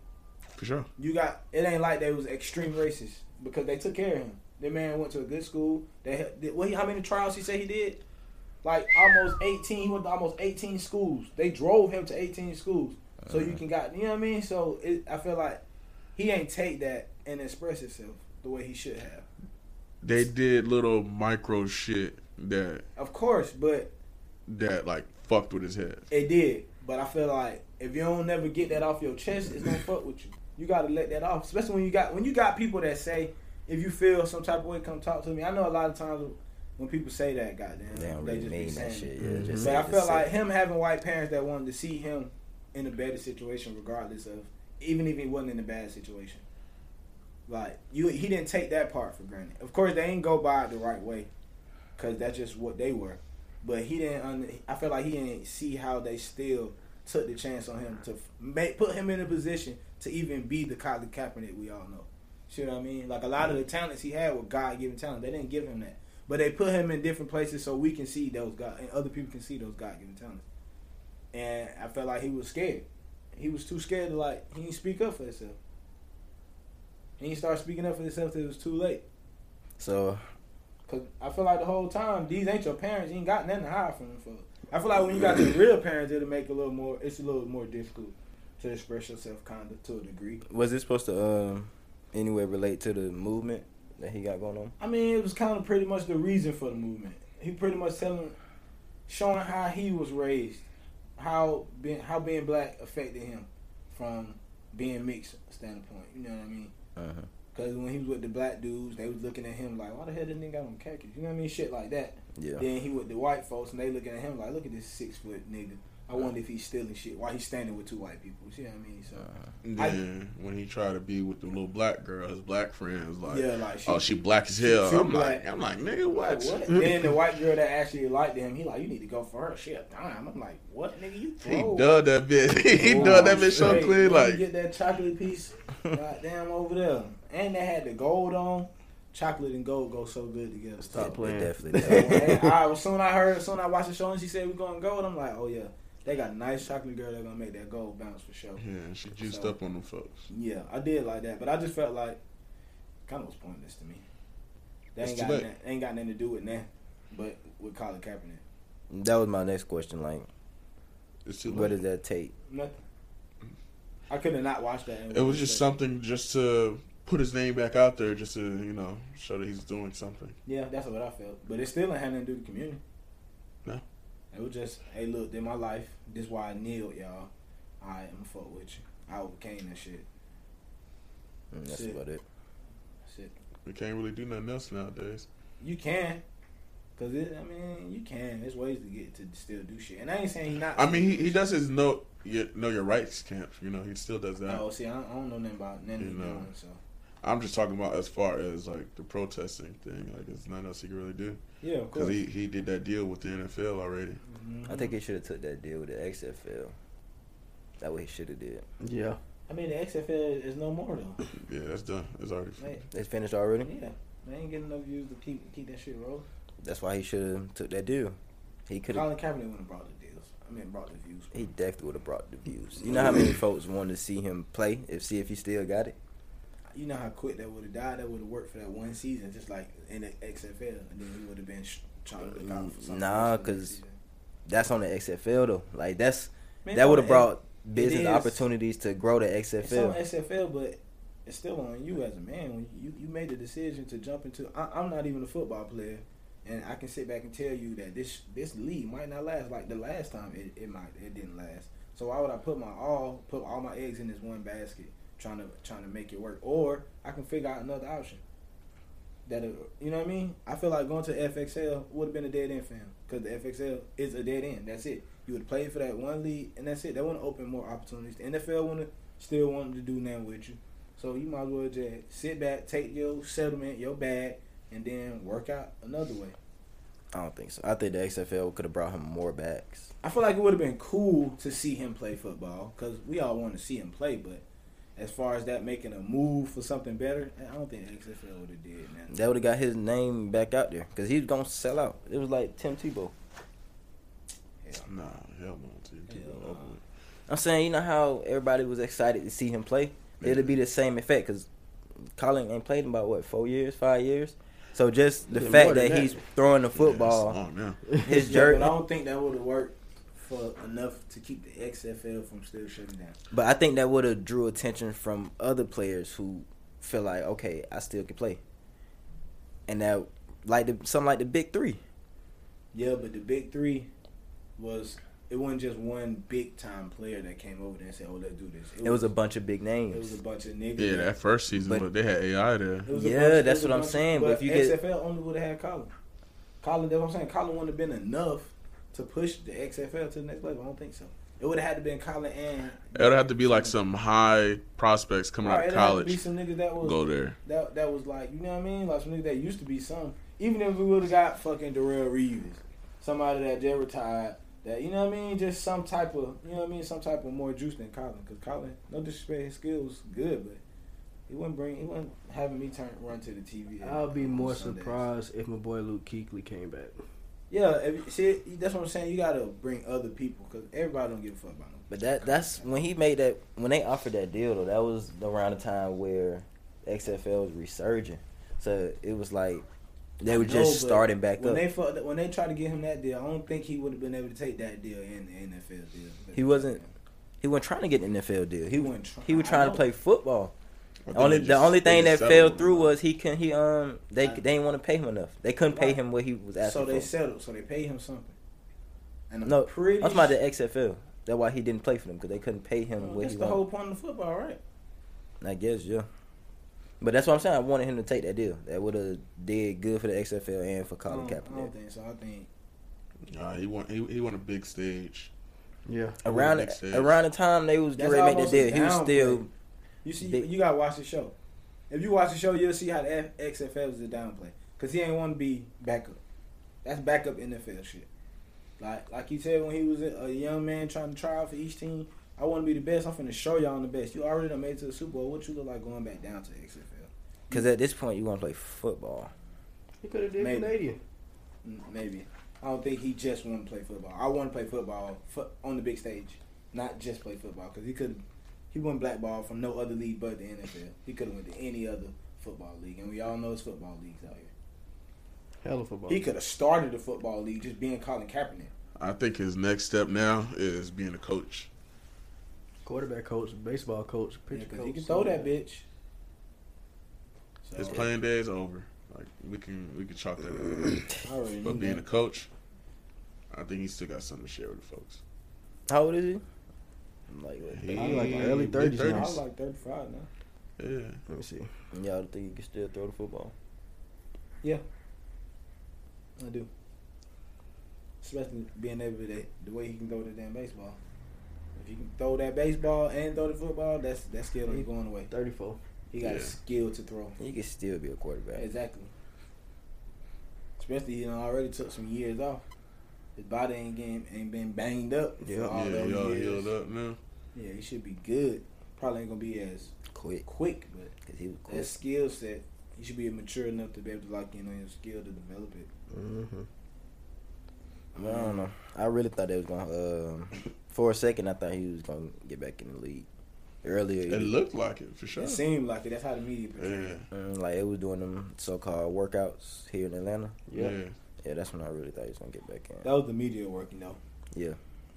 Speaker 4: for sure,
Speaker 1: You got it ain't like they was extreme racist because they took care of him. The man went to a good school. They hel- did, what? he- How many trials he said he did? Like almost eighteen. He went to almost eighteen schools. They drove him to eighteen schools. So you can got you know what I mean. So it, I feel like he ain't take that and express himself the way he should have.
Speaker 4: they did little micro shit that
Speaker 1: Of course, but
Speaker 4: that like fucked with his head.
Speaker 1: it did. But I feel like if you don't never get that off your chest, it's gonna fuck with you. You gotta let that off, especially when you got when you got people that say if you feel some type of way, come talk to me. I know a lot of times when people say that, goddamn,
Speaker 2: They don't
Speaker 1: they
Speaker 2: really
Speaker 1: just be
Speaker 2: mean that
Speaker 1: saying
Speaker 2: shit.
Speaker 1: it.
Speaker 2: Yeah,
Speaker 3: Mhm.
Speaker 2: just
Speaker 1: But I
Speaker 2: just
Speaker 1: felt like
Speaker 2: say-
Speaker 1: him having white parents that wanted to see him in a better situation, regardless of even if he wasn't in a bad situation. Like you, he didn't take that part for granted. Of course, they ain't go by it the right way, cause that's just what they were. But he didn't. Un- I feel like he didn't see how they still took the chance on him to f- make, put him in a position to even be the Colin Kaepernick we all know. See what I mean? Like a lot of the talents he had were God given talent. They didn't give him that, but they put him in different places so we can see those God and other people can see those God given talents. And I felt like he was scared. He was too scared to like he didn't speak up for himself. He didn't start speaking up for himself till it was too late.
Speaker 2: So
Speaker 1: Cause I feel like the whole time these ain't your parents. You ain't got nothing to hide from them. For I feel like when you got your real parents, it'll make it a little more. It's a little more difficult to express yourself, kinda to a degree.
Speaker 2: was this supposed to um anyway relate to the movement that he got going on?
Speaker 1: I mean, it was kind of pretty much the reason for the movement. He pretty much telling, showing how he was raised, how being how being black affected him from being mixed standpoint. You know what I mean?
Speaker 2: Uh-huh.
Speaker 1: Because when he was with the black dudes, they was looking at him like, why the hell this nigga got on khakis? You know what I mean? Shit like that.
Speaker 2: Yeah.
Speaker 1: Then he with the white folks, and they looking at him like, look at this six foot nigga. I wonder if he's stealing shit while he's standing with two white people. You know what I mean? So
Speaker 2: Uh-huh.
Speaker 4: And
Speaker 1: I-
Speaker 4: then when he tried to be with the little black girl, his black friends like,
Speaker 1: yeah, like
Speaker 4: oh she black as hell.
Speaker 1: she
Speaker 4: I'm
Speaker 1: black.
Speaker 4: like I'm like nigga what?
Speaker 1: What?
Speaker 2: Mm-hmm.
Speaker 1: then the white girl that actually liked him, he like, you need to go for her. She a dime. I'm like, what, nigga? You
Speaker 4: He
Speaker 1: throw.
Speaker 4: done that bitch. he
Speaker 1: Oh,
Speaker 4: done that bitch so
Speaker 1: straight. Let
Speaker 4: clean
Speaker 1: me
Speaker 4: like
Speaker 1: get that chocolate piece, goddamn over there. And they had the gold on. Chocolate and gold go so good together.
Speaker 2: Stop
Speaker 1: Stop.
Speaker 2: playing. Definitely.
Speaker 1: And
Speaker 2: does.
Speaker 1: I, as soon I heard, as soon I watched the show and she said we're going gold, I'm like, oh yeah, they got a nice chocolate girl. They're gonna make that gold bounce for sure.
Speaker 4: Yeah, she juiced
Speaker 1: So-
Speaker 4: up on them folks.
Speaker 1: Yeah, I did like that, but I just felt like kind of was pointless to me. That
Speaker 4: It's
Speaker 1: ain't
Speaker 4: too
Speaker 1: got,
Speaker 4: late.
Speaker 1: na- ain't got nothing to do with that, but with Colin Kaepernick,
Speaker 2: that was my next question. Like,
Speaker 4: It's too
Speaker 2: what
Speaker 4: late.
Speaker 2: does that take?
Speaker 1: nothing. I could have not watched that. and
Speaker 4: It was just
Speaker 1: said-
Speaker 4: something just to put his name back out there, just to you know show that he's doing something.
Speaker 1: Yeah, that's what I felt, but it still ain't had nothing to do with the community.
Speaker 4: No.
Speaker 1: It was just, hey, look, in my life, this why I kneeled, y'all. All right, I'm fuck with you. I overcame that shit.
Speaker 2: Mm, that's
Speaker 1: Shit.
Speaker 2: about it.
Speaker 1: That's it.
Speaker 4: We can't really do nothing else nowadays.
Speaker 1: You can. Cause it, I mean, you can. There's ways to get to still do shit, and I ain't saying he not.
Speaker 4: I mean, he, he does his no, your, know your rights camp. You know, he still does that.
Speaker 1: No, Oh, see, I don't, I don't know nothing about nothing.
Speaker 4: You
Speaker 1: he's
Speaker 4: know.
Speaker 1: doing, so
Speaker 4: I'm just talking about as far as like the protesting thing. Like, it's nothing else he can really do
Speaker 1: yeah, of
Speaker 4: because
Speaker 1: course.
Speaker 4: he, he did that deal with the NFL already.
Speaker 1: Mhm.
Speaker 2: I think he should have took that deal with the XFL. That what he should have did.
Speaker 3: Yeah.
Speaker 1: I mean, the XFL is no more though.
Speaker 4: Yeah, that's done. It's already.
Speaker 1: They,
Speaker 2: It's finished already.
Speaker 1: yeah, they ain't getting enough views to keep keep that shit rolling.
Speaker 2: That's why he should have took that deal. He could have.
Speaker 1: Colin Kaepernick would have brought the deals. I mean, brought the views.
Speaker 2: He definitely would have brought the views. You know how many folks wanted to see him play, if see if he still got it.
Speaker 1: You know how quick that would have died. That would have worked for that one season, just like in the XFL, and then he would have been sh- trying to look out for something.
Speaker 2: Mm, Nah,
Speaker 1: else the next
Speaker 2: 'cause
Speaker 1: season.
Speaker 2: That's on the XFL though. Like that's
Speaker 1: Man,
Speaker 2: that
Speaker 1: it's
Speaker 2: would
Speaker 1: on
Speaker 2: have
Speaker 1: the-
Speaker 2: brought business
Speaker 1: is.
Speaker 2: opportunities to grow the
Speaker 1: It's on
Speaker 2: XFL.
Speaker 1: SFL, but it's still on you as a man. When you you made the decision to jump into, I, I'm not even a football player, and I can sit back and tell you that this this league might not last. Like the last time, it, it might it didn't last. So why would I put my all put all my eggs in this one basket, trying to trying to make it work? Or I can figure out another option. That uh, you know what I mean? I feel like going to FXL would have been a dead end for him because the FXL is a dead end. That's it. You would play for that one league, and that's it. They want to open more opportunities. The NFL want to still wanted to do nothing with you. So you might as well just sit back, take your settlement, your bag, and then work out another way.
Speaker 2: I don't think so. I think the XFL could have brought him more backs.
Speaker 1: I feel like it would have been cool to see him play football because we all want to see him play. But as far as that making a move for something better, I don't think XFL would have did man.
Speaker 2: That would have got his name back out there because he's gonna sell out. It was like Tim Tebow.
Speaker 4: Nah, hell no. Tim Tebow
Speaker 1: Hell
Speaker 4: over
Speaker 1: no.
Speaker 4: with.
Speaker 2: I'm saying you know how everybody was excited to see him play. It'll be the same effect because Colin ain't played in about what four years, five years. So just the
Speaker 4: Yeah,
Speaker 2: fact
Speaker 4: more than
Speaker 2: that,
Speaker 4: that.
Speaker 2: he's throwing the
Speaker 4: Yeah, it's
Speaker 2: football,
Speaker 4: long now.
Speaker 2: his
Speaker 1: Yeah,
Speaker 2: jersey.
Speaker 1: but I don't think that would have worked for enough to keep the XFL from still shutting down.
Speaker 2: But I think that would have drew attention from other players who feel like, okay, I still can play. And that, like the something like the big three.
Speaker 1: Yeah, but the big three was it wasn't just one big time player that came over there and said, "Oh, let's do this."
Speaker 2: It was a bunch of big
Speaker 1: it was a
Speaker 2: names.
Speaker 1: bunch of niggas.
Speaker 4: Yeah, that first season,
Speaker 2: But-
Speaker 4: but, they had AI there.
Speaker 1: It was a
Speaker 2: Yeah,
Speaker 1: bunch- it
Speaker 2: that's
Speaker 1: was a
Speaker 2: what I'm
Speaker 1: bunch of-
Speaker 2: saying, but if you
Speaker 1: XFL
Speaker 2: get-
Speaker 1: only would have had Colin. Colin, that's what I'm saying. Colin wouldn't have been enough to push the XFL to the next level. I don't think so. It would have had to been Colin and.
Speaker 4: It would have to be like some high prospects coming
Speaker 1: Right,
Speaker 4: out of
Speaker 1: it'd have to Be
Speaker 4: college.
Speaker 1: some niggas that was
Speaker 4: Go there.
Speaker 1: that that was like you know what I mean, like some niggas that used to be some. Even if we would have got fucking Darrell Reeves, somebody that just retired, that you know what I mean, just some type of you know what I mean, some type of more juice than Colin, because Colin, no disrespect, his skills good, but he wouldn't bring, he wasn't having me turn run to the TV. every-
Speaker 3: I'll be
Speaker 1: on
Speaker 3: more
Speaker 1: Sundays.
Speaker 3: surprised if my boy Luke Keekley came back.
Speaker 1: Yeah, if, see, that's what I'm saying. You gotta bring other people because everybody don't give a fuck about no.
Speaker 2: But that that's when he made that when they offered that deal though. That was around the time where XFL was resurging. So it was like they were
Speaker 1: No,
Speaker 2: just
Speaker 1: but
Speaker 2: starting back
Speaker 1: when
Speaker 2: up.
Speaker 1: They fucked, when they tried to get him that deal, I don't think he would have been able to take that deal in the NFL deal.
Speaker 2: He wasn't- He wasn't trying to get an NFL deal. He was
Speaker 1: wasn't trying.
Speaker 2: he was trying to play football.
Speaker 4: I think
Speaker 2: Only
Speaker 4: they
Speaker 2: the
Speaker 4: just-
Speaker 2: only
Speaker 4: they
Speaker 2: thing that
Speaker 4: just
Speaker 2: fell
Speaker 4: settled him.
Speaker 2: through was he can he um they
Speaker 1: I-
Speaker 2: they didn't want to pay him enough. They couldn't pay
Speaker 1: Right.
Speaker 2: him what he was asking
Speaker 1: So they
Speaker 2: for.
Speaker 1: settled. So they paid him something. And I'm
Speaker 2: No,
Speaker 1: pretty.
Speaker 2: I'm talking about the XFL. That's why he didn't play for them because they couldn't pay him
Speaker 1: Well,
Speaker 2: what
Speaker 1: that's
Speaker 2: he
Speaker 1: the
Speaker 2: wanted.
Speaker 1: whole point of football, right?
Speaker 2: I guess yeah. But that's what I'm saying. I wanted him to take that deal. That would have did good for the XFL and for Colin
Speaker 1: I don't, I
Speaker 2: Kaepernick.
Speaker 1: don't think so. I think
Speaker 4: Nah, he want he, he want a big stage.
Speaker 3: Yeah.
Speaker 2: Around
Speaker 4: Next stage.
Speaker 2: around the time they was
Speaker 1: That's
Speaker 2: getting ready to make
Speaker 1: almost
Speaker 2: that deal,
Speaker 1: a
Speaker 2: he was
Speaker 1: downplay.
Speaker 2: still
Speaker 1: you see.
Speaker 2: They-
Speaker 1: you gotta watch the show. If you watch the show, you'll see how the F- XFL is a downplay because he ain't want to be backup. That's backup NFL shit. Like like he said when he was a a young man trying to try out for each team. I want to be the best. I'm finna show y'all I'm the best. You already done made it to the Super Bowl. What you look like going back down to XFL?
Speaker 2: because at this point you want to play football.
Speaker 3: He could have did
Speaker 1: Maybe.
Speaker 3: Canadian.
Speaker 1: Mm, Maybe. I don't think he just want to play football. I want to play football fo- on the big stage, not just play football because he could. He won blackball from no other league but the NFL. He could have went to any other football league, and we all know it's football leagues out here.
Speaker 3: Hell of a football.
Speaker 1: He could have started the football league just being Colin Kaepernick.
Speaker 4: I think his next step now is being a coach.
Speaker 3: Quarterback coach, baseball coach, pitcher
Speaker 1: Because
Speaker 3: coach.
Speaker 1: he can throw that bitch. So,
Speaker 4: His playing day is over. Like we can we can chalk that up.
Speaker 1: I already knew
Speaker 4: But being a
Speaker 1: that.
Speaker 4: coach, I think he still got something to share with the folks.
Speaker 2: How old is he? I'm like, what?
Speaker 4: He,
Speaker 3: I'm like early 30s now.
Speaker 1: I was like 35 now.
Speaker 4: Yeah.
Speaker 3: Let me see.
Speaker 2: y'all think you can still throw the football?
Speaker 1: I do. Especially being able to the way he can throw the damn baseball. If he can throw that baseball and throw the football, that's that skill ain't going away.
Speaker 3: 34.
Speaker 1: He got a
Speaker 4: Yeah.
Speaker 1: skill to throw.
Speaker 2: You can still be a quarterback.
Speaker 1: Exactly. Especially you know already took some years off. His body ain't getting ain't been banged up
Speaker 3: Yeah.
Speaker 1: for all
Speaker 4: yeah,
Speaker 1: those
Speaker 4: y'all
Speaker 1: years.
Speaker 4: healed up now.
Speaker 1: Yeah, he should be good. Probably ain't gonna be as
Speaker 2: Quick,
Speaker 1: quick, but
Speaker 2: because he was
Speaker 1: that
Speaker 2: quick.
Speaker 1: skill set, he should be mature enough to be able to lock in on your skill to develop it.
Speaker 3: Mm-hmm.
Speaker 2: But I don't know. I really thought they was gonna. Um, for a second, I thought he was gonna get back in the league. Earlier,
Speaker 4: It looked like it for sure.
Speaker 1: It seemed like it. That's how the media portrayed
Speaker 4: Yeah,
Speaker 1: it.
Speaker 2: Mm, like it was doing them so-called workouts here in Atlanta.
Speaker 3: Yeah.
Speaker 4: yeah.
Speaker 2: Yeah, that's when I really thought he was gonna get back in.
Speaker 1: That was the media working though.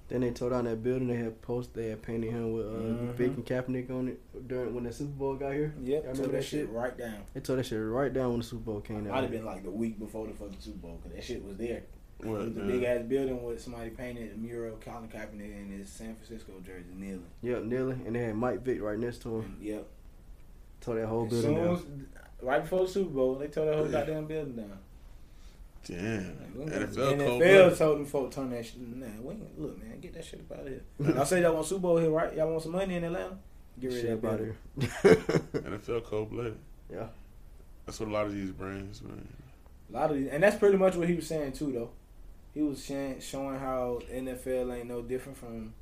Speaker 3: Then they tore down that building. They had post. They had painted him with uh,
Speaker 1: Mhm.
Speaker 3: Vic and Kaepernick on it during when the Super Bowl got here.
Speaker 1: Yep,
Speaker 3: Y'all
Speaker 1: I remember that shit
Speaker 3: shit?
Speaker 1: right down.
Speaker 3: They tore that shit right down when the Super Bowl came
Speaker 1: I'd
Speaker 3: out.
Speaker 1: have been like the week before the fucking Super Bowl because that shit was there. It was
Speaker 4: What,
Speaker 1: a
Speaker 4: uh,
Speaker 1: big ass building with somebody painted a mural of Colin Kaepernick in his San Francisco jersey kneeling.
Speaker 3: Yep, kneeling, and they had Mike Vick right next to him.
Speaker 1: And, yep.
Speaker 3: Tore that Oh. whole
Speaker 1: As
Speaker 3: building
Speaker 1: soon
Speaker 3: down.
Speaker 1: as- right before the Super Bowl, they tore that whole
Speaker 4: Yeah.
Speaker 1: goddamn building down.
Speaker 4: Damn.
Speaker 1: Like, we ain't gonna-
Speaker 4: NFL cold.
Speaker 1: NFL told them folk turn that shit. Nah, we ain't, look, man, get that shit up out of here. I say y'all want Super Bowl here, right? Y'all want some money in Atlanta? Get rid
Speaker 3: Shit
Speaker 1: of that
Speaker 3: about
Speaker 1: building.
Speaker 3: it.
Speaker 4: blooded. NFL cold blooded.
Speaker 3: Yeah.
Speaker 4: That's what a lot of these brands, man.
Speaker 1: A lot of these, and that's pretty much what he was saying too, though. He was saying, showing how NFL ain't no different from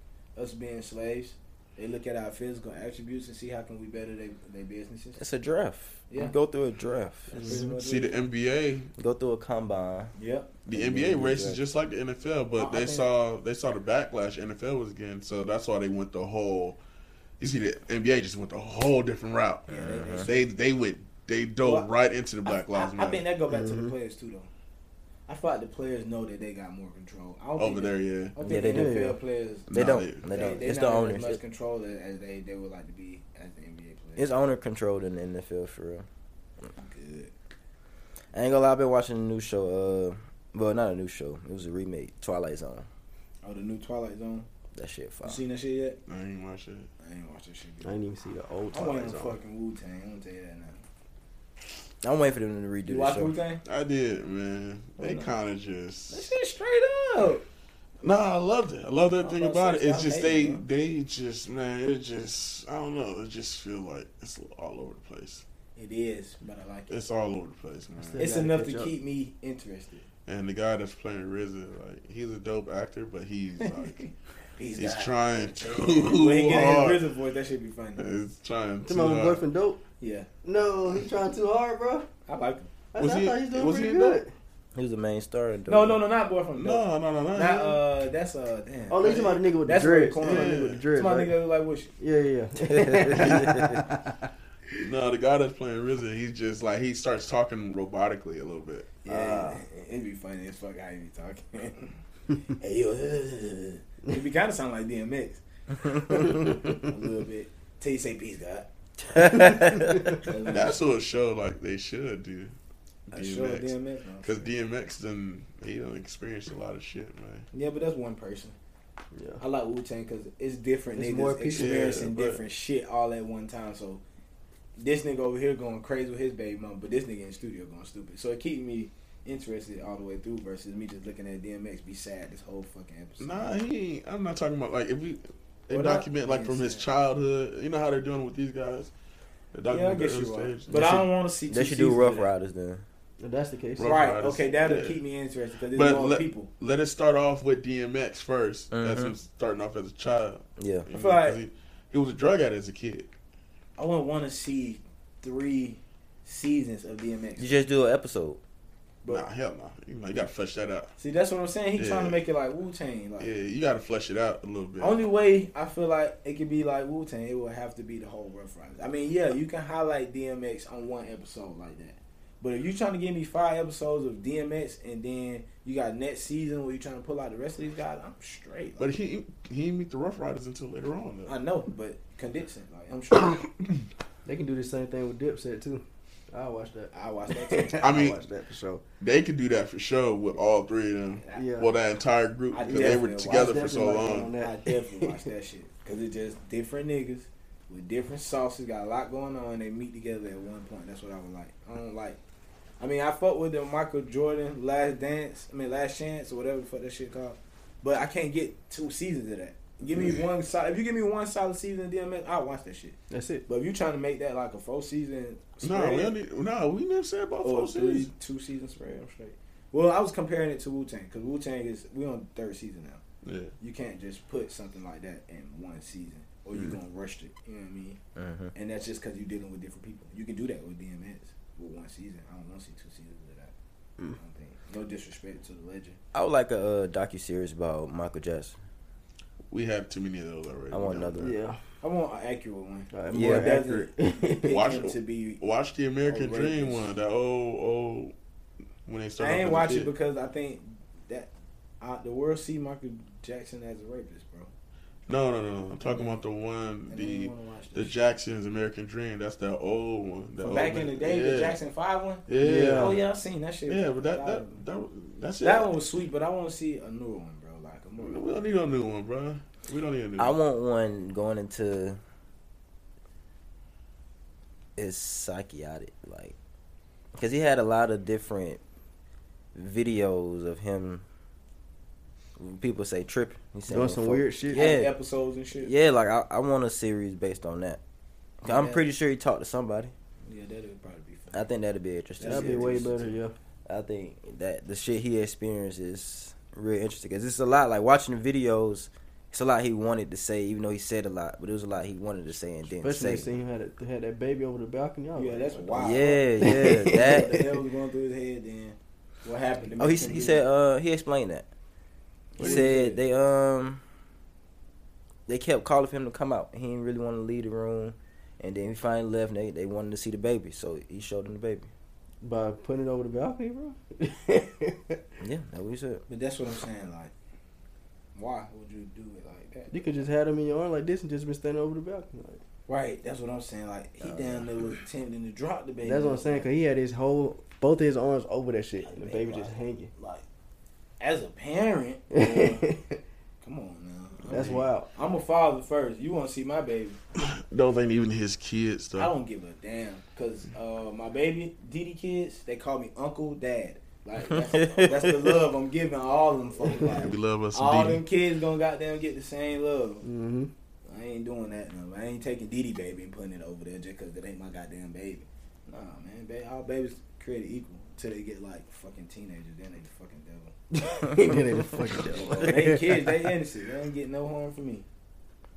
Speaker 1: us being slaves. They look at our physical attributes and see how can we better their they businesses.
Speaker 2: It's a draft.
Speaker 1: Yeah.
Speaker 2: You go through a draft.
Speaker 1: That's pretty much
Speaker 4: See
Speaker 1: it.
Speaker 4: the NBA,
Speaker 2: Go through a combine.
Speaker 1: Yep.
Speaker 4: the
Speaker 2: Yeah,
Speaker 4: NBA race
Speaker 2: exactly.
Speaker 4: is just like the NFL,
Speaker 1: Oh, I
Speaker 4: but they
Speaker 1: think-
Speaker 4: saw they saw the backlash NFL was getting, so that's why they went the whole. You see, the NBA just went the whole different route.
Speaker 1: Yeah,
Speaker 4: They they went they dove
Speaker 1: Well,
Speaker 4: right into the Black Lives
Speaker 1: I, I
Speaker 4: Matter
Speaker 1: think that go back
Speaker 2: Mm-hmm.
Speaker 1: to the players too, though. I feel like the players know that they got more control. I don't
Speaker 4: over
Speaker 1: think
Speaker 4: there.
Speaker 1: I
Speaker 4: Yeah,
Speaker 1: don't
Speaker 2: Yeah,
Speaker 1: think
Speaker 2: they
Speaker 1: the
Speaker 2: do.
Speaker 1: NFL players
Speaker 2: They
Speaker 4: Nah,
Speaker 2: don't. They,
Speaker 4: they-
Speaker 2: don't.
Speaker 1: they,
Speaker 2: it's
Speaker 1: they
Speaker 2: the
Speaker 1: not having as much
Speaker 2: ownership.
Speaker 1: control as, as they, they would like to be as the NBA players.
Speaker 2: It's owner controlled in the NFL for real.
Speaker 1: good.
Speaker 2: I ain't gonna lie, I've been watching a new show. Uh, well, not a new show. It was a remake, Twilight Zone.
Speaker 1: Oh, the new Twilight Zone.
Speaker 2: That shit
Speaker 1: You
Speaker 2: fire.
Speaker 1: seen that shit yet?
Speaker 4: I ain't watch it.
Speaker 1: I ain't watched that shit
Speaker 3: I
Speaker 1: yet.
Speaker 3: didn't even see the old
Speaker 1: I want
Speaker 3: Twilight
Speaker 1: to
Speaker 3: Zone.
Speaker 1: fucking Wu Tang. I'm gonna tell you that now.
Speaker 2: I'm waiting for them to
Speaker 1: You
Speaker 2: redo the
Speaker 1: watch Wu
Speaker 2: show.
Speaker 1: Tang?
Speaker 4: I did, man. They
Speaker 1: Hold
Speaker 4: kind of
Speaker 1: That
Speaker 4: just.
Speaker 1: shit straight up.
Speaker 4: Nah, I loved it. I love that thing
Speaker 1: I'm about to
Speaker 4: about it.
Speaker 1: say,
Speaker 4: It's
Speaker 1: I
Speaker 4: just
Speaker 1: hate
Speaker 4: they,
Speaker 1: it, bro.
Speaker 4: they just, man, it just, I don't know. It just feel like it's all over the place.
Speaker 1: It is, but I like it.
Speaker 4: It's all over the place, man.
Speaker 3: They
Speaker 1: It's
Speaker 3: gotta
Speaker 1: enough to
Speaker 3: catch up.
Speaker 1: keep me interested.
Speaker 4: And the guy that's playing RZA, like, he's a dope actor, but he's like,
Speaker 1: He's,
Speaker 4: he's
Speaker 1: not.
Speaker 4: trying
Speaker 1: When he
Speaker 4: too
Speaker 1: get his
Speaker 4: hard. Uh,
Speaker 1: prison voice, that should be funny.
Speaker 4: He's trying too
Speaker 3: Come on,
Speaker 4: hard.
Speaker 3: boyfriend dope.
Speaker 1: Yeah,
Speaker 3: No, he trying too hard, bro.
Speaker 1: I like him.
Speaker 3: I,
Speaker 4: Was
Speaker 3: I
Speaker 4: he-
Speaker 3: thought he was doing
Speaker 4: was he
Speaker 3: pretty
Speaker 4: in
Speaker 3: good.
Speaker 2: He was the main star. in
Speaker 1: No,
Speaker 2: Dope.
Speaker 1: no, no, not boyfriend. No,
Speaker 4: No, no, no, no.
Speaker 1: not uh, that's uh, damn.
Speaker 3: Oh, no, you talking about the nigga with the
Speaker 1: That's where
Speaker 3: dreads.
Speaker 1: it
Speaker 3: You talking about the nigga with the
Speaker 4: comes.
Speaker 1: It's my
Speaker 3: dreads, right?
Speaker 1: nigga that look like Wish.
Speaker 3: Yeah, yeah.
Speaker 4: no, the guy that's playing RZA, he's just like, he starts talking robotically a little bit.
Speaker 1: Yeah, it'd be funny as fuck how he be talking. hey yo, it be kind of sound like DMX a little bit. Till you say peace, God.
Speaker 4: That's what a show like they should do.
Speaker 1: I sure
Speaker 4: DMX.
Speaker 1: DMX.
Speaker 4: Cause DMX done he done experienced a lot of shit, man.
Speaker 1: Yeah, but that's one person.
Speaker 3: yeah.
Speaker 1: I like Wu Tang because it's different
Speaker 3: It's
Speaker 1: niggas
Speaker 3: more people.
Speaker 4: Yeah,
Speaker 1: experiencing
Speaker 4: but-
Speaker 1: different shit all at one time. So this nigga over here going crazy with his baby mom, but this nigga in the studio going stupid. So it keep me interested all the way through versus me just looking at DMX be sad this whole fucking episode.
Speaker 4: Nah, he. ain't- I'm not talking about like if we they
Speaker 1: Well, that-
Speaker 4: document like from his
Speaker 1: yeah.
Speaker 4: childhood. You know how they're doing with these guys. They
Speaker 1: yeah, I
Speaker 4: document
Speaker 1: guess
Speaker 4: their
Speaker 1: you
Speaker 4: early
Speaker 1: are.
Speaker 4: stage.
Speaker 1: But
Speaker 2: They
Speaker 1: I
Speaker 2: should-
Speaker 1: don't want to see.
Speaker 2: They
Speaker 1: two
Speaker 2: should do
Speaker 1: seasons
Speaker 2: Rough
Speaker 1: of that.
Speaker 2: Riders then.
Speaker 3: If that's the case.
Speaker 4: Rough
Speaker 1: right.
Speaker 4: Riders,
Speaker 1: Okay, that'll
Speaker 4: yeah.
Speaker 1: keep me interested because
Speaker 4: But
Speaker 1: there's more
Speaker 4: let-
Speaker 1: people.
Speaker 4: Let us start off with DMX 1st That's
Speaker 2: Mhm.
Speaker 4: him starting off as a child.
Speaker 2: Yeah.
Speaker 4: you know,
Speaker 1: feel like-
Speaker 4: 'cause he, he was a drug addict as a kid.
Speaker 1: I would want to see three seasons of DMX.
Speaker 2: You just do an episode.
Speaker 1: But-
Speaker 4: nah, hell no. You, know, you gotta flesh that out.
Speaker 1: See, that's what I'm saying. He
Speaker 4: Yeah.
Speaker 1: trying to make it like Wu Tang. Like
Speaker 4: Yeah, you gotta flesh it out a little bit.
Speaker 1: only way I feel like it could be like Wu Tang, it would have to be the whole Rough Riders. I mean, yeah, you can highlight DMX on one episode like that. But if you trying to give me five episodes of DMX and then you got next season where you trying to pull out the rest of these guys, I'm straight. Like,
Speaker 4: but he he didn't meet the Rough Riders until later on. Though.
Speaker 1: I know, but condensing, like I'm sure
Speaker 3: They can do the same thing with Dipset too. I'll watch that.
Speaker 1: I watched that. Too.
Speaker 4: I mean-
Speaker 3: I'll watch that for sure.
Speaker 4: They could do that for sure with all three of them.
Speaker 3: Yeah.
Speaker 4: Well, that entire group
Speaker 1: I
Speaker 4: because they were
Speaker 1: definitely
Speaker 4: together
Speaker 3: watched
Speaker 4: for so
Speaker 3: everybody
Speaker 4: long.
Speaker 3: on
Speaker 1: I definitely watch that shit because it's just different niggas with different sauces. Got a lot going on. They meet together at one point. That's what I would like. I don't like. I mean, I fuck with the Michael Jordan Last Dance. I mean, Last Chance or whatever the fuck that shit called. But I can't get two seasons of that. Give me one solid. If you give me one solid season of DMX, I'll watch that shit.
Speaker 3: That's it.
Speaker 1: But if you trying to make that like a four season
Speaker 4: No, we
Speaker 1: spread
Speaker 4: only, no, we never said about
Speaker 1: or
Speaker 4: four
Speaker 1: Oh, three
Speaker 4: seasons.
Speaker 1: two season spread, I'm straight. Well, I was comparing it to Wu Tang because Wu Tang is we on third season now.
Speaker 4: Yeah.
Speaker 1: you can't just put something like that in one season or you're
Speaker 3: Mm-hmm.
Speaker 1: gonna rush it. You know what I mean?
Speaker 2: Mhm.
Speaker 1: And that's just because you're dealing with different people. You can do that with DMX with one season. I don't want to see two seasons of that. I
Speaker 3: Mm.
Speaker 1: don't think. No disrespect to the legend.
Speaker 2: I would like a uh, docu series about Michael Jackson.
Speaker 4: We have too many of those already.
Speaker 2: I want
Speaker 4: We done
Speaker 2: another
Speaker 4: with
Speaker 3: Yeah.
Speaker 1: I want an accurate one.
Speaker 3: All right,
Speaker 2: Yeah.
Speaker 3: Uh, more
Speaker 1: It doesn't
Speaker 3: accurate.
Speaker 1: pick
Speaker 4: Watch
Speaker 1: him
Speaker 4: it.
Speaker 1: to be.
Speaker 4: that. Watch the American
Speaker 1: Oh,
Speaker 4: Dream
Speaker 1: Ravens.
Speaker 4: one. That old old when they started.
Speaker 1: I ain't watch it because I think that I, the world see Michael Jackson as a rapist, bro.
Speaker 4: No, no, no. I'm talking about the one
Speaker 1: And
Speaker 4: the
Speaker 1: want to watch
Speaker 4: the
Speaker 1: this.
Speaker 4: Jacksons American Dream. That's that old one. That
Speaker 1: From
Speaker 4: old
Speaker 1: back in
Speaker 4: man-
Speaker 1: the day,
Speaker 4: yeah.
Speaker 1: the Jackson Five one.
Speaker 4: Yeah.
Speaker 1: Oh
Speaker 4: yeah.
Speaker 1: yeah, I seen that shit.
Speaker 4: but that
Speaker 1: Five of
Speaker 4: that,
Speaker 1: them.
Speaker 4: that was- that's it.
Speaker 1: That one was sweet, but I want to see a newer one, bro. Like a more.
Speaker 4: We don't need no new one, bro. We don't need a new.
Speaker 2: I
Speaker 4: one.
Speaker 2: want one going into his psychotic, like, because he had a lot of different videos of him. People say tripping. He said
Speaker 3: Doing some
Speaker 2: fuck-
Speaker 3: weird shit.
Speaker 2: Yeah.
Speaker 1: episodes and shit.
Speaker 2: Yeah, like I, I want a series based on that. 'Cause I'm
Speaker 1: Yeah.
Speaker 2: pretty sure he talked to somebody.
Speaker 1: Yeah, that'd probably be fun.
Speaker 2: I think that'd be interesting.
Speaker 1: That'd
Speaker 3: That'd be way better, yeah.
Speaker 2: I think that the shit he experienced is real interesting because it's a lot. Like watching the videos, it's a lot he wanted to say, even though he said a lot, but it was a lot he wanted to say and didn't
Speaker 3: Especially
Speaker 2: say.
Speaker 3: seeing him had, that- had that baby over the balcony. I was
Speaker 1: Yeah,
Speaker 3: like,
Speaker 1: that's
Speaker 3: what the-
Speaker 1: wild.
Speaker 2: Yeah, yeah,
Speaker 1: What the hell
Speaker 2: that.
Speaker 1: was going through his head then? What happened? to
Speaker 2: Oh, he he said uh he explained that. He
Speaker 1: What did he say?
Speaker 2: said they um they kept calling for him to come out. He didn't really want to leave the room, and then he finally left. And they they wanted to see the baby, so he showed them the baby.
Speaker 3: By putting it over the balcony, bro.
Speaker 2: Yeah, that's what he said.
Speaker 1: but that's what I'm saying. Like, why would you do it like that?
Speaker 3: you could just had him in your arm like this and just been standing over the balcony. Like,
Speaker 1: Right, that's what I'm saying. Like he
Speaker 2: Oh,
Speaker 1: damn near was attempting to drop the baby.
Speaker 3: that's what I'm saying. Cause he had his whole both his arms over that shit, and the
Speaker 1: Man,
Speaker 3: baby
Speaker 1: like,
Speaker 3: just hanging.
Speaker 1: Like, as a parent, uh,
Speaker 3: that's
Speaker 1: come on now. I mean,
Speaker 3: wild.
Speaker 1: I'm a father first. You want to see my baby?
Speaker 4: Those ain't even his kids
Speaker 1: I
Speaker 4: though.
Speaker 1: don't give a damn. Cause uh, my baby, Didi kids, they call me Uncle Dad. Like that's, that's the love I'm giving all them folks. Like,
Speaker 4: We love us
Speaker 1: all
Speaker 4: some
Speaker 1: them
Speaker 4: DD.
Speaker 1: kids gonna goddamn get the same love.
Speaker 3: Mm-hmm.
Speaker 1: I ain't doing that no. I ain't taking Didi baby and putting it over there just cause that ain't my goddamn baby. Nah, man. Ba- all babies created equal until they get like fucking teenagers. Then they the fucking devil. Well, they kids, they innocent. They ain't get no harm from me.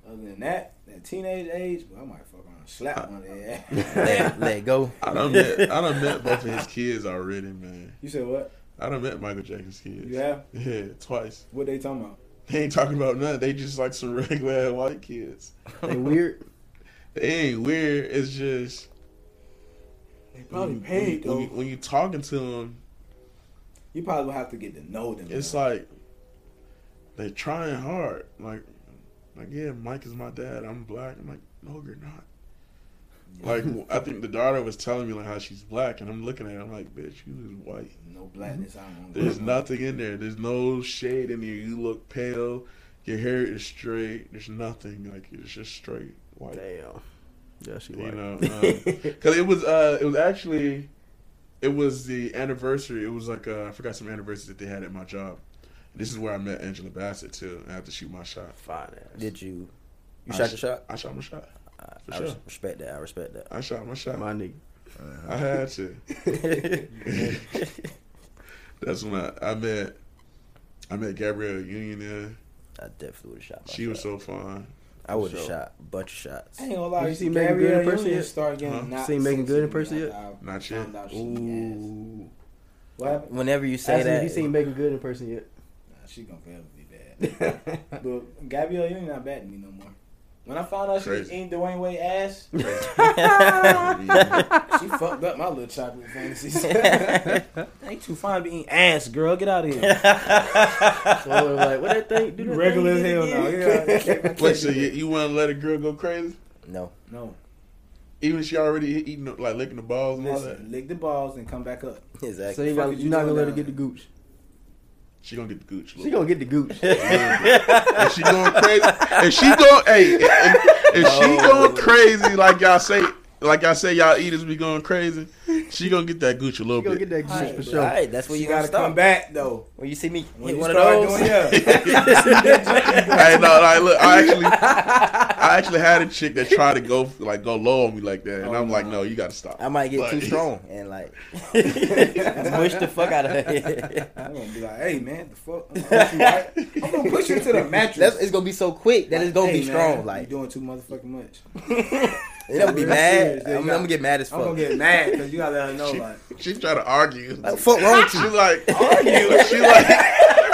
Speaker 1: Other than that, that teenage age, well, I might fuck around and slap one of their ass.
Speaker 2: let, let go.
Speaker 4: I done met I done met both of his kids already, man.
Speaker 1: you said what?
Speaker 4: I done met Michael Jackson's kids.
Speaker 1: You have?
Speaker 4: Yeah, twice.
Speaker 1: What they talking about?
Speaker 4: They ain't talking about nothing. They just like some regular ass white kids.
Speaker 3: They weird.
Speaker 4: They ain't weird. It's just
Speaker 1: They
Speaker 4: when you- when you- When, you, when you talking to them,
Speaker 1: You probably would have to get to know them.
Speaker 4: it's
Speaker 1: though.
Speaker 4: like they trying hard. Like, like yeah, Mike is my dad. I'm black. I'm like, no, you're not. Like, I think the daughter was telling me like how she's black, and I'm looking at her I'm like, bitch, you is white.
Speaker 1: no blackness. I don't.
Speaker 4: There's
Speaker 1: know.
Speaker 4: nothing in there. There's no shade in there. You look pale. Your hair is straight. There's nothing. Like it's just straight white.
Speaker 3: Damn. Yeah, she
Speaker 4: You
Speaker 3: white.
Speaker 4: know, because it was uh, it was actually, it was the anniversary. It was like uh, I forgot some anniversary that they had at my job. This is where I met Angela Bassett too. I had to shoot my shot.
Speaker 3: Fine ass.
Speaker 2: Did you? You
Speaker 4: I
Speaker 2: shot
Speaker 4: sh-
Speaker 2: your shot.
Speaker 4: I shot my shot.
Speaker 2: I,
Speaker 4: for
Speaker 2: I
Speaker 4: sure.
Speaker 2: res- respect that. I respect that.
Speaker 4: I shot my shot.
Speaker 3: My nigga.
Speaker 4: I had to. That's when I, I met I met Gabrielle Union there.
Speaker 2: I definitely would have shot. my
Speaker 4: She was
Speaker 2: shot.
Speaker 4: so fun.
Speaker 2: I would have
Speaker 4: so-
Speaker 2: shot a bunch of shots.
Speaker 1: I ain't gonna lie.
Speaker 3: You
Speaker 1: You
Speaker 3: see
Speaker 1: see,
Speaker 3: Megan Good in
Speaker 1: Gabrielle
Speaker 3: person
Speaker 1: Union
Speaker 3: yet?
Speaker 1: start getting
Speaker 4: Huh?
Speaker 1: not
Speaker 3: Seen Megan
Speaker 1: sexy
Speaker 3: Good in
Speaker 1: to me
Speaker 3: person yet?
Speaker 1: after I
Speaker 4: Not
Speaker 1: found out she ass.
Speaker 3: Ooh.
Speaker 1: What happened?
Speaker 2: Whenever you say
Speaker 3: Ask him if
Speaker 2: that,
Speaker 3: you seen Megan Good in person yet?
Speaker 1: Nah, she gonna forever be bad. but Gabrielle Union not bad to me no more. When I found out
Speaker 4: Crazy.
Speaker 1: she ain't Dwayne Wade ass, she fucked up my little chocolate fantasies. ain't too fine to be eating ass, girl. Get out of here.
Speaker 3: So I was like, what that thing? Do
Speaker 1: You
Speaker 3: that
Speaker 1: regular as
Speaker 3: thing
Speaker 1: hell now.
Speaker 3: again?
Speaker 1: Yeah, I can't- I
Speaker 4: Wait,
Speaker 1: can't
Speaker 4: so
Speaker 1: do
Speaker 4: you,
Speaker 1: it.
Speaker 4: you want to let a girl go crazy?
Speaker 2: no.
Speaker 1: No,
Speaker 4: Even she already eating like licking the balls and all that.
Speaker 1: listen, lick the balls and come back up.
Speaker 2: Exactly.
Speaker 3: So you
Speaker 1: Fuck
Speaker 3: gotta,
Speaker 1: is
Speaker 3: you're
Speaker 1: you
Speaker 3: not
Speaker 1: doing
Speaker 3: gonna let her
Speaker 1: down
Speaker 3: get the
Speaker 1: there?
Speaker 3: gooch.
Speaker 4: She gonna get the gooch.
Speaker 3: She gonna get the gooch. That's
Speaker 4: If she going crazy, if she going, hey, if, if- if she going crazy like y'all say, like y'all say, y'all eaters be going crazy. She gonna get that gooch a little
Speaker 3: gonna
Speaker 4: bit.
Speaker 3: get that gooch
Speaker 1: Alright,
Speaker 3: for
Speaker 1: bro.
Speaker 3: sure.
Speaker 2: All right, that's where
Speaker 1: She
Speaker 2: you gotta
Speaker 1: gotta come
Speaker 2: stop.
Speaker 1: back though.
Speaker 2: When you see me
Speaker 1: When
Speaker 2: hit
Speaker 1: you
Speaker 2: one of
Speaker 1: start
Speaker 2: those,
Speaker 1: doing yeah.
Speaker 4: hey, no, no, look, I actually, I actually had a chick that tried to go like go low on me like that, and I'm like, no, you gotta stop.
Speaker 2: I might get
Speaker 4: Like-
Speaker 2: too strong and like push the fuck out of her. head.
Speaker 1: I'm gonna be like, hey man, the fuck? I'm gonna push you, right? I'm gonna push you into the mattress.
Speaker 2: That's, it's gonna be so quick that it's gonna
Speaker 1: Hey,
Speaker 2: be
Speaker 1: man,
Speaker 2: strong.
Speaker 1: you
Speaker 2: Like
Speaker 1: doing too motherfucking much.
Speaker 2: I'm gonna be
Speaker 1: Real
Speaker 2: mad.
Speaker 1: serious,
Speaker 2: I'm,
Speaker 1: they
Speaker 2: I'm
Speaker 1: got-
Speaker 2: gonna get mad as
Speaker 1: I'm
Speaker 2: fuck.
Speaker 1: gonna get mad because you gotta let her know like.
Speaker 4: She tried to argue.
Speaker 2: Like, fuck wrong with
Speaker 4: She
Speaker 2: you?
Speaker 4: like argue. She like,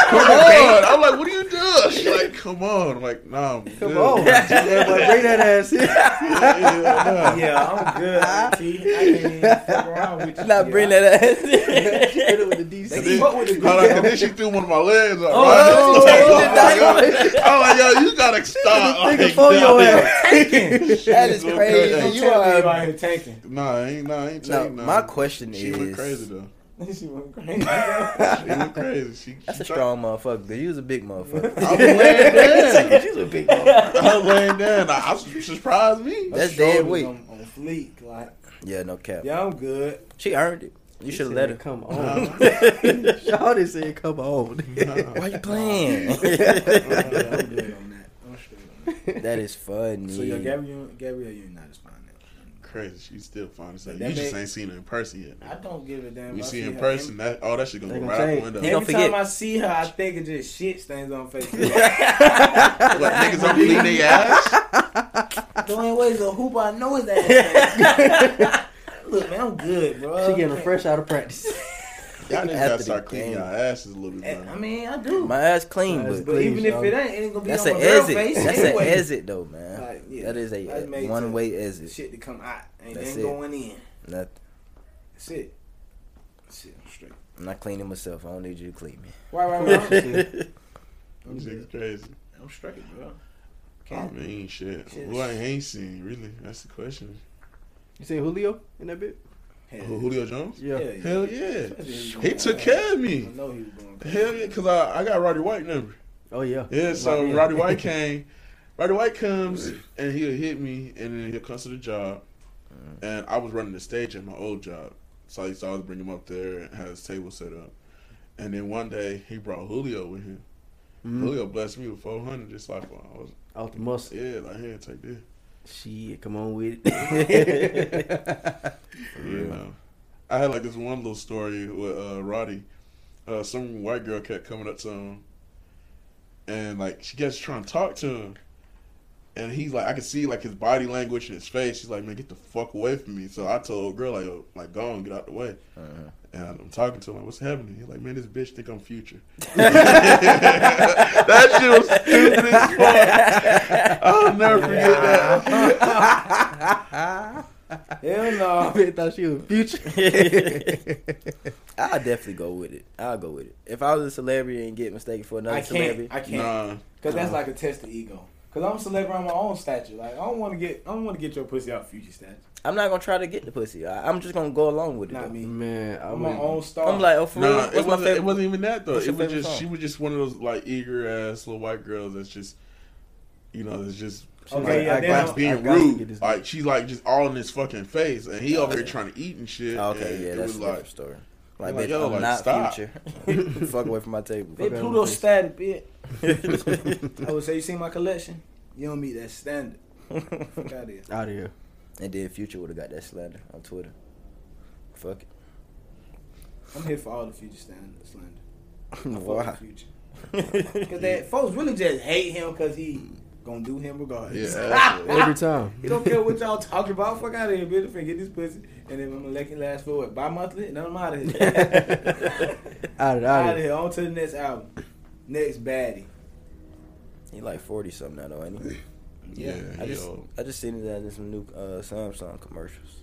Speaker 4: come on. I'm like, what are you doing? She like, come on. I'm like, nah, I'm
Speaker 3: Come
Speaker 4: good.
Speaker 3: on, Yeah, boy, bring that ass here.
Speaker 4: Yeah, nah.
Speaker 1: Yeah, I'm good. auntie. I can't even fuck around with you.
Speaker 2: Not
Speaker 1: Yeah,
Speaker 2: bring
Speaker 1: I-
Speaker 2: that ass.
Speaker 3: Hit it with the DC.
Speaker 1: They
Speaker 4: Then-
Speaker 1: fuck with the
Speaker 4: Hold on,
Speaker 1: good.
Speaker 4: 'cause then she threw one of my legs up.
Speaker 2: Oh,
Speaker 4: right? I'm like, yo, you gotta stop.
Speaker 3: Nigga,
Speaker 4: Like,
Speaker 3: for your
Speaker 4: nah.
Speaker 3: ass.
Speaker 2: that is
Speaker 4: Okay.
Speaker 1: Don't
Speaker 2: crazy. You
Speaker 1: tell me you
Speaker 2: are.
Speaker 1: out here tanking.
Speaker 4: Nah, I ain't nah, I ain't
Speaker 2: No,
Speaker 4: taking
Speaker 2: my
Speaker 4: nothing.
Speaker 2: question
Speaker 4: She
Speaker 2: is.
Speaker 4: went crazy though.
Speaker 1: she went crazy. That's
Speaker 4: She went crazy. She,
Speaker 2: That's
Speaker 4: she
Speaker 2: a strong motherfucker. Cause you was a big motherfucker.
Speaker 4: I was laying down.
Speaker 2: was a big motherfucker.
Speaker 4: I was laying down. I, I surprised me.
Speaker 2: That's dead weight.
Speaker 1: On, on fleek, like
Speaker 2: Yeah, no cap.
Speaker 1: yeah, I'm good.
Speaker 2: She earned it. You should have let her.
Speaker 3: come on.
Speaker 4: Nah,
Speaker 3: Shawty said, come on.
Speaker 4: nah.
Speaker 2: Why you playing?
Speaker 1: Yeah, I'm good on that. I'm straight on
Speaker 2: that is funny.
Speaker 1: that. So yeah, Gabrielle, Gabrielle, you're not as fine now.
Speaker 4: crazy. She still fine as hell.
Speaker 1: That
Speaker 4: You just
Speaker 1: make-
Speaker 4: ain't seen her in person yet.
Speaker 1: I don't give a damn.
Speaker 4: We
Speaker 1: I
Speaker 4: see
Speaker 1: her
Speaker 4: in person, that all that shit gonna
Speaker 3: They
Speaker 4: go
Speaker 3: gonna
Speaker 4: right out the
Speaker 3: change.
Speaker 4: window.
Speaker 2: They
Speaker 1: Every,
Speaker 2: gonna
Speaker 1: every
Speaker 2: forget.
Speaker 1: time I see her, I think of just shit stains on Facebook.
Speaker 4: What niggas don't clean their ass?
Speaker 1: The only way is a hoop I know is that. Look, man, I'm good, bro.
Speaker 3: She getting fresh out of practice.
Speaker 4: Y'all niggas
Speaker 2: After
Speaker 4: gotta
Speaker 2: the
Speaker 4: start cleaning
Speaker 2: game.
Speaker 4: y'all asses a little bit, bro.
Speaker 1: eh, I mean, I do.
Speaker 2: My ass clean,
Speaker 3: Nah, it's
Speaker 2: but
Speaker 1: but
Speaker 3: please,
Speaker 1: even if
Speaker 3: dog.
Speaker 1: it ain't, it ain't gonna be
Speaker 2: that's
Speaker 1: on
Speaker 2: an
Speaker 1: my girl
Speaker 2: exit.
Speaker 1: face.
Speaker 2: That's an
Speaker 1: anyway.
Speaker 2: exit though, man.
Speaker 1: Like, yeah,
Speaker 2: that is
Speaker 1: I
Speaker 2: a
Speaker 1: made it
Speaker 2: one way exit.
Speaker 1: Shit to come out ain't
Speaker 2: That's
Speaker 1: then
Speaker 2: it.
Speaker 1: going in.
Speaker 2: Nothing.
Speaker 1: That's it. That's it. I'm straight.
Speaker 2: I'm not cleaning myself. I don't need you to clean me.
Speaker 1: Why, why, why?
Speaker 4: Them shit's crazy.
Speaker 1: I'm straight, bro.
Speaker 4: I
Speaker 1: Can't.
Speaker 4: mean, shit.
Speaker 1: Shit.
Speaker 4: Who I ain't seen, really? That's the question.
Speaker 3: You say Julio in that bit?
Speaker 4: Who- Julio Jones?
Speaker 3: Yeah.
Speaker 4: Hell Oh, yeah.
Speaker 1: Especially
Speaker 4: He
Speaker 1: if
Speaker 4: took
Speaker 1: you-
Speaker 4: care of
Speaker 1: I
Speaker 4: me.
Speaker 1: know he was going. crazy.
Speaker 4: Hell yeah, because I, I got Roddy White number.
Speaker 3: Oh yeah.
Speaker 4: Yeah, so
Speaker 3: Right.
Speaker 4: Roddy White came. Roddy White comes and he'll hit me, and then he'll come to the job.
Speaker 3: Uh-huh.
Speaker 4: And I was running the stage at my old job, so I used to always bring him up there and have his table set up. And then one day he brought Julio with him.
Speaker 3: Mhm.
Speaker 4: Julio blessed me with four hundred, just like when I was.
Speaker 3: Out the muscle.
Speaker 4: Yeah, like here, take this.
Speaker 3: Shit, come on with it.
Speaker 4: You know, I had like this one little story with uh, Roddy. Uh, some white girl kept coming up to him, and like she kept trying to talk to him, and he's like, I could see like his body language and his face. She's like, man, get the fuck away from me. So I told girl like, "Yo, like go on, get out the way.
Speaker 2: Uh-huh.
Speaker 4: And I'm talking to him like, what's happening? He's like, man, this bitch think I'm future. that shit was stupid as fuck. I'll never forget that.
Speaker 1: Hell
Speaker 3: I
Speaker 1: no.
Speaker 3: really thought she was future.
Speaker 2: I'll definitely go with it. I'll go with it. If I was a celebrity and get mistaken for another
Speaker 1: I
Speaker 2: celebrity,
Speaker 1: can't. I can't.
Speaker 4: Nah,
Speaker 1: Cause that's like a test of ego. Cause I'm a celebrity on my own stature. Like I don't want to get, I don't want to get your pussy out future stature.
Speaker 2: I'm not gonna try to get the pussy. I, I'm just gonna go along with it.
Speaker 1: Not
Speaker 2: though.
Speaker 1: me.
Speaker 3: Man, I
Speaker 1: I'm my
Speaker 3: wouldn't-
Speaker 1: own star.
Speaker 2: I'm like, oh, for real?
Speaker 4: No,
Speaker 2: What's
Speaker 4: it
Speaker 2: my
Speaker 4: wasn't.
Speaker 2: favorite?
Speaker 4: It wasn't even that though.
Speaker 2: What's
Speaker 4: it
Speaker 2: your
Speaker 4: was
Speaker 2: favorite
Speaker 4: just
Speaker 2: song?
Speaker 4: she was just one of those like eager ass little white girls that's just, you know, that's just
Speaker 3: She was
Speaker 1: Okay,
Speaker 4: like,
Speaker 1: yeah,
Speaker 4: like,
Speaker 1: then
Speaker 4: like
Speaker 1: I'll-
Speaker 4: being
Speaker 3: I gotta get
Speaker 4: rude.
Speaker 3: this-
Speaker 4: Like she's like just all in his fucking face, and he over here trying to eat and shit.
Speaker 2: Oh, okay,
Speaker 4: and
Speaker 2: yeah,
Speaker 4: it
Speaker 2: that's
Speaker 4: was
Speaker 2: a
Speaker 4: like,
Speaker 2: different story. Like,
Speaker 4: like,
Speaker 2: bitch,
Speaker 4: yo,
Speaker 2: I'm
Speaker 4: like,
Speaker 2: not
Speaker 4: stop.
Speaker 2: future. Fuck away from my table.
Speaker 1: Bit
Speaker 3: Fuck
Speaker 1: Pluto
Speaker 3: out of
Speaker 1: static, bitch. I would say you see my collection. You don't meet that standard. Fuck out here.
Speaker 3: Out of here.
Speaker 2: and then Future would have got that slander on Twitter. Fuck it.
Speaker 1: I'm here for all the future standards, slander. I fuck
Speaker 2: Why?
Speaker 1: with Future. Cause that folks really just hate him because he gonna do him
Speaker 4: yeah,
Speaker 1: regardless.
Speaker 2: Ah.
Speaker 4: that's it.
Speaker 3: Every time.
Speaker 1: He don't care what y'all talking about. Fuck out of here, bitch. Finna get this pussy, and then I'm gonna let it last for what bi-monthly, and then I'm out of here.
Speaker 3: Out
Speaker 1: out
Speaker 3: of out
Speaker 1: of
Speaker 3: of
Speaker 1: here. On to the next album. Next baddie.
Speaker 2: he like 40 something now, though, ain't he?
Speaker 4: yeah.
Speaker 1: Yeah,
Speaker 2: I just,
Speaker 4: yo.
Speaker 2: I just seen that in some new uh, Samsung commercials.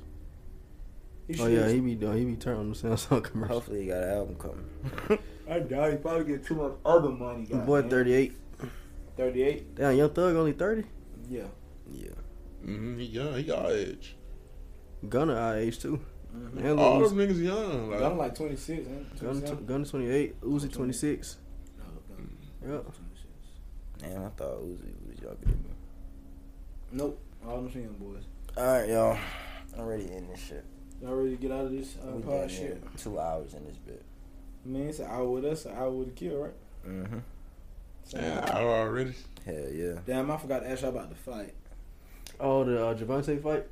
Speaker 1: He
Speaker 3: Oh
Speaker 1: should-
Speaker 3: yeah, he be doing. He be turning the Samsung commercial.
Speaker 2: Hopefully, he got an album coming.
Speaker 1: I doubt he probably get too much other money.
Speaker 3: My boy,
Speaker 1: goddamn.
Speaker 3: thirty eight.
Speaker 1: 38?
Speaker 3: Damn, Young Thug only thirty.
Speaker 1: Yeah.
Speaker 2: Yeah.
Speaker 4: Mhm, he young, he our age.
Speaker 3: Gunner our age too.
Speaker 1: Mm-hmm.
Speaker 3: And
Speaker 4: All
Speaker 3: Lil
Speaker 4: those
Speaker 3: Uzi.
Speaker 4: niggas young. Like,
Speaker 1: I'm like 26, man.
Speaker 3: Gunner,
Speaker 1: 27?
Speaker 3: Gunner twenty eight. Uzi twenty six.
Speaker 1: No,
Speaker 4: mm,
Speaker 1: Gunna.
Speaker 3: Yep.
Speaker 1: 26.
Speaker 2: Damn, I thought Uzi was younger than me.
Speaker 1: Nope. All them young boys.
Speaker 2: All right, y'all. I'm ready to end this shit.
Speaker 1: Y'all ready to get out of this uh,
Speaker 2: We
Speaker 1: pod
Speaker 2: done
Speaker 1: shit?
Speaker 2: here Two hours in this bit.
Speaker 1: Man, it's an hour with us, an hour with the kill, right?
Speaker 2: Mm-hmm.
Speaker 1: So-
Speaker 4: yeah, I already.
Speaker 2: Hell yeah.
Speaker 1: Damn, I forgot to ask y'all about the fight.
Speaker 3: Oh, the uh, Javante fight.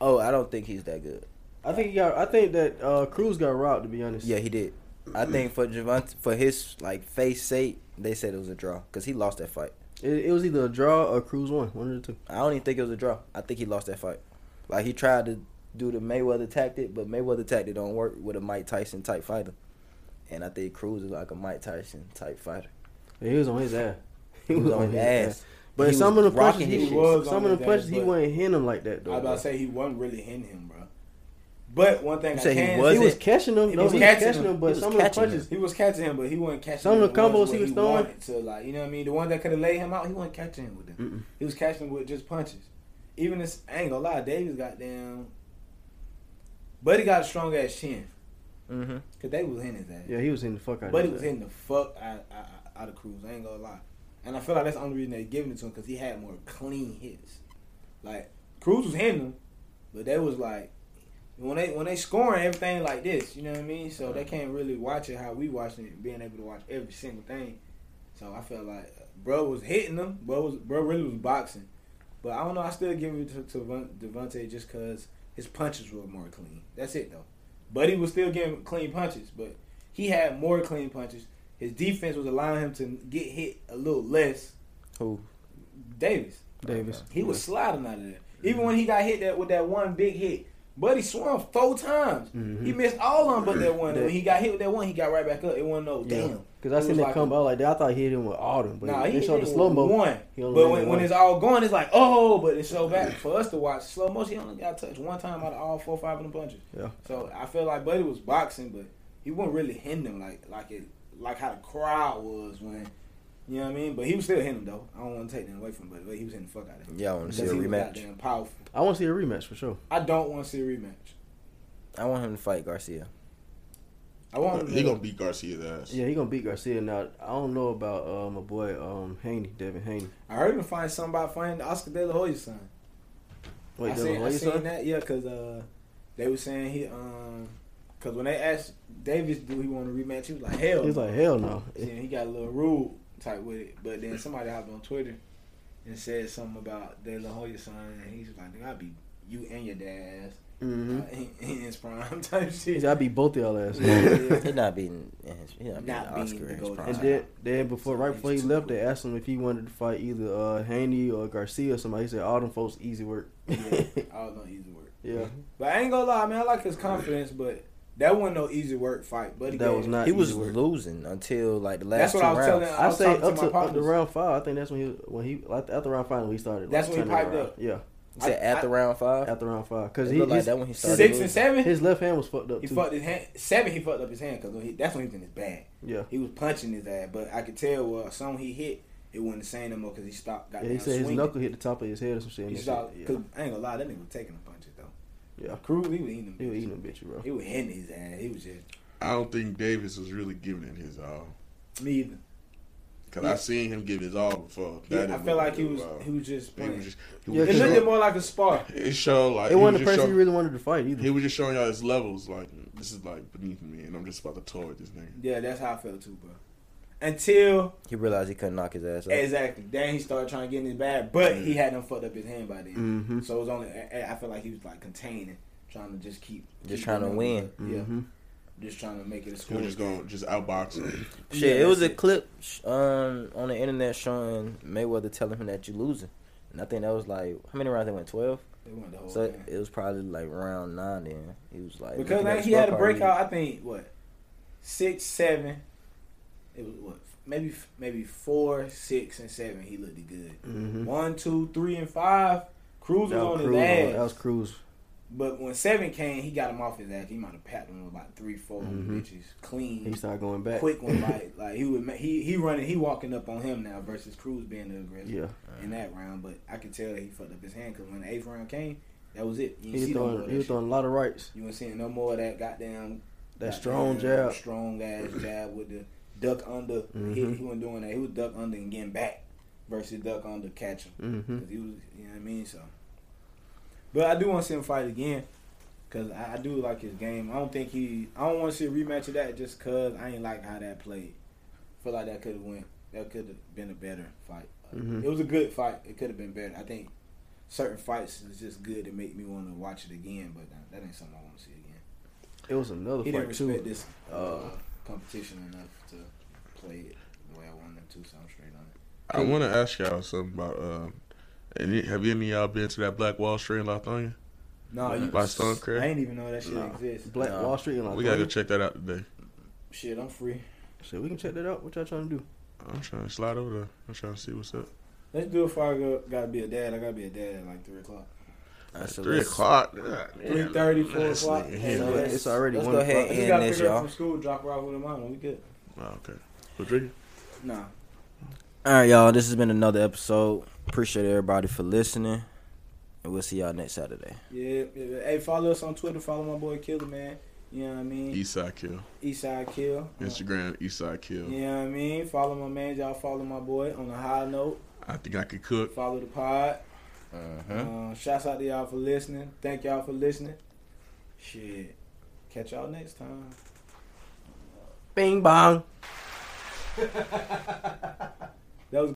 Speaker 2: Oh, I don't think he's that good.
Speaker 3: I think he got. I think that uh, Cruz got robbed. To be honest.
Speaker 2: Yeah, he did. I think for Javante, for his like face sake, they said it was a draw because he lost that fight.
Speaker 3: It, it was either a draw or Cruz won. One of the two.
Speaker 2: I don't even think it was a draw. I think he lost that fight. Like he tried to do the Mayweather tactic, but Mayweather tactic don't work with a Mike Tyson type fighter. And I think Cruz is like a Mike Tyson type fighter.
Speaker 3: He was on his ass.
Speaker 2: He was on his ass.
Speaker 3: But
Speaker 2: He
Speaker 3: some
Speaker 2: was
Speaker 3: of the punches,
Speaker 2: rocking his
Speaker 3: he
Speaker 2: shit.
Speaker 1: was
Speaker 3: some
Speaker 1: on
Speaker 3: of the
Speaker 1: his
Speaker 3: punches,
Speaker 1: ass,
Speaker 3: he
Speaker 1: but-
Speaker 3: wasn't hitting him like that
Speaker 1: I
Speaker 3: though.
Speaker 1: was about to say he wasn't really hitting him, bro. But one thing
Speaker 2: You
Speaker 1: I
Speaker 2: say he
Speaker 1: can
Speaker 2: was
Speaker 3: he
Speaker 1: say,
Speaker 3: was
Speaker 2: it?
Speaker 3: catching him.
Speaker 1: He
Speaker 3: No,
Speaker 1: was
Speaker 3: he was
Speaker 1: catching
Speaker 3: catching
Speaker 1: him.
Speaker 3: him, but
Speaker 2: He was
Speaker 3: some of the
Speaker 2: catching
Speaker 3: punches.
Speaker 1: he was catching him, but he wasn't catching
Speaker 3: Some of
Speaker 1: him
Speaker 3: the
Speaker 1: with
Speaker 3: combos
Speaker 1: ones
Speaker 3: he
Speaker 1: where
Speaker 3: was throwing-
Speaker 1: wanted To like, you know what I mean? The one that could have laid him out, he wasn't catching him with them.
Speaker 3: Mm-mm.
Speaker 1: He was catching him with just punches. Even this, I ain't gonna lie, Davis got down. But he got a strong ass chin.
Speaker 2: Mm-hmm.
Speaker 1: Cause they was hitting his ass.
Speaker 3: Yeah, he was hitting the fuck out.
Speaker 1: But he
Speaker 3: of his
Speaker 1: was
Speaker 3: ass.
Speaker 1: hitting the fuck out, out, out of Cruz. I ain't gonna lie. And I feel like that's the only reason they giving it to him because he had more clean hits. Like Cruz was hitting him, but they was like when they when they scoring everything like this, you know what I mean? So they can't really watch it how we watching it, being able to watch every single thing. So I felt like uh, bro was hitting them, bro was bro really was boxing. But I don't know. I still give it to, to Von- Devontae just because His punches were more clean. That's it though. Buddy was still getting clean punches, but he had more clean punches. His defense was allowing him to get hit a little less.
Speaker 2: Who?
Speaker 1: Davis.
Speaker 3: Davis. Mm-hmm.
Speaker 1: He was sliding out of there. Even when he got hit that with that one big hit, Buddy swung four times. He
Speaker 3: Mm-hmm.
Speaker 1: missed all of them but that one. And When he got hit with that one, he got right back up. It wasn't no
Speaker 3: Yeah.
Speaker 1: damn.
Speaker 3: Because I
Speaker 1: was
Speaker 3: seen it
Speaker 1: like
Speaker 3: come
Speaker 1: a-
Speaker 3: out like that. I thought he hit him with all them, but
Speaker 1: Nah,
Speaker 3: they
Speaker 1: he
Speaker 3: showed the
Speaker 1: hit
Speaker 3: slow mo.
Speaker 1: One,
Speaker 3: He only
Speaker 1: but when,
Speaker 3: landed one.
Speaker 1: when it's all going, it's like oh, but it's so bad for us to watch slow motion. He only got touched one time out of all four, or five of them punches.
Speaker 3: Yeah.
Speaker 1: So I feel like Buddy was boxing, but he wasn't really hitting them like like it like how the crowd was when you know what I mean. But he was still hitting him though. I don't want to take that away from Buddy, but he was hitting the fuck out of him.
Speaker 2: Yeah, I want to see a
Speaker 1: Because he was
Speaker 2: rematch.
Speaker 1: goddamn powerful.
Speaker 3: I want to see a rematch for sure.
Speaker 1: I don't want to see a rematch.
Speaker 2: I want him to fight Garcia.
Speaker 1: I want him
Speaker 4: He
Speaker 1: to-
Speaker 4: gonna beat Garcia's ass.
Speaker 3: Yeah, he gonna beat Garcia. Now I don't know about uh, my boy um, Haney, Devin Haney.
Speaker 1: I heard him find somebody find Oscar De La Hoya's son.
Speaker 3: Wait,
Speaker 1: I
Speaker 3: Devin
Speaker 1: seen, I
Speaker 3: Haney's
Speaker 1: seen
Speaker 3: son?
Speaker 1: that, yeah, because uh, they were saying he, um, because when they asked Davis, do he want a rematch, he was like, hell.
Speaker 3: He's
Speaker 1: no.
Speaker 3: like hell no.
Speaker 1: And he got a little rude type with it. But then somebody hopped on Twitter and said something about De La Hoya's son, and he's like, nigga, I'll be you and your dad's
Speaker 3: Mm-hmm.
Speaker 1: in, in his prime type shit.
Speaker 3: He's I beat both y'all ass.
Speaker 1: Yeah.
Speaker 2: He's not beating. He's not
Speaker 1: Not
Speaker 2: beating
Speaker 1: beating
Speaker 2: Oscar
Speaker 1: the
Speaker 2: in his
Speaker 1: golden
Speaker 2: prime.
Speaker 3: And then, then before, right before he
Speaker 1: He's too
Speaker 3: left, they
Speaker 1: cool.
Speaker 3: asked him if he wanted to fight either uh, Haney or Garcia or somebody. He said, "All them folks easy work."
Speaker 1: yeah, I was on easy work.
Speaker 3: yeah,
Speaker 1: But I ain't gonna lie, man, I like his confidence, but that wasn't no easy work fight. But
Speaker 3: that was not.
Speaker 2: he was
Speaker 3: easy work.
Speaker 2: losing until like the last
Speaker 1: That's
Speaker 2: two
Speaker 1: what I was
Speaker 2: rounds.
Speaker 1: telling. I
Speaker 3: I
Speaker 1: was
Speaker 3: say
Speaker 1: talking
Speaker 3: up
Speaker 1: to,
Speaker 3: to,
Speaker 1: my
Speaker 3: up to
Speaker 1: partners.
Speaker 3: round five. I think that's when he was- when he like, after round five when he started.
Speaker 1: That's
Speaker 3: like,
Speaker 1: when he
Speaker 3: turning it
Speaker 1: piped
Speaker 3: around.
Speaker 1: up.
Speaker 3: Yeah,
Speaker 2: You said after
Speaker 1: I-
Speaker 2: round five.
Speaker 3: after round five because
Speaker 2: It
Speaker 3: he
Speaker 2: looked like
Speaker 3: his,
Speaker 2: that when he started.
Speaker 1: six and
Speaker 2: losing.
Speaker 1: seven.
Speaker 3: his left hand was fucked up
Speaker 1: He
Speaker 3: too.
Speaker 1: fucked his hand. Seven, he fucked up his hand because that's when he was in his bag.
Speaker 3: Yeah.
Speaker 1: He was punching his ass, but I could tell well, some he hit, it wasn't the same no more because he stopped. Got
Speaker 3: Yeah, he
Speaker 1: down
Speaker 3: said his
Speaker 1: swinging.
Speaker 3: knuckle hit the top of his head or some shit. and
Speaker 1: He
Speaker 3: that
Speaker 1: stopped.
Speaker 3: shit.
Speaker 1: Cause
Speaker 3: Yeah.
Speaker 1: I ain't gonna lie, that nigga was taking the punches though.
Speaker 3: yeah,
Speaker 1: Cruz, he was eating them.
Speaker 3: he was
Speaker 1: bitches.
Speaker 3: eating a bitch, bro.
Speaker 1: He was hitting his ass. He was just
Speaker 4: I don't think Davis was really giving it his all.
Speaker 1: me either.
Speaker 4: Cause I seen him give his all before.
Speaker 1: He- I
Speaker 4: didn't
Speaker 1: felt
Speaker 4: look
Speaker 1: like he
Speaker 4: good
Speaker 1: was
Speaker 4: at all.
Speaker 1: he was just
Speaker 4: He
Speaker 1: playing.
Speaker 4: was just. He
Speaker 3: Yeah,
Speaker 4: was
Speaker 1: it
Speaker 4: just
Speaker 1: looked
Speaker 4: show-
Speaker 1: at more like a spar.
Speaker 4: it showed like
Speaker 3: It wasn't the
Speaker 4: just
Speaker 3: person
Speaker 4: show-
Speaker 3: he really wanted to fight either.
Speaker 4: He was just showing y'all his levels. Like this is like beneath me, and I'm just about to toy with this nigga.
Speaker 1: Yeah, that's how I felt too, bro. Until
Speaker 2: He realized he couldn't knock his ass out.
Speaker 1: exactly, then he started trying to get in his bag, but he had him fucked up his hand by then.
Speaker 3: mm-hmm.
Speaker 1: So it was only I I feel like he was like containing, trying to just keep
Speaker 2: Just
Speaker 1: keep
Speaker 2: trying to
Speaker 1: going.
Speaker 2: win.
Speaker 1: Yeah,
Speaker 3: hmm
Speaker 1: just trying to make it a
Speaker 4: He
Speaker 1: score.
Speaker 4: was just going just outbox him.
Speaker 2: Shit,
Speaker 1: Yeah,
Speaker 2: it was a
Speaker 1: that's it.
Speaker 2: clip sh- um, on the internet showing Mayweather telling him that you're losing. And I think that was like, how many rounds they went? 12?
Speaker 1: They won the whole
Speaker 2: So
Speaker 1: thing.
Speaker 2: it was probably like round nine then. He was like,
Speaker 1: because
Speaker 2: looking at
Speaker 1: like,
Speaker 2: the
Speaker 1: he had a
Speaker 2: scorecard,
Speaker 1: breakout. I think what six, seven. It was what maybe maybe four, six, and seven. He looked good.
Speaker 3: Mm-hmm.
Speaker 1: One, two, three, and five. Cruz was
Speaker 3: That
Speaker 1: on
Speaker 3: was
Speaker 1: his
Speaker 3: Cruz.
Speaker 1: ass,
Speaker 3: That was Cruz.
Speaker 1: but when seven came, he got him off his ass. He might have papped him with about three, four
Speaker 3: Mhm.
Speaker 1: bitches clean.
Speaker 3: He started going back.
Speaker 1: quick one bite. Like he would, ma- he he running, he walking up on him now versus Cruz being the aggressor
Speaker 3: Yeah,
Speaker 1: in that round. But I could tell he fucked up his hand because when the eighth round came, that was it. You
Speaker 3: he
Speaker 1: ain't
Speaker 3: was
Speaker 1: see no more of
Speaker 3: throwing.
Speaker 1: that
Speaker 3: He was
Speaker 1: shit.
Speaker 3: throwing a lot of rights.
Speaker 1: You ain't seeing no more of that goddamn
Speaker 3: That
Speaker 1: goddamn
Speaker 3: strong jab.
Speaker 1: strong ass jab with the duck under. He,
Speaker 3: Mhm.
Speaker 1: he wasn't doing that. He was duck under and getting back versus duck under catch him.
Speaker 3: Mm-hmm.
Speaker 1: 'Cause he was, you know what I mean. So, but I do want to see him fight again. Cause I, I do like his game. I don't think he. I don't want to see a rematch of that just cause I ain't like how that played. Feel like that could have went. That could have been a better fight.
Speaker 3: Mhm.
Speaker 1: It was a good fight. It could have been better. I think certain fights is just good to make me want to watch it again. But that, that ain't something I want to see again.
Speaker 3: It was another
Speaker 1: He didn't
Speaker 3: fight too.
Speaker 1: respect this uh,
Speaker 3: Uh,
Speaker 1: competition enough to play it the way I wanted them to. So I'm straight on it.
Speaker 4: I want to ask y'all something about. Um, any, have any of y'all been to that Black Wall Street in Lithonia?
Speaker 1: No, you,
Speaker 4: By Stone Creek?
Speaker 1: I ain't even know that shit
Speaker 4: No.
Speaker 1: exists.
Speaker 3: Black
Speaker 2: Nah.
Speaker 3: Wall Street and like
Speaker 4: We gotta go check that out today.
Speaker 1: Shit, I'm free.
Speaker 3: Shit, we can check that out. What y'all trying to do?
Speaker 4: I'm trying to slide over there. I'm trying to see what's up.
Speaker 1: Let's do it before I go, gotta be a dad. I gotta be a dad at like 3 o'clock.
Speaker 2: I said,
Speaker 4: Three
Speaker 2: let's-
Speaker 4: o'clock.
Speaker 1: Three thirty, four
Speaker 4: That's
Speaker 1: o'clock.
Speaker 4: nigga
Speaker 1: Yeah,
Speaker 4: here.
Speaker 3: So
Speaker 1: that's-
Speaker 3: it's already
Speaker 2: let's
Speaker 3: one
Speaker 2: go ahead
Speaker 3: o'clock.
Speaker 1: I
Speaker 2: and
Speaker 1: just
Speaker 2: end
Speaker 1: gotta
Speaker 2: this,
Speaker 1: pick her up
Speaker 2: y'all.
Speaker 1: from school, drop her off with her mom, and we good.
Speaker 4: Oh, okay. What drink?
Speaker 1: Nah.
Speaker 2: All right, y'all. This has been another episode. Appreciate everybody for listening. And we'll see y'all next Saturday.
Speaker 1: Yeah, yeah, yeah. Hey, follow us on Twitter. Follow my boy Killer, man. You know what I mean?
Speaker 4: Eastside Kill.
Speaker 1: Eastside Kill. Uh,
Speaker 4: Instagram Eastside Kill.
Speaker 1: You know what I mean? Follow my man. Y'all follow my boy on a high note.
Speaker 4: I think I could cook.
Speaker 1: Follow the pod.
Speaker 2: Uh-huh.
Speaker 1: Uh, shouts out to y'all for listening. Thank y'all for listening. Shit. Catch y'all next time.
Speaker 3: Bing bong.